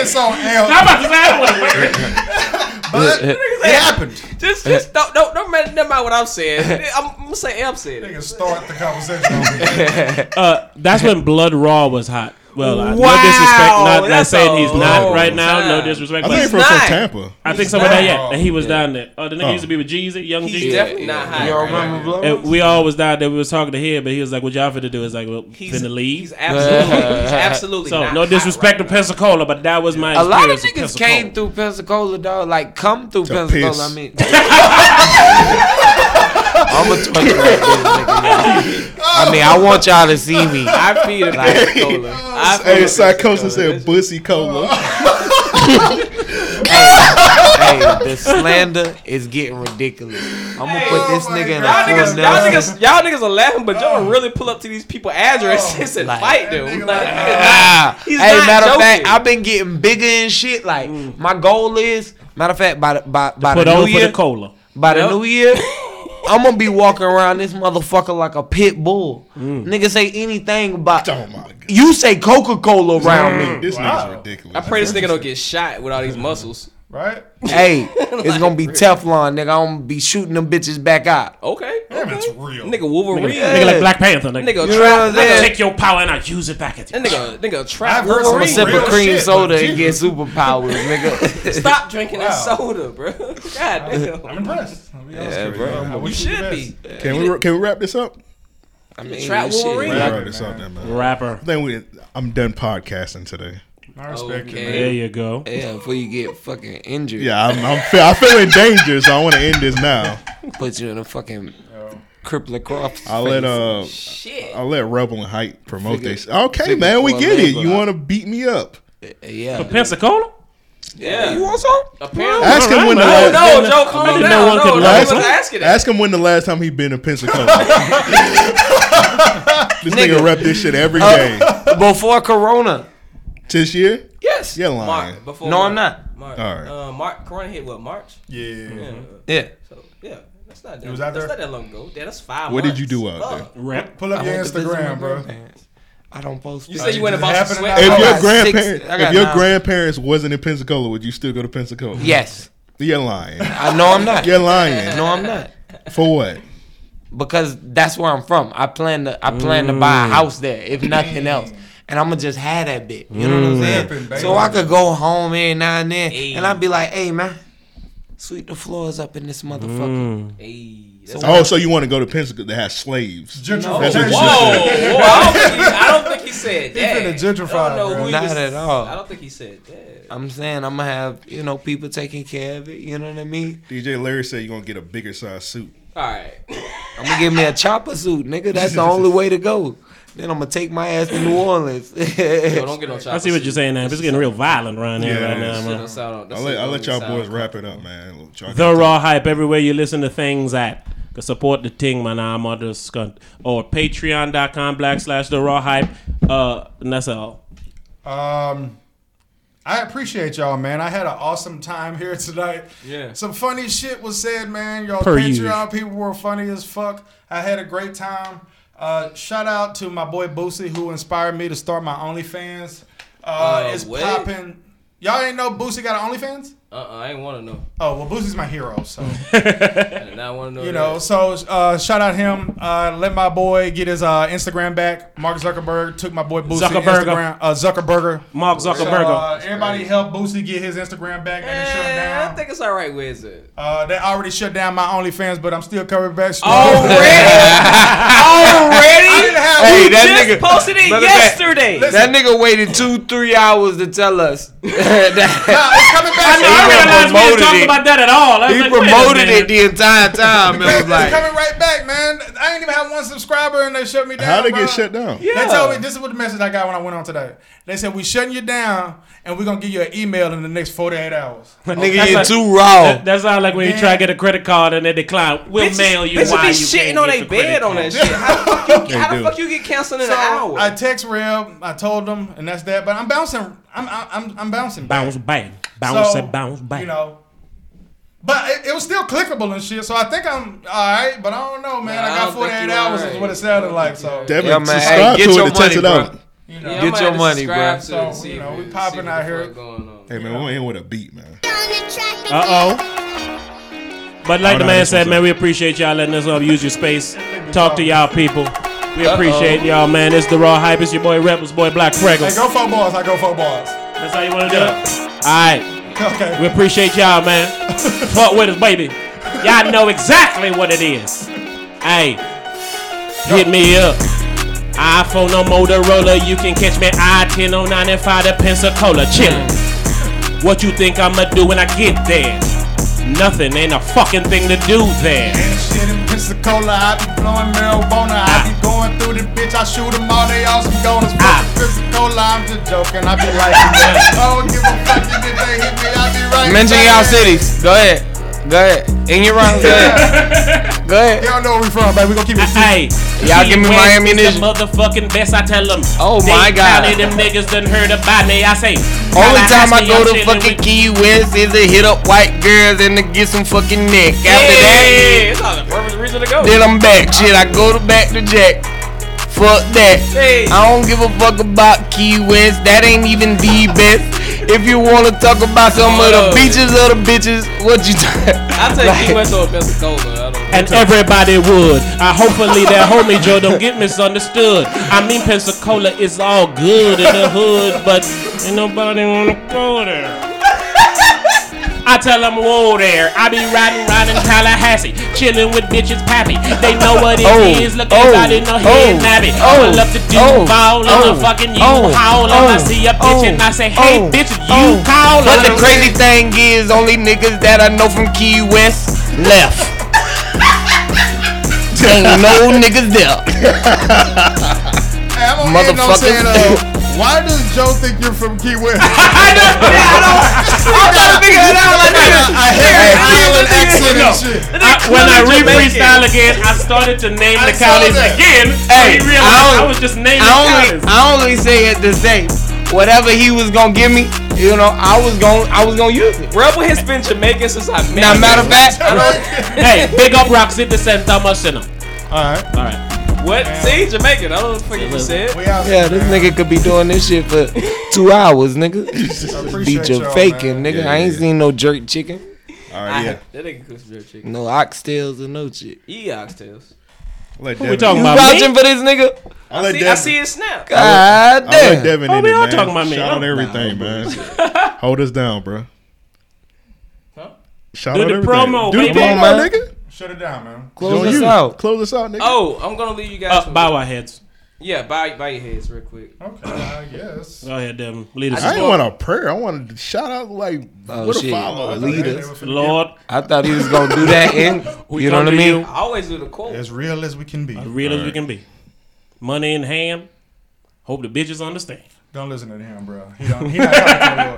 Speaker 9: it's on L.
Speaker 10: How about that
Speaker 9: But it happened.
Speaker 8: Just, just don't, don't, don't matter, never mind what I'm saying. I'm, I'm gonna say Amp said it.
Speaker 9: Start the conversation.
Speaker 10: uh, that's when Blood Raw was hot. Well, uh, no
Speaker 8: Wow,
Speaker 10: disrespect, not, not
Speaker 8: that's
Speaker 10: saying he's
Speaker 8: a
Speaker 10: not
Speaker 8: long
Speaker 10: right now. No
Speaker 8: time.
Speaker 10: disrespect.
Speaker 8: I
Speaker 10: but-
Speaker 8: think from- from He's not. Tampa.
Speaker 10: I think
Speaker 8: He's
Speaker 10: somewhere
Speaker 8: not.
Speaker 10: there, yeah. And he was
Speaker 8: Yeah.
Speaker 10: down there. Oh, the nigga
Speaker 8: Oh.
Speaker 10: used to be with Jeezy, Young
Speaker 8: He's
Speaker 10: Jeezy.
Speaker 8: definitely not high.
Speaker 2: Y'all remember Blood?
Speaker 10: And we all was down there. We was talking to him, but he was like, "What y'all finna do?" It's like, "Well, finna leave." He's
Speaker 2: absolutely- he's absolutely
Speaker 10: So
Speaker 2: not
Speaker 10: no
Speaker 2: hot
Speaker 10: disrespect to Pensacola, but that was my
Speaker 2: A lot of
Speaker 10: experience
Speaker 2: niggas
Speaker 10: with Pensacola.
Speaker 2: came through Pensacola, dog. Like, come through Pensacola. I mean,
Speaker 10: piss.
Speaker 2: I'm a twerk like this nigga, y'all. I mean, I want y'all to see me.
Speaker 8: I feel it.
Speaker 6: I hey, psychosis said bussy cola.
Speaker 11: Oh.
Speaker 2: hey, the slander is getting ridiculous. I'm gonna put this nigga in
Speaker 8: oh Y'all
Speaker 2: a
Speaker 8: niggas,
Speaker 2: corner.
Speaker 8: y'all niggas, y'all niggas are laughing, but y'all really pull up to these people addresses and fight them. Like,
Speaker 2: Ah.
Speaker 8: he's
Speaker 2: hey,
Speaker 8: not
Speaker 2: matter of
Speaker 8: joking. Mm.
Speaker 2: fact, I've been getting bigger and shit. Like my goal is, matter of fact, by the, by by
Speaker 10: Put
Speaker 2: the
Speaker 10: on
Speaker 2: new
Speaker 10: for
Speaker 2: year,
Speaker 10: the cola.
Speaker 2: by the
Speaker 10: Yep.
Speaker 2: new year, I'm gonna be walking around this motherfucker like a pit bull.
Speaker 8: Mm.
Speaker 2: Nigga say anything about. You say Coca Cola around me.
Speaker 6: Oh, This nigga's ridiculous.
Speaker 11: I pray this nigga don't get shot with all these muscles.
Speaker 9: Right?
Speaker 2: Hey, it's gonna be Teflon, nigga. I'm gonna be shooting them bitches back out.
Speaker 11: Okay.
Speaker 9: Damn, it's real.
Speaker 11: Nigga Wolverine.
Speaker 2: Nigga- nigga like Black
Speaker 10: Panther,
Speaker 11: Nigga,
Speaker 10: nigga.
Speaker 11: nigga
Speaker 10: You know what
Speaker 11: trap.
Speaker 10: I'm saying? Take your power and I use it back at you.
Speaker 11: That nigga, nigga trap.
Speaker 10: I've heard some
Speaker 2: I'm gonna
Speaker 11: Wolverine.
Speaker 2: sip a
Speaker 10: Real
Speaker 2: cream
Speaker 10: shit,
Speaker 2: soda
Speaker 10: but
Speaker 2: and get superpowers, nigga.
Speaker 11: Stop drinking that soda, bro. God damn.
Speaker 9: I'm impressed.
Speaker 2: Yeah, bro.
Speaker 11: You should be.
Speaker 6: Can we can we wrap this up?
Speaker 11: I mean, Trap shit. Wolverine.
Speaker 6: Wrap
Speaker 11: Rapper,
Speaker 6: this up, then, man.
Speaker 10: Rapper.
Speaker 6: Then we. I'm done podcasting today.
Speaker 9: I respect it,
Speaker 11: Okay.
Speaker 9: man.
Speaker 10: There you go.
Speaker 2: Yeah, before you get fucking injured.
Speaker 6: Yeah, I'm. I'm feel, I feel in danger, so I want to end this now.
Speaker 2: Put you in a fucking cripple across.
Speaker 6: I'll let uh, I'll let Rebel and Hype promote this. Okay, man, we get it. You want to beat me up?
Speaker 2: Yeah.
Speaker 10: For Pensacola?
Speaker 11: Yeah.
Speaker 2: You want some?
Speaker 11: Apparently.
Speaker 6: Ask him when the
Speaker 10: No,
Speaker 6: last.
Speaker 10: no, Joe, calm I didn't know down. one No, could no, last-
Speaker 11: let's ask it.
Speaker 6: ask him when the last time he been to Pensacola. this nigga, rep this shit every day.
Speaker 2: Before Corona.
Speaker 6: This year?
Speaker 11: Yes.
Speaker 6: You're lying.
Speaker 11: Mark, before
Speaker 2: No,
Speaker 11: Mark.
Speaker 2: I'm not.
Speaker 11: Mark.
Speaker 6: All right.
Speaker 11: Uh, Mark, Corona hit what, March? Uh,
Speaker 9: Yeah.
Speaker 2: Yeah.
Speaker 11: So, yeah. That's not that,
Speaker 9: was out
Speaker 11: that's
Speaker 9: there?
Speaker 11: not that long ago. Yeah, that's five
Speaker 6: What did
Speaker 11: months.
Speaker 6: you do out there?
Speaker 11: Fuck.
Speaker 10: Rap.
Speaker 9: Pull up
Speaker 2: I
Speaker 9: your
Speaker 2: went to visit my
Speaker 9: Instagram, bro.
Speaker 2: grandparents. I don't post.
Speaker 11: You
Speaker 2: pictures.
Speaker 11: said you went
Speaker 9: just
Speaker 11: about some
Speaker 9: happened
Speaker 11: sweat.
Speaker 9: to-
Speaker 6: If
Speaker 2: I
Speaker 6: your
Speaker 2: got
Speaker 6: grandparents,
Speaker 2: six- I got
Speaker 6: if your
Speaker 2: nine.
Speaker 6: grandparents wasn't in Pensacola, would you still go to Pensacola?
Speaker 2: Yes.
Speaker 6: You're lying.
Speaker 2: I know I'm not.
Speaker 6: You're lying.
Speaker 2: No, I'm not.
Speaker 6: For what?
Speaker 2: Because that's where I'm from. I plan to I plan to buy a house there, if nothing else. And I'ma just have that bit. You know what I'm saying?
Speaker 9: Pimpin', baby.
Speaker 2: So I could go home every now and then and I'd be like, hey man, sweep the floors up in this motherfucker.
Speaker 11: Hey, that's
Speaker 6: Oh, so you want to go to Pensacola that has slaves?
Speaker 9: Gentrification.
Speaker 6: That's what you
Speaker 11: Whoa,
Speaker 6: said.
Speaker 11: whoa! I don't, think he, I don't think he said that.
Speaker 9: finna gentrify,
Speaker 11: I don't know
Speaker 9: bro.
Speaker 11: who he
Speaker 2: Not
Speaker 11: was-
Speaker 2: at all.
Speaker 11: I don't think he said that.
Speaker 2: I'm saying I'm gonna have, you know, people taking care of it, you know what I mean?
Speaker 6: DJ Larry said you're gonna get a bigger size suit.
Speaker 11: All right.
Speaker 2: I'm gonna give me a chopper suit, nigga. That's the only way to go. Then I'm gonna take my ass to New Orleans.
Speaker 11: Yo, don't get no
Speaker 10: I see what you're saying now. but It's getting real violent around here
Speaker 6: Yeah,
Speaker 10: right
Speaker 6: it
Speaker 10: now,
Speaker 6: is.
Speaker 10: man.
Speaker 11: Don't sound- don't
Speaker 6: I'll
Speaker 11: say
Speaker 6: let, I'll
Speaker 11: don't
Speaker 6: let y'all
Speaker 11: sound-
Speaker 6: boys wrap it up, man. Look, y'all
Speaker 10: The
Speaker 6: got-
Speaker 10: Raw Hype, everywhere you listen to things at. 'Cause Support the thing, man. I'm on the scunt. Or patreon.com backslash the Raw Hype. Uh, and that's all.
Speaker 9: Um, I appreciate y'all, man. I had an awesome time here tonight.
Speaker 11: Yeah.
Speaker 9: Some funny shit was said, man. Y'all
Speaker 10: Per
Speaker 9: Patreon
Speaker 10: usual.
Speaker 9: people were funny as fuck. I had a great time. Uh, shout out to my boy Boosie who inspired me to start my OnlyFans. Uh,
Speaker 11: Uh,
Speaker 9: it's
Speaker 11: what?
Speaker 9: popping. Y'all ain't know Boosie got an OnlyFans?
Speaker 11: Uh-uh, I ain't want to know.
Speaker 9: Oh well, Boosie's my hero, so.
Speaker 11: I did not want to know.
Speaker 9: You know, so uh, shout out him. Uh, let my boy get his uh, Instagram back. Mark Zuckerberg took my boy Boosie
Speaker 10: Zuckerberger.
Speaker 9: Instagram. Uh, Zuckerberger.
Speaker 10: Mark
Speaker 9: So,
Speaker 10: Zuckerberg.
Speaker 9: uh, everybody help Boosie get his Instagram back. They shut him
Speaker 11: Eh, I
Speaker 9: down.
Speaker 11: think it's all right, Wizard.
Speaker 9: Uh, they already shut down my OnlyFans, but I'm still coming back. strong.
Speaker 11: Oh,
Speaker 2: Already?
Speaker 11: I didn't have-
Speaker 2: hey,
Speaker 11: You
Speaker 2: that
Speaker 11: just
Speaker 2: nigga
Speaker 11: posted it
Speaker 2: Matter of fact,
Speaker 11: yesterday.
Speaker 2: That nigga waited two, three hours to tell us. that
Speaker 9: Nah, it's coming back.
Speaker 10: I, know,
Speaker 9: strong.
Speaker 2: He
Speaker 10: I realized we didn't
Speaker 2: promoted
Speaker 10: talk
Speaker 2: it.
Speaker 10: about that at all. I was
Speaker 2: he
Speaker 10: like, wait a
Speaker 2: promoted it
Speaker 10: minute.
Speaker 2: the entire time. It was
Speaker 9: It's
Speaker 2: like,
Speaker 9: coming right back, man. I ain't even have one subscriber, and they shut me down.
Speaker 6: How they
Speaker 9: bro.
Speaker 6: get shut down?
Speaker 9: They told me this is what the message I got when I went on today. They said we shutting you down, and we're gonna give you an email in the next 48 hours.
Speaker 2: nigga,
Speaker 10: That's
Speaker 2: you
Speaker 10: like-
Speaker 2: too raw.
Speaker 10: That, that sounds like when you try to get a credit card and they decline. We'll
Speaker 11: Bitches-
Speaker 10: mail you
Speaker 11: bitches
Speaker 10: why
Speaker 11: be
Speaker 10: you
Speaker 11: shitting
Speaker 10: can't
Speaker 11: on
Speaker 10: get
Speaker 11: their
Speaker 10: the credit
Speaker 11: bed on that
Speaker 10: card.
Speaker 11: shit. How, you, how
Speaker 6: do.
Speaker 11: the fuck you get counseling in
Speaker 9: So
Speaker 11: an hour?
Speaker 9: I text Reb. I told them, and that's that. But I'm bouncing. I'm I'm I'm bouncing. back.
Speaker 10: Bounce back. Bounce
Speaker 9: So,
Speaker 10: and bounce back.
Speaker 9: You know. But it, it was still clickable and shit, so I think I'm all right. But I don't know, man.
Speaker 11: Nah,
Speaker 9: I
Speaker 11: I
Speaker 9: got
Speaker 11: don't
Speaker 9: 48
Speaker 11: think you
Speaker 9: hours
Speaker 11: alright.
Speaker 9: is what it sounded like. So
Speaker 6: Devin,
Speaker 2: Yeah, man. Hey,
Speaker 6: subscribe
Speaker 2: get
Speaker 6: to
Speaker 2: your
Speaker 6: it to test
Speaker 2: money,
Speaker 6: it
Speaker 2: bro.
Speaker 6: out.
Speaker 9: you
Speaker 11: Yeah,
Speaker 9: know,
Speaker 11: I
Speaker 2: Get
Speaker 11: might
Speaker 2: your
Speaker 11: have to
Speaker 2: money, bro.
Speaker 11: subscribe to
Speaker 9: So,
Speaker 11: it, see
Speaker 9: you
Speaker 11: if
Speaker 9: know,
Speaker 11: it-
Speaker 9: we
Speaker 11: see
Speaker 9: popping
Speaker 11: what
Speaker 9: out
Speaker 11: the
Speaker 9: here.
Speaker 11: fuck going on.
Speaker 6: Hey man, we're in with a beat, man.
Speaker 10: Uh oh. But like
Speaker 6: Oh,
Speaker 10: the
Speaker 6: no,
Speaker 10: man
Speaker 6: this
Speaker 10: said,
Speaker 6: one's
Speaker 10: man,
Speaker 6: up.
Speaker 10: we appreciate y'all letting us up use your space, talk to y'all people. We appreciate y'all, man. It's the raw hype. It's your boy Rebels, boy Black
Speaker 9: hey,
Speaker 10: Freckles.
Speaker 9: go for balls. I go for balls.
Speaker 10: That's how you want to do it. All right,
Speaker 9: Okay.
Speaker 10: we appreciate y'all, man. Fuck with us, baby. Y'all know exactly what it is. Hey, hit me up. iPhone or Motorola, you can catch me at I-1009 and 5 to Pensacola, chillin'. What you think I'ma do when I get there? Nothing, ain't a fucking thing to do there.
Speaker 9: Ain't shit in Pensacola. I be blowing marijuana. I be going through the bitch. I shoot them all. They all some goners. Fuck Pensacola. I'm just joking. I be like, I don't give a fuck if they hit me. I be right.
Speaker 2: Mention
Speaker 9: back.
Speaker 2: y'all cities. Go ahead. Go ahead. And you're wrong. Go ahead. Go ahead.
Speaker 16: Y'all know where we from, baby. We gonna keep it.
Speaker 10: Hey,
Speaker 2: Y'all give me
Speaker 10: Key
Speaker 2: my
Speaker 10: West is
Speaker 2: ammunition.
Speaker 10: The motherfucking best. I tell them.
Speaker 2: Oh my God.
Speaker 10: County, them niggas done heard about me. I say.
Speaker 2: Only
Speaker 10: Now
Speaker 2: time
Speaker 10: ask
Speaker 2: I
Speaker 10: me
Speaker 2: go
Speaker 10: your
Speaker 2: to
Speaker 10: shit when
Speaker 2: fucking Key West is to hit up white girls and to get some fucking neck. After that,
Speaker 8: it's not the perfect reason to go.
Speaker 2: then I'm back. Shit, I go to back to Jack. Fuck that. I don't give a fuck about Key West. That ain't even the best. If you wanna talk about some of the
Speaker 8: Oh.
Speaker 2: beaches of the bitches, what you talking?
Speaker 8: I'll take Key West over Pensacola. I don't
Speaker 10: And everybody would. I hopefully that homie Joe don't get misunderstood. I mean Pensacola is all good in the hood, but ain't nobody wanna go there. I tell them, whoa there. I be riding, riding Tallahassee, chilling with bitches pappy. They know what it is.
Speaker 2: Oh,
Speaker 10: Look
Speaker 2: oh,
Speaker 10: at in the head
Speaker 2: oh,
Speaker 10: nappy.
Speaker 2: oh,
Speaker 10: I love to do
Speaker 2: oh,
Speaker 10: ball in the
Speaker 2: oh,
Speaker 10: fucking you
Speaker 2: oh,
Speaker 10: howl.
Speaker 2: oh,
Speaker 10: I see a bitch
Speaker 2: oh,
Speaker 10: and I say, hey
Speaker 2: oh,
Speaker 10: bitch, you call
Speaker 2: But
Speaker 10: her.
Speaker 2: the crazy thing is, only niggas that I know from Key West left. Ain't no niggas there.
Speaker 9: Hey, I'm gonna end on
Speaker 2: Motherfuckers.
Speaker 9: saying, uh, why does Joe think you're from Key West?
Speaker 10: I, when I re freestyle again, I started to name the counties again.
Speaker 2: Hey,
Speaker 10: Hey, realized
Speaker 2: I,
Speaker 10: I,
Speaker 2: only,
Speaker 10: was just naming
Speaker 2: I
Speaker 10: counties.
Speaker 2: only, I only say it to say, whatever he was gonna give me, you know, I was gonna, I was gonna use it.
Speaker 8: Rebel has been Jamaican since I met
Speaker 2: Now,
Speaker 8: him.
Speaker 2: matter of fact,
Speaker 10: hey, big up Roxy the San Thomas Center.
Speaker 9: All right,
Speaker 10: all right.
Speaker 8: What? See, Jamaican. I don't fucking you said.
Speaker 2: Yeah, this nigga could be doing this shit for two hours, nigga.
Speaker 8: appreciate
Speaker 2: Beat your
Speaker 8: y'all,
Speaker 2: faking,
Speaker 8: man.
Speaker 2: nigga.
Speaker 8: Yeah,
Speaker 2: I ain't
Speaker 8: yeah.
Speaker 2: seen no jerk chicken.
Speaker 6: All
Speaker 8: right, yeah. That nigga cooks jerk chicken.
Speaker 2: No oxtails or no shit.
Speaker 8: Eat oxtails.
Speaker 6: Let
Speaker 2: Who we talking about, me? vouching for this nigga?
Speaker 8: I,
Speaker 2: I let
Speaker 8: see, I
Speaker 2: Devin-
Speaker 8: see it snap.
Speaker 2: God
Speaker 6: I let
Speaker 2: damn.
Speaker 6: Devin
Speaker 2: Oh,
Speaker 6: in
Speaker 2: we
Speaker 6: it,
Speaker 2: all
Speaker 6: man.
Speaker 2: talking about me.
Speaker 6: Shout out
Speaker 2: Oh.
Speaker 6: everything, man. Hold us down, bro. Shout
Speaker 8: Do
Speaker 6: out
Speaker 8: the
Speaker 6: everything.
Speaker 8: promo,
Speaker 6: Do
Speaker 8: baby.
Speaker 6: the promo,
Speaker 8: Come on, man.
Speaker 6: nigga.
Speaker 9: Shut it down, man.
Speaker 6: It's on you. Close us out, nigga.
Speaker 8: Oh, I'm gonna leave you guys.
Speaker 10: Uh, bow our heads.
Speaker 8: Yeah, bow, bow your heads real quick.
Speaker 9: Okay, I guess.
Speaker 10: Go ahead, Devin. Lead us.
Speaker 6: I didn't want a prayer. I wanted to shout out like
Speaker 2: Oh,
Speaker 6: what a
Speaker 2: shit.
Speaker 6: follow.
Speaker 2: Lead us.
Speaker 10: Lord.
Speaker 2: I thought he was gonna do that, and you know what I mean.
Speaker 8: I always do the quote.
Speaker 9: As real as we can be.
Speaker 10: As real as we can be. Money in hand. Hope the bitches understand.
Speaker 9: Don't listen to him, bro. He don't. He not talking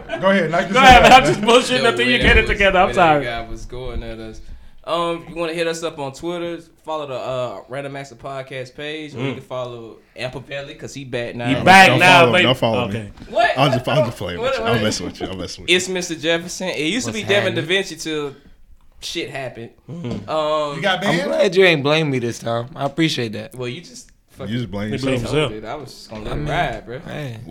Speaker 9: to you. Go ahead. knock
Speaker 10: Go
Speaker 9: yourself
Speaker 10: ahead,
Speaker 9: out,
Speaker 10: man. I'm
Speaker 9: man.
Speaker 10: just bullshitting
Speaker 8: Yo,
Speaker 10: until you
Speaker 8: where
Speaker 10: get
Speaker 8: that
Speaker 10: it
Speaker 8: was-
Speaker 10: together. I'm
Speaker 8: where that
Speaker 10: sorry.
Speaker 8: Guy was going at us. Um, you want to hit us up on Twitter? Follow the uh, Random Acts of Podcast page, or you
Speaker 6: Mm.
Speaker 8: can follow Ampavelli because he back now.
Speaker 6: He back Don't now, follow him, baby. don't follow me. What? I'm just- I'm just playing with you. I'm messing with you, I'm messing with you.
Speaker 8: It's Mr. Jefferson. It used
Speaker 2: What's
Speaker 8: to be Devin Da
Speaker 2: happening?
Speaker 8: Vinci till shit happened.
Speaker 6: Mm-hmm.
Speaker 2: Mhm.
Speaker 8: Um,
Speaker 2: I'm glad you ain't blame me this time. I appreciate that.
Speaker 8: Well, you just
Speaker 6: You just blame yourself.
Speaker 8: Dude, I was just gonna let
Speaker 2: I
Speaker 8: it
Speaker 2: mean,
Speaker 8: ride, bro.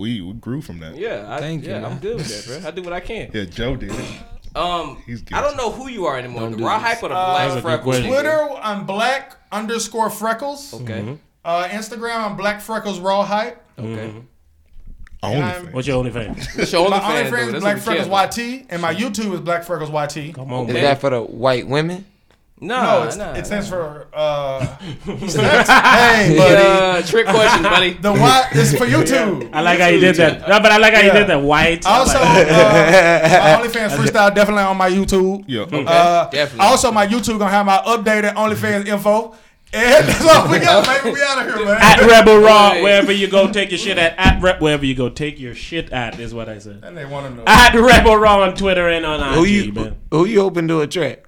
Speaker 6: We, we grew from that.
Speaker 8: Yeah, I,
Speaker 2: Thank you,
Speaker 8: yeah, I'm
Speaker 2: man.
Speaker 8: good with that, bro. I do what I can.
Speaker 6: Yeah, Joe did. it.
Speaker 8: Um,
Speaker 6: He's
Speaker 8: I don't know who you are anymore.
Speaker 6: Don't
Speaker 8: the
Speaker 6: do
Speaker 8: raw
Speaker 6: this.
Speaker 8: hype or the
Speaker 9: Uh,
Speaker 8: black freckles. nigga?
Speaker 9: Twitter, I'm black underscore freckles.
Speaker 8: Okay. Mhm.
Speaker 9: Uh, Instagram, I'm black freckles raw hype.
Speaker 8: Okay.
Speaker 6: Mm-hmm.
Speaker 9: And I'm-
Speaker 10: What's your OnlyFans?
Speaker 9: my OnlyFans is Black Freckles YT, and my YouTube is Black Freckles YT. Come
Speaker 10: on,
Speaker 2: Is that for the white women?
Speaker 8: No,
Speaker 9: it's,
Speaker 8: no,
Speaker 9: it
Speaker 8: no.
Speaker 9: stands for. Uh, sex. hey, buddy.
Speaker 8: Uh, trick question, buddy.
Speaker 9: The Y is for YouTube.
Speaker 10: I like how you did that. No, but I like how you did that. White.
Speaker 9: Also, uh, my OnlyFans freestyle definitely on my YouTube.
Speaker 6: Yeah, okay.
Speaker 9: Uh,
Speaker 6: Definitely.
Speaker 9: Also, my YouTube gonna have my updated OnlyFans info. And that's all we got, baby. We out of here, man.
Speaker 10: At Rebel Raw, wherever you go, take your shit at. At Rep, wherever you go, take your shit at, is what I said.
Speaker 9: And they wanna know.
Speaker 10: At Rebel Raw on Twitter and on IG,
Speaker 2: Who you
Speaker 10: man.
Speaker 2: who you hoping to attract?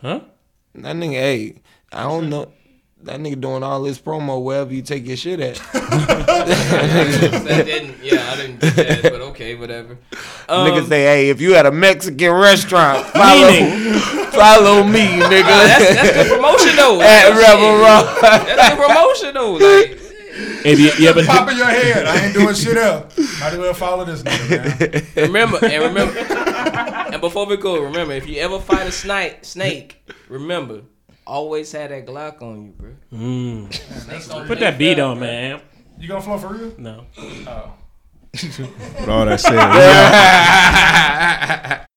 Speaker 10: Huh?
Speaker 2: That nigga, hey, I don't know. That nigga doing all this promo wherever you take your shit at.
Speaker 8: That didn't- yeah, I didn't get that, but okay, whatever.
Speaker 2: Nigga
Speaker 8: Um,
Speaker 2: say, hey, if you at a Mexican restaurant, follow,
Speaker 8: Meaning.
Speaker 2: follow me, nigga.
Speaker 8: Nah, that's, that's good promotion though.
Speaker 2: At
Speaker 8: Shit.
Speaker 2: Rebel Raw.
Speaker 8: That's good promotion though. Like,
Speaker 10: If you, yeah, but
Speaker 9: Pop in your head. I ain't doing shit else. Might as well follow this nigga, man.
Speaker 8: remember and remember. and before we go, remember if you ever fight a snake, snake, remember always have that Glock on you, bro.
Speaker 10: Mm. Put that beat on, man.
Speaker 9: You gonna flow for real?
Speaker 10: No.
Speaker 9: Oh.
Speaker 6: With all that said, we out.